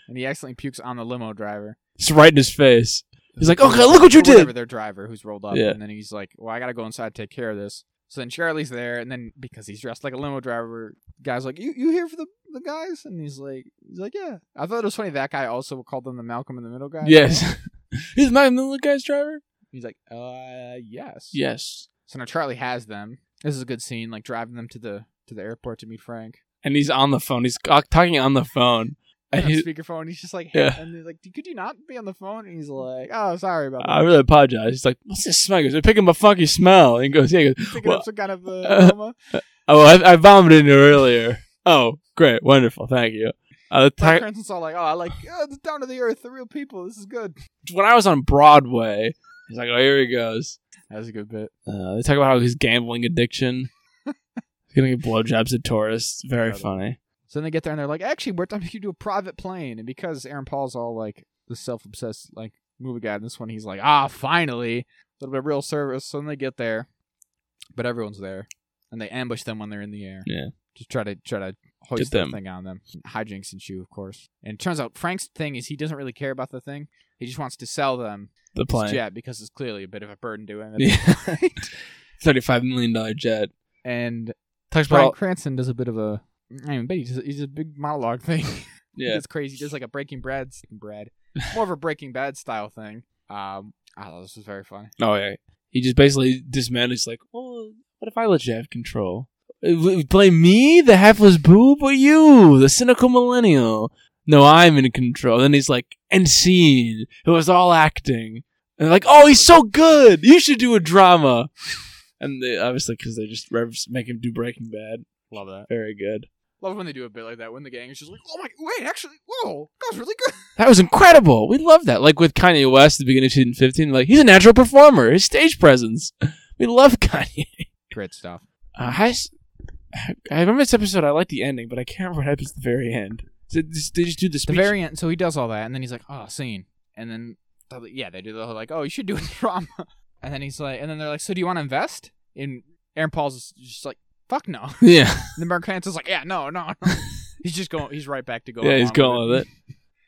and he accidentally pukes on the limo driver.
It's right in his face. He's like, "Okay, look what you
Or whatever
did."
Their driver who's rolled up.
Yeah.
And then he's like, Well, I gotta go inside and take care of this. So then Charlie's there, and then because he's dressed like a limo driver, guy's like, You you here for the, the guys? And he's like he's like, Yeah. I thought it was funny that guy also called them the Malcolm in the Middle guy.
Yes. He's not the little guy's driver?
He's like, uh yes.
Yes.
So now Charlie has them. This is a good scene, like driving them to the to the airport to meet Frank.
and he's on the phone. He's ca- talking on the phone.
And
And
on
he,
speakerphone, he's just like, hey,
Yeah.
and they're like, could you not be on the phone? And he's like, oh, sorry about that.
I really apologize. He's like, "What's this smell?" He goes, "I pick up a funky smell." And he goes, "Yeah." He goes,
Picking
well-
up some kind of uh,
Uh,
aroma.
"Oh, I, I vomited earlier." Oh, great, wonderful, thank you. Uh, the
My
ti-
friends was all like, oh, I like oh, it's down to the earth, the real people. This is good.
when I was on Broadway, he's like, "Oh, here he goes."
That was a good bit.
Uh, they talk about how his gambling addiction. he's gonna get blowjobs at tourists. Very
Incredible.
funny.
So then they get there and they're like, actually, we're time you do a private plane. And because Aaron Paul's all like the self obsessed like movie guy in this one, he's like, ah, finally, it'll be real service. So then they get there, but everyone's there, and they ambush them when they're in the air.
Yeah.
Just try to try to
Get
hoist that
them.
thing on them. Hijinks ensue, of course. And it turns out Frank's thing is he doesn't really care about the thing. He just wants to sell them
The
his
plane.
jet because it's clearly a bit of a burden to him. at
Yeah.
this point.
Thirty-five million dollar jet.
and
Talks
Brian
about
Cranston does a bit of a. I mean, but he does, he does a big monologue thing. He
yeah.
does crazy. He does like a Breaking Bad, bread, more of a Breaking Bad style thing. Um, I thought this was very funny.
Oh yeah. He just basically dismantles like, well, what if I let you have control? Uh, w- Blame me, the hapless boob, or you, the cynical millennial? No, I'm in control. Then he's like, and scene. It was all acting. And they're like, oh, he's so good. You should do a drama. And they, obviously, because they just rev- make him do Breaking Bad.
Love that.
Very good.
Love when they do a bit like that when the gang is just like, oh my, wait, actually, whoa, that was really good.
That was incredible. We love that. Like with Kanye West at the beginning of 2015, like he's a natural performer. His stage presence. We love Kanye.
Great stuff.
Uh, I, s- I remember this episode. I like the ending, but I can't remember what happens at the very end. So this- they just do the
The
speech.
very end, so he does all that, and then he's like, oh, scene, and then they're like- yeah, they do the whole like, oh, you should do a drama, and then he's like, and then they're like, so do you want to invest? And Aaron Paul's just like, fuck no.
yeah,
And then Mark Cranston's like, yeah, no, no. no." he's just going. He's right back to going.
yeah, he's
along
going with it.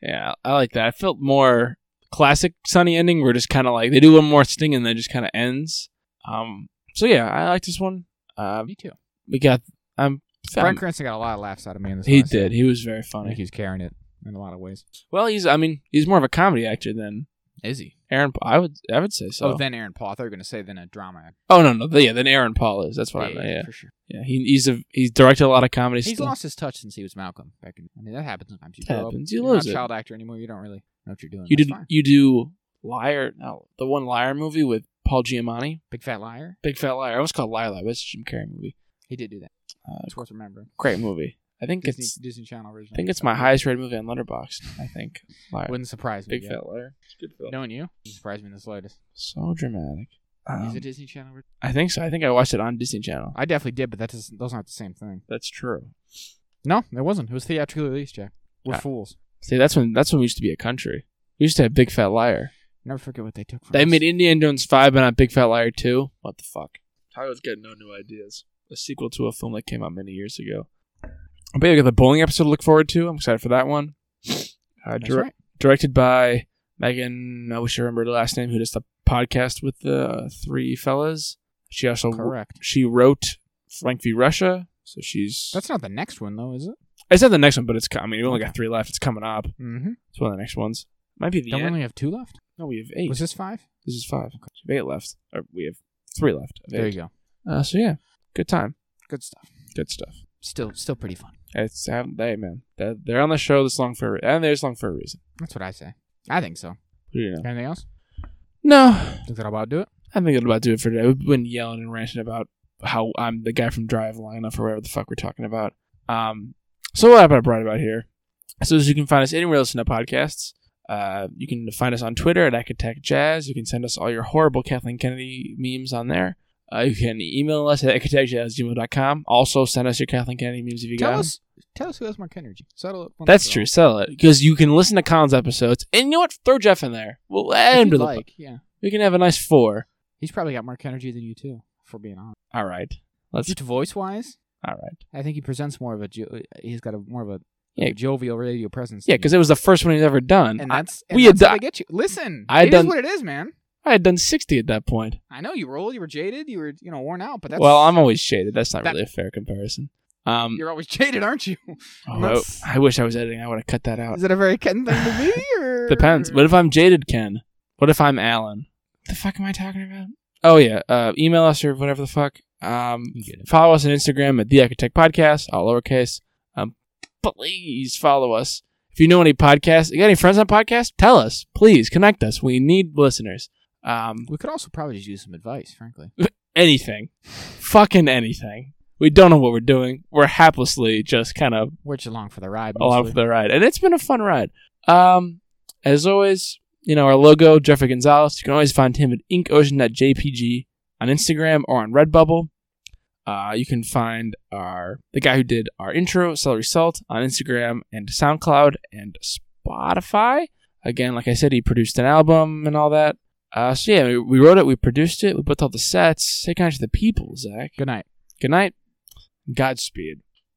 Yeah, I like that. I felt more classic Sunny ending, where just kind of like they do one more sting and then it just kind of ends. Um. So yeah, I like this one. Uh,
Me too.
we got. I'm.
Brian
I'm
Cranston got a lot of laughs out of me in this.
he
last
did. He was very
I think
funny.
he's carrying it in a lot of ways.
Well, he's. I mean, he's more of a comedy actor than
Is he?
Aaron. Pa- I would. I would say so.
Oh, then Aaron Paul. I thought you were going to say then a drama.
Oh, no, no. Yeah, than Aaron Paul is. That's what I meant. Yeah.
for sure.
Yeah. He, he's a. He's directed a lot of comedy.
He's
still.
lost his touch since he was Malcolm. Back in, I mean, that happens sometimes. You
It
grow up,
happens. You
you're not
lose
a
it.
child actor anymore. You don't really know what you're doing.
You
That's
did
fine.
you do liar? No, the one liar movie with Paul Giamatti,
Big Fat Liar.
Big Fat Liar. I almost called Liar Liar, but it's a Jim Carrey movie.
He did do that.
Uh,
It's worth remembering.
great movie. I think
Disney,
it's
Disney Channel
I
original.
think it's my highest rated movie on Letterboxd. I think Liar,
Wouldn't surprise me.
Big
yeah.
Fat Liar. It's a good film.
Knowing you, wouldn't surprise me in the slightest.
So dramatic.
Is
Um,
it Disney Channel? original?
I think so. I think I watched it on Disney Channel.
I definitely did, but that doesn't. Those aren't the same thing.
That's true.
No, it wasn't. It was theatrically released, Jack. We're
Ah.
fools.
See, that's when that's when we used to be a country. We used to have Big Fat Liar.
Never forget what they took from
They
us.
made Indiana Jones five, but not Big Fat Liar two. What the fuck? Hollywood's getting no new ideas. A sequel to a film that came out many years ago. I bet you got the bowling episode to look forward to. I'm excited for that one. Uh,
That's
dir-
right.
Directed by Megan. I wish I remembered her last name. Who does the podcast with the uh, three fellas? She also
Correct.
she wrote Frank v Russia. So she's
That's not the next one though, is it?
it's not the next one, but it's co- I mean we only got three left. It's coming up.
Mm-hmm.
It's one of the next ones. Might be the
Don't we
end.
only have two left?
no, we have eight.
Was this five?
This is five. We have eight left. Or we have three left. of
There
eight.
you go.
Uh, so yeah, good time,
Good stuff.
good stuff.
Still, still pretty fun.
It's um, hey man, they're, they're on the show this long for and they're this long for a reason.
That's what I say. I think so.
You know.
Anything else?
No,
Think that'll about do it.
I think it'll about do it for today. We've been yelling and ranting about how I'm the guy from Drive long enough or whatever the fuck we're talking about. Um, so what have I brought about here? So as you can find us anywhere listening to podcasts. Uh, you can find us on Twitter at Acatech Jazz. You can send us all your horrible Kathleen Kennedy memes on there. Uh, you can email us at acatechjazz@gmail.com. Also, send us your Kathleen Kennedy memes if you got
Tell
them.
us, tell us who has more energy. Settle it. once
That's
and
true. Sell it because you can listen to Colin's episodes, and you know what? Throw Jeff in there. We'll
all. If
add him
you'd
to the.
like, yeah.
We can have a nice four.
He's probably got more energy than you too. For being honest,
All right. Let's.
just voice wise,
All right.
I think he presents more of a. Jo- he's got a more of a,
Yeah.
a jovial radio presence.
Yeah,
than you.
because it was the first one he's ever done.
Mm. and
I,
that's and
we
that's
had
how
do-
they get you. Listen,
I
I
had done-
what it is, man.
I had done sixty at that point.
I know you were old, you were jaded, you were you know worn out, but that's
well, I'm always shaded. That's not
That-
really a fair comparison. Um,
You're always jaded, aren't you?
oh,
that's-
I, I wish I was editing. I would have cut that out.
Is it a very Ken thing to me? Or...
Uh, Depends. What if I'm jaded, Ken? What if I'm Alan? The fuck am I talking about? Oh yeah. Uh, email us or whatever the fuck. Um,
You get it.
follow us on Instagram at the Architect Podcast, all lowercase. Um, please follow us. If you know any podcasts, you got any friends on podcast? Tell us, please. Connect us. We need listeners. Um,
We could also probably just use some advice, frankly.
anything, fucking anything. We don't know what we're doing. We're haplessly just kind of
We're just along for the ride.
along
mostly.
for the ride, and it's been a fun ride. Um, as always, you know our logo, Jeffrey Gonzalez. You can always find him at inkocean.jpg on Instagram or on Redbubble. Uh, you can find our the guy who did our intro, Celery Salt, on Instagram and SoundCloud and Spotify. Again, like I said, he produced an album and all that. Uh, so yeah, we, we wrote it, we produced it, we built all the sets. Say goodnight to the people, Zach.
Good night.
Good night. Godspeed.